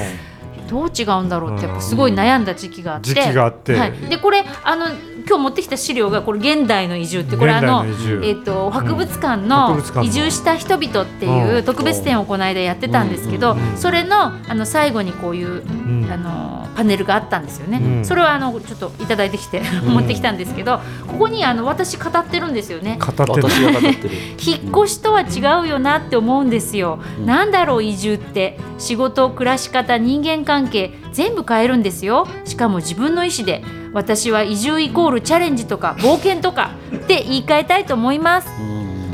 B: どう違うんだろうってやっぱすごい悩んだ時期があって、
D: 時期があって
B: はい、でこれあの今日持ってきた資料がこれ現代の移住ってこれあの
D: 現代の移住
B: えっと博物館
D: うん博
B: の
D: 物館の
B: 移住した人々っていううん特別展をこの間やってたんですけど、
C: うん
D: うん
B: それのあの最後にこういう、
D: ん
B: あのパネルがあったんですよね、
D: うん
B: それをあのちょっといただいてきて 持ってきたんですけどここにあの私語ってるんですよね。
D: 語ってる。
C: 私が語ってる
B: 引っ越しとは違うよなって思うんですよ、
C: うん
B: なんだろう移住って仕事暮らし方人間関係全部変えるんですよしかも自分の意思で私は移住イコールチャレンジとか冒険とかって言い換えたいと思います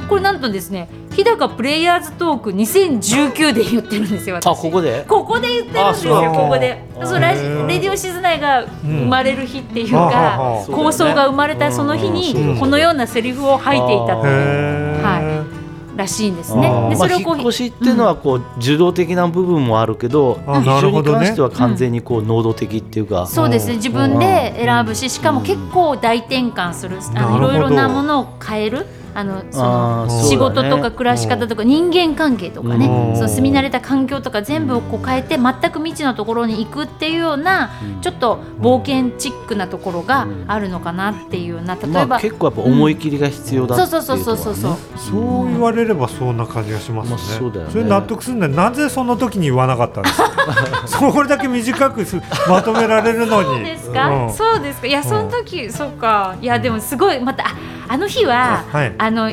C: うん
B: これなんとですね日高プレイヤーズトーク2019で言ってるんですよ私
C: あここで
B: ここで言ってるんです
D: あそ
B: よ
D: う
B: ここで
C: あ
B: そうラジ
D: へー
B: レディオシズナイが生まれる日っていう
D: うんはあ
B: か
D: はあ
C: はあ
B: 構想が生まれたその日
C: そうだよねうん
B: に
D: うん
B: このようなセリフを吐いていた
C: うん
B: と
D: へー
B: はらしいんです
D: あ
B: ね
D: ー。ま
B: でそ
D: あ
B: れをこ
C: まあ、
B: う
C: 引っ越しっていうのはこう、受動的な部分もあるけど
D: あ
C: 一
D: な
C: 緒
D: るほ
C: に
D: どね
C: 関しては完全にこう能動的っていうか、
B: そうですね自分で選ぶししかも結構大転換するあのい
D: なるほ
B: ろ
D: ど
B: いろなものを変えるあのその
C: あー
B: 仕
C: そう
B: 事
C: だね
B: とか暮らし方とか人間関係とかね
D: うん
B: その住み慣れた環境とか全部をこう変えて全く未知のところに行くっていうような
C: うん
B: ちょっと冒険チックなところが
C: うん
B: あるのかなっていうような例え
C: まあ、
B: ば
C: 結構やっぱ思い切りが必要だって
B: そう
C: いう
B: そ
C: と
B: う
C: ころ
B: そう
C: はね
B: そうそうそう
D: そう言われればそんな感じがしますね。
C: まあそうだよね
D: れ納得するんだよ。なぜその時に言わなかったんですか。 そこれだけ短くすまとめられるのに。
B: そうですか、
D: うん
B: そうですかいやその時そうかいやでもすごいまたああの日は、
D: はい
B: あの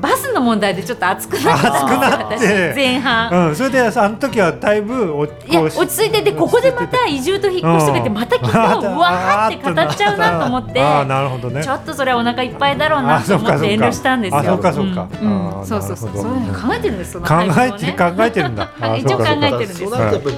B: バスの問題でちょっと熱くなって
D: 熱くなって
B: 私前半
D: うん、それであの時はだいぶお
B: いや
D: こう
B: 落ち着いてでここでまた移住と引っ越しとかってまたきっと
D: うん
B: わ ーって語っちゃうなと思って
D: あーなるほどね
B: ちょっとそれはお腹いっぱいだろうな
D: あ
B: と
D: そう
B: 思
D: か
B: って遠慮したんですよ
D: あそうかそうか
B: うん
D: あ
B: う
D: ー
B: んそうそうそう
D: なる
B: そ
D: ほ
B: う
D: ど
B: いうの考えてるんですその
D: 考
B: 背
D: え
B: 景を
D: て
B: ね
D: 考えてるん だ
B: あ
D: あー
B: 一応
D: そうかそうか
B: 考えてるんです
C: だからその後やっぱり、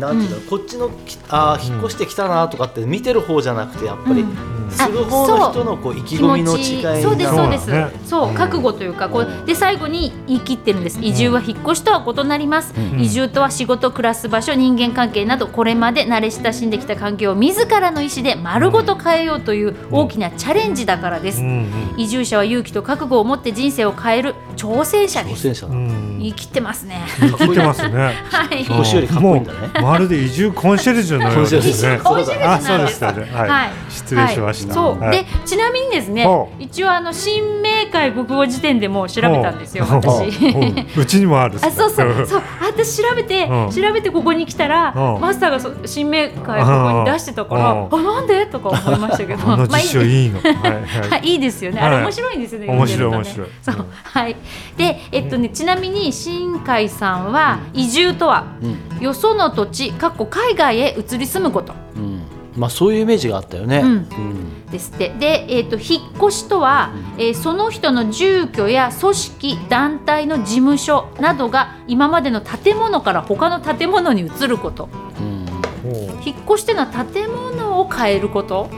C: なんていうのこっちのきあー引っ越してきたなとかって見てる方じゃなくてやっぱり、
B: うん
C: する方の人のこう意気込みの違いが
B: そうですそうです
D: そうだね
B: そう覚悟というかこうで最後に言い切ってるんです移住は引っ越しとは異なります、
D: ん
B: 移住とは仕事暮らす場所人間関係などこれまで慣れ親しんできた環境を自らの意思で丸ごと変えようという大きなチャレンジだからです、
D: うん
B: 移住者は勇気と覚悟を持って人生を変える挑戦者で
C: 挑
B: す
C: 戦者
D: う
C: だ
D: んうん
B: 言い切ってますね
D: 生きてますね
B: はい
C: 引っ越しよりかっこいいんだね
D: もうまるで移住コンシェルジュのようです ね
B: コンシェルジュ
D: あそうですよねはい、
B: はい
D: 失礼しました、
B: はいそう、
D: はい
B: でちなみにですね
D: ほう
B: 一応あの新明解国語辞典でも調べたんですよ
D: ほう
B: 私
D: ほうほううちに もあるっすね
B: あそうそうそう私調べて、
D: うん
B: 調べてここに来たら、
D: うん
B: マスターがそ新明解ここに出してたから、
D: うん
B: あなんでとか思いました けど
D: この辞書
B: まあいい
D: いいの、はい
B: は
D: はい
B: い、いいですよね。あ
D: は
B: れ
D: い
B: 面白いんですよね。
D: 面白い
B: 読んでる
D: 面白い
B: とねそう
D: うん
B: はい。で、えっとね、ちなみに新海さんは移住とは
C: うん
B: よその土地、かっこ海外へ移り住むこと
C: うんまあそういうイメージがあったよね、
B: うん
C: うん
B: ですって。で、えっと引っ越しとは、えーその人の住居や組織、団体の事務所などが今までの建物から他の建物に移ること。
C: うん
D: ほ
B: 引っ越しってのは建物を変えること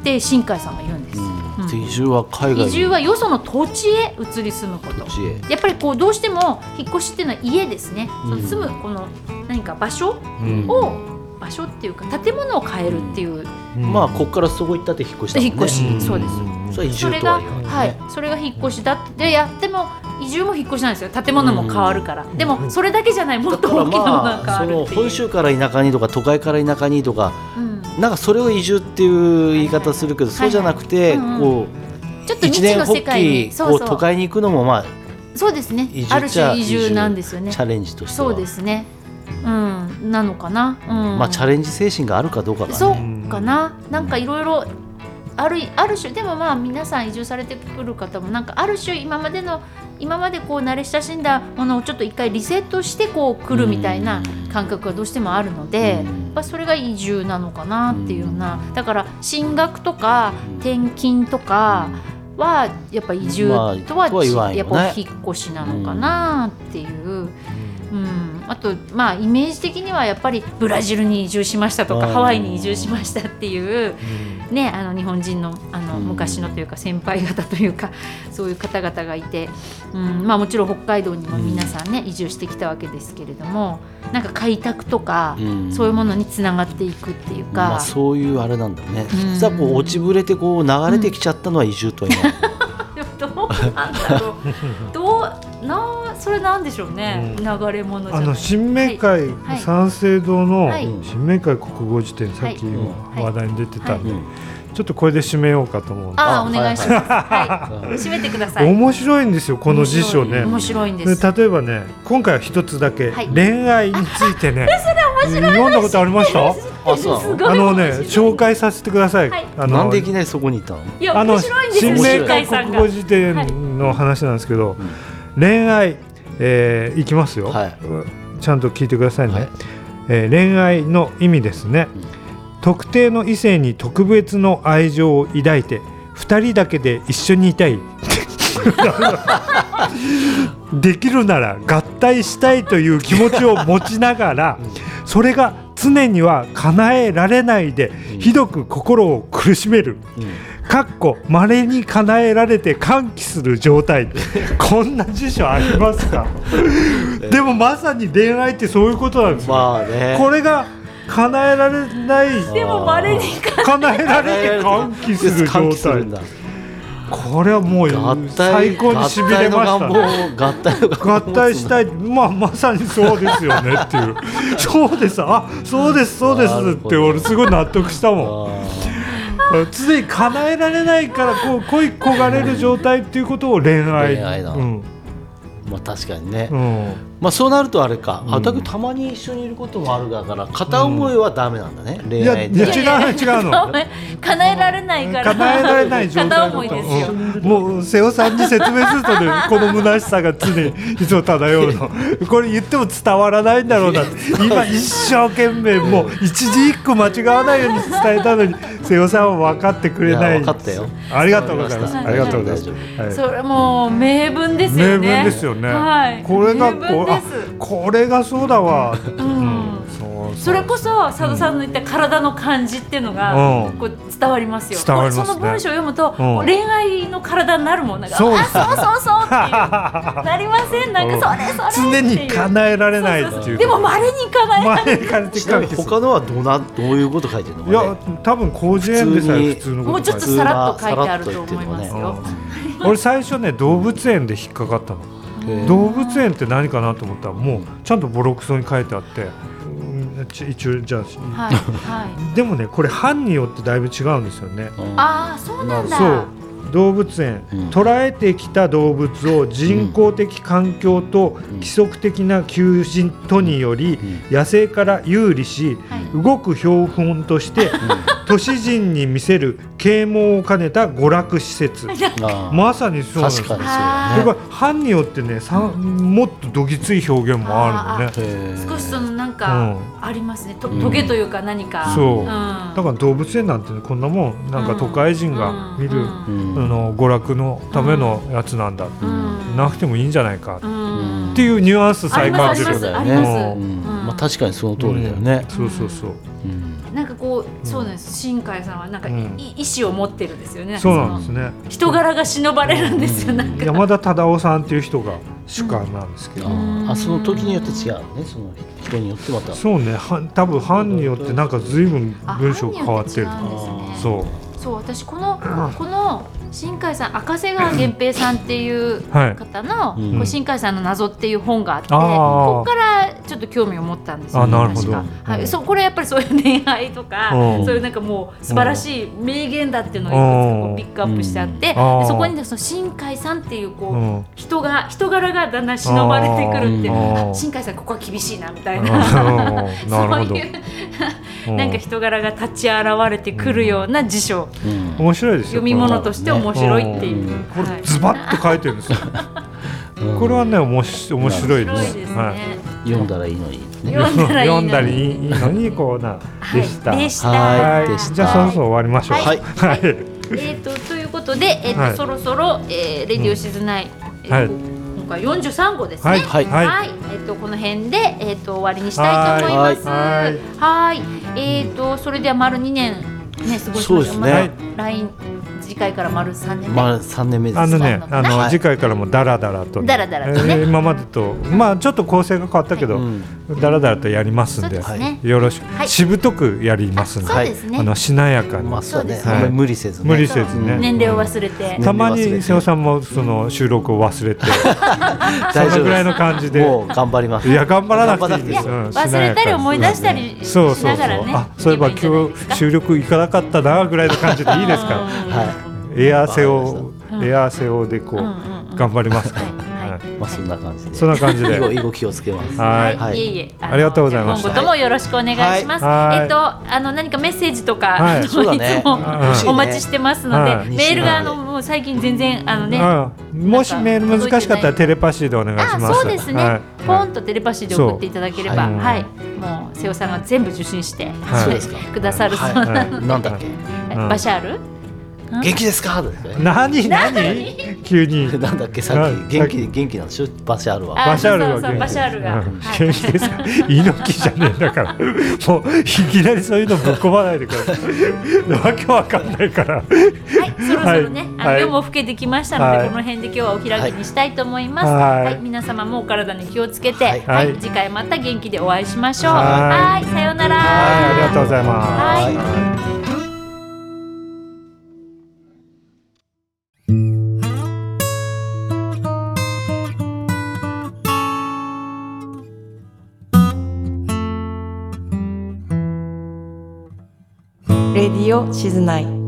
B: って新海さんが言うんです。
C: うん
B: うん
C: で移住は海外
B: 移住はよその土地へ移り住むこと。
C: 地へ
B: やっぱりこうどうしても引っ越しっていうのは家ですね、その
C: うん
B: 住むこの何か場所
D: う、うん
B: を、場所っていうか建物を変えるっていう
C: まあこっからそこ行ったって引っ越しだもんね
B: 引っ越し
D: うん
B: そうです
D: ん
C: それは移
B: そ
C: 住
B: れ
C: とは
B: が、
C: 言わない、ね
B: はい、それが引っ越しだってやっても移住も引っ越しなんですよ建物も変わるから、でもそれだけじゃないもっと大きなものが変わ
C: そ
B: る
C: の
B: っていう、
C: 本州から田舎にとか都会から田舎にとか
B: うん
C: なんかそれを移住っていう言い方するけど、
B: はい
C: そうじゃなくて、
B: うんうん
C: こ
B: ちょっ
C: う
B: と
C: 一
B: 未知
C: 年
B: の
C: 発
B: 世界に
C: 起
B: そう
C: こ
B: そう
C: う都会に行くのもまあ
B: そうですね
C: 移住
B: ある種
C: じゃ
B: 移住なんですよね
C: チャレンジとしては
B: そうですねうんなのかな、うん
C: まあチャレンジ精神があるかどうかがね
B: そうかな、なんかいろいろあるある種でもまあ皆さん移住されてくる方もなんかある種今までの今までこう慣れ親しんだものをちょっと一回リセットしてこう来るみたいな
C: うん
B: 感覚がどうしてもあるので、
C: うん
B: やっぱそれが移住なのかなっていうようなだから進学とか転勤とかはやっぱ移住
C: まあ
B: とは,、
C: とは言わんよね
B: やっぱ引っ越しなのかなっていう。うん、あとまあイメージ的にはやっぱりブラジルに移住しましたとか
C: うん
B: ハワイに移住しましたっていう、
D: うん
B: ね、あの日本人のあの
C: うん
B: 昔のというか先輩方というか そういう方々がいて、うんまあ、もちろん北海道にも皆さんね移住してきたわけですけれどもなんか開拓とか、
C: うん
B: そういうものにつながっていくっていう
C: まあ
B: か、
C: そういうあれなんだね、
B: うん
C: 実はこう落ちぶれてこう流れてきちゃったのは移住とは言わない、
B: どうなんだろ うどうなそれなんでしょうね、
D: う
B: 流れ物じゃ
D: あ
B: ない
D: の新明会
B: はい
D: 三省堂の
B: はい
D: 新明会国語辞典、さっき
B: い
D: 話題に出てたんで、
C: うん
D: ちょっとこれで締めようかと思うんで
B: ああ
C: あ
B: お願い します。はい、締めてください。
D: 面白いんですよこの辞書ね。
B: 面白いんで。
D: です例えばね今回は一つだけ、
B: はい
D: 恋愛についてね読んだことありました
C: あそうなの
B: ごい
D: あのね
B: 面白い
D: 紹介させてください、
B: はい
D: あの
C: なんでいきなりそこにいたの
B: いや
D: あの
B: 面白いんですよ
D: 新
B: 新
D: 明
B: 海
D: 解
B: さん
D: 国
B: が
D: 語。辞典の話なんですけど、恋愛、えーいきますよ、
C: はい
D: ちゃんと聞いてくださいね、
C: はい
D: えー恋愛の意味ですね、特定の異性に特別の愛情を抱いて二人だけで一緒にいたいできるなら合体したいという気持ちを持ちながらそれが常には叶えられないでひどく心を苦しめるかっこまれに叶えられて歓喜する状態こんな辞書ありますかでもまさに恋愛ってそういうことなんですよ、
C: まあね
D: これが叶えられない
C: でもまれに
D: 叶えられて歓喜する
C: 歓
D: 状
C: 喜するん
D: 態
C: だ
D: これはもう
C: 合体
D: 最高にしびれました、ね、
C: 合体の願望を
D: 合
C: 合体の願望を持つんだ
D: 体したいまあまさにそうですよねって いうそうですあそうですそうです
C: なる
D: っ
C: ほ
D: て
C: ど
D: 俺すごい納得したもん
C: あ
D: 常に叶えられないからこう恋焦がれる状態っていうことを恋愛
C: 恋愛だ
D: うん
C: ーまあ確かにね、
D: うん、
C: まあそうなるとあれか、
D: う
C: あ
D: ん
C: だけどたまに一緒にいることもあるだから片思いはダメなんだね、
D: い
C: 恋
D: や
C: 愛
D: い
C: で
D: や違う違うの
B: 叶えられないから
D: 叶えられない状態
B: 片
D: だ
B: 思い
D: と、
B: ですよ、
D: うんもう瀬尾さんに説明すると ねこの虚しさが常にいつも漂うのこれ言っても伝わらないんだろうなって今一生懸命もう一字一句間違わないように伝えたのに瀬尾さんは分かってくれない
C: いや分かったよ
D: ありがとうございます
C: 伝
D: あ
C: わ
D: り
C: り
D: が
C: ま
D: とう
C: し
D: ござい
C: た
D: ます、はい
B: それもう名分ですよね
D: 名分ですよね、
B: はい、
D: これが
B: 名
D: こ
B: 分
D: う
B: で
D: あこれがそうだわ、
B: す、うん
D: そう
B: それこそ佐渡さんの言った体の感じっていうのが、
D: うん
B: こう伝わりますよ。
D: 伝わりますね
B: その文章を読むと、こう恋愛の体になるもんなんか。
D: そう
B: あ、そうそうそうっ ていう。なりません、なんかそれそ
D: 常
B: れっていう。
D: に叶えられないって
B: そうそう
D: い
B: そううでも稀に叶えられない。
D: 前からって
C: ちなみに他のはどうなどういうこと書いてるの
D: い
C: か
D: や
C: ね
D: 多分広辞苑でさえ普通のこと
B: もうちょっとさらっと書いてあると
C: 普通
B: 思い
C: は
B: ますよ。
D: 俺最初ね動物園で引っかかったの、
C: えー
D: 動物園って何かなと思ったらもうちゃんとボロクソに書いてあって、うんち一応じゃあ、
B: はい はい。
D: でもねこれ班によってだいぶ違うんですよね
C: あ
B: ああ、そうなんだ。
D: そう動物園、
C: うん
D: 捉えてきた動物を人工的環境と規則的な求人とにより
C: ん
D: 野生から有利し
B: はい
D: 動く標本として都市人に見せる啓蒙を兼ねた娯楽施設
C: あ
D: まさにそうなんです
C: 確かにそう
D: こ
C: だ
D: れ班によってねさもっとどぎつい表現もあるのね
C: ねへー
B: 少しそのなんかありますね。とトゲというか何か。
D: そう
B: うん
D: だから動物園なんてねこんなもんなんか都会人が見る、
B: うん
C: うん
D: あの娯楽のためのやつなんだ、
B: うん
D: なくてもいいんじゃないか
B: う
D: っ
B: ん
D: ていうニュアンスさえ感じ
B: あ
D: る
B: ります
C: だよ
B: あり
C: ね
B: ます
C: うん
B: うん
C: まあ確かにその通りだよね、
D: そうそうそう
C: うん
B: なんかこう、そうなんです新海さんはなんか、い
D: うん
B: 意思を持ってるんですよね
D: そうなんです
B: その
D: ね
B: 人柄が忍ばれるんですよ、
C: うん
B: なんか
D: 山田忠夫さんっていう人が主観なんですけど、
C: あーあその時によって違うねその人によってまた
D: そうねは多分班によってなんか随分
B: あ
D: 文章変わってる
B: 犯人って違うんですねそう
D: そ
B: 私このこの新海さん赤瀬川源平さんっていう
D: うはい
B: 方の、
C: うん
B: こう新海さんの謎っていう本があって
D: あー
B: ここからちょっと興味を持ったんですよ
D: あなるほど
B: 私がは
D: うん
B: い、そうこれやっぱりそういう恋愛とか、
D: うん
B: そういうなんかもう素晴らしい名言だっていうのをいくつかこうピックアップしてあって、
D: うん
B: でそこにねその新海さんっていうこう、
D: うん
B: 人が人柄がだんだん忍ばれてくるっていう
D: あー
B: あ新海さんここは厳しいなみたいな
D: うん
B: そ
D: な
B: う
D: るほど
B: いうなんか人柄が立ち現れてくるような辞書、
C: うん
D: 面白いですよ
B: 読み物として面白いっていう、
C: うん
D: こ
B: は
D: れ
B: い
D: ズバッと書いてるんですよ
C: うん
D: これはねおもし面白いで
B: 面白
D: す
B: いですね、
D: はい
C: 読んだらいいのにね
B: 読んだらいいの
D: 読
B: に
D: んだりいいのにこうなでした。
B: はいでした
C: は
D: はいい
C: でした
D: じゃあそろそろ終わりましょう。
C: はい
D: はい。
B: えー、とということで、えーと
D: はい
B: そろそろ、えーレディオシズナイ」えーと
D: は
B: 今回43号ですね。
D: はいはいはい
B: えー、とこの辺で、えー、と終わりにしたいと思います。
D: は
B: はいいえー、とそれでは丸2年、ね、過ごし
C: そう
B: ま
C: で
B: しょ
C: す
B: う。
C: ね
B: まだ来次回から丸3年目、
C: まあ三年目で す
D: あのね
B: そう、
D: あ
B: なの
D: の
C: はい
D: 次回からもダラダラとね、
B: ダラダラとね
D: えー今までとまあちょっと構成が変わったけど
C: はいうん、
D: ダラダラとやりますんで
B: そうですね、
D: よろし
B: は
D: く
B: い
D: しぶとくやりますんで、
B: そうですね
D: あのしなやかに
C: まあそうだね
B: そうですね
C: あんまり無理せずね
D: 無理せず
C: うん
D: ね。
B: 年齢を忘れて、
C: ね
D: たま
C: 忘れ
D: に
C: て
D: 瀬尾さんもその収録を忘れて、そ
C: 大
D: の
C: 丈夫
D: ぐらい
C: で
D: の感じ
C: す
D: で、
C: もう頑張ります
D: いや頑張らなくていいで。
C: 頑張らなくていいですよ
D: うんし
B: 忘
D: なや
B: れ
D: か
B: た
D: に
B: り思い出したりし
D: そうそう
B: な
D: そ
B: がら
D: う
B: ね。
D: あそういえば今日収録行かなかったなぐらいの感じでいいですか
C: は
D: エアーセオ
B: うん
D: エアーセオでこう
B: うんうんうん
D: 頑張りますから
B: はいは
D: は
B: い
D: い
C: いまあそんな感じで
D: そんな感じで
C: 以後以後気をつけます
D: はい
B: はい、いえいえ、の
D: ありがとうございました
B: 今後ともよろしくお願いします。
D: はいはい
B: えっと、あの、何かメッセージとか、
D: はい
B: あの
C: そうだ ね
B: いつも
D: 欲しい
C: ね
B: お待ちしてますので、
D: はい
B: メールが、あの、
C: 西村で
B: もう最近全然、あのね。
D: うんもしメール難しかったらテレパシーでお願いし
B: あ
D: ます
B: そうですね、
D: はい
B: ポンとテレパシーで送っていただければ、
D: そう
B: はい、もう瀬尾さんが全部受信して、
D: はい
C: そうですか
B: くださるそう
C: は
B: な、
D: はい
C: なんだっけ
D: うん
B: バシャール
C: 「元気ですか?」とかね
D: 何何
B: 何
D: 急に
C: なん だっけさっ
D: な
C: き元気元気なんでしょバシャールは
B: あ
D: バシャール
B: そうそう
D: は
B: バシャールが
D: うん
B: はい
D: 元気ですか猪木じゃねえんだからもういきなりそういうのぶっ込まないでくだ さいわけわかんないから
B: はい、そろそろね、
D: はい
B: あの夜も更けてきましたので、
D: はい
B: この辺で今日はお開きにしたいと思います。は、
D: はいい
B: 皆様もお体に気をつけて、は、
C: はいい
D: はい
B: 次回また元気でお会いしましょう。
D: はい
B: はい、さようなら。
D: はいありがとうございます
B: はい
C: はい
A: レディオ静内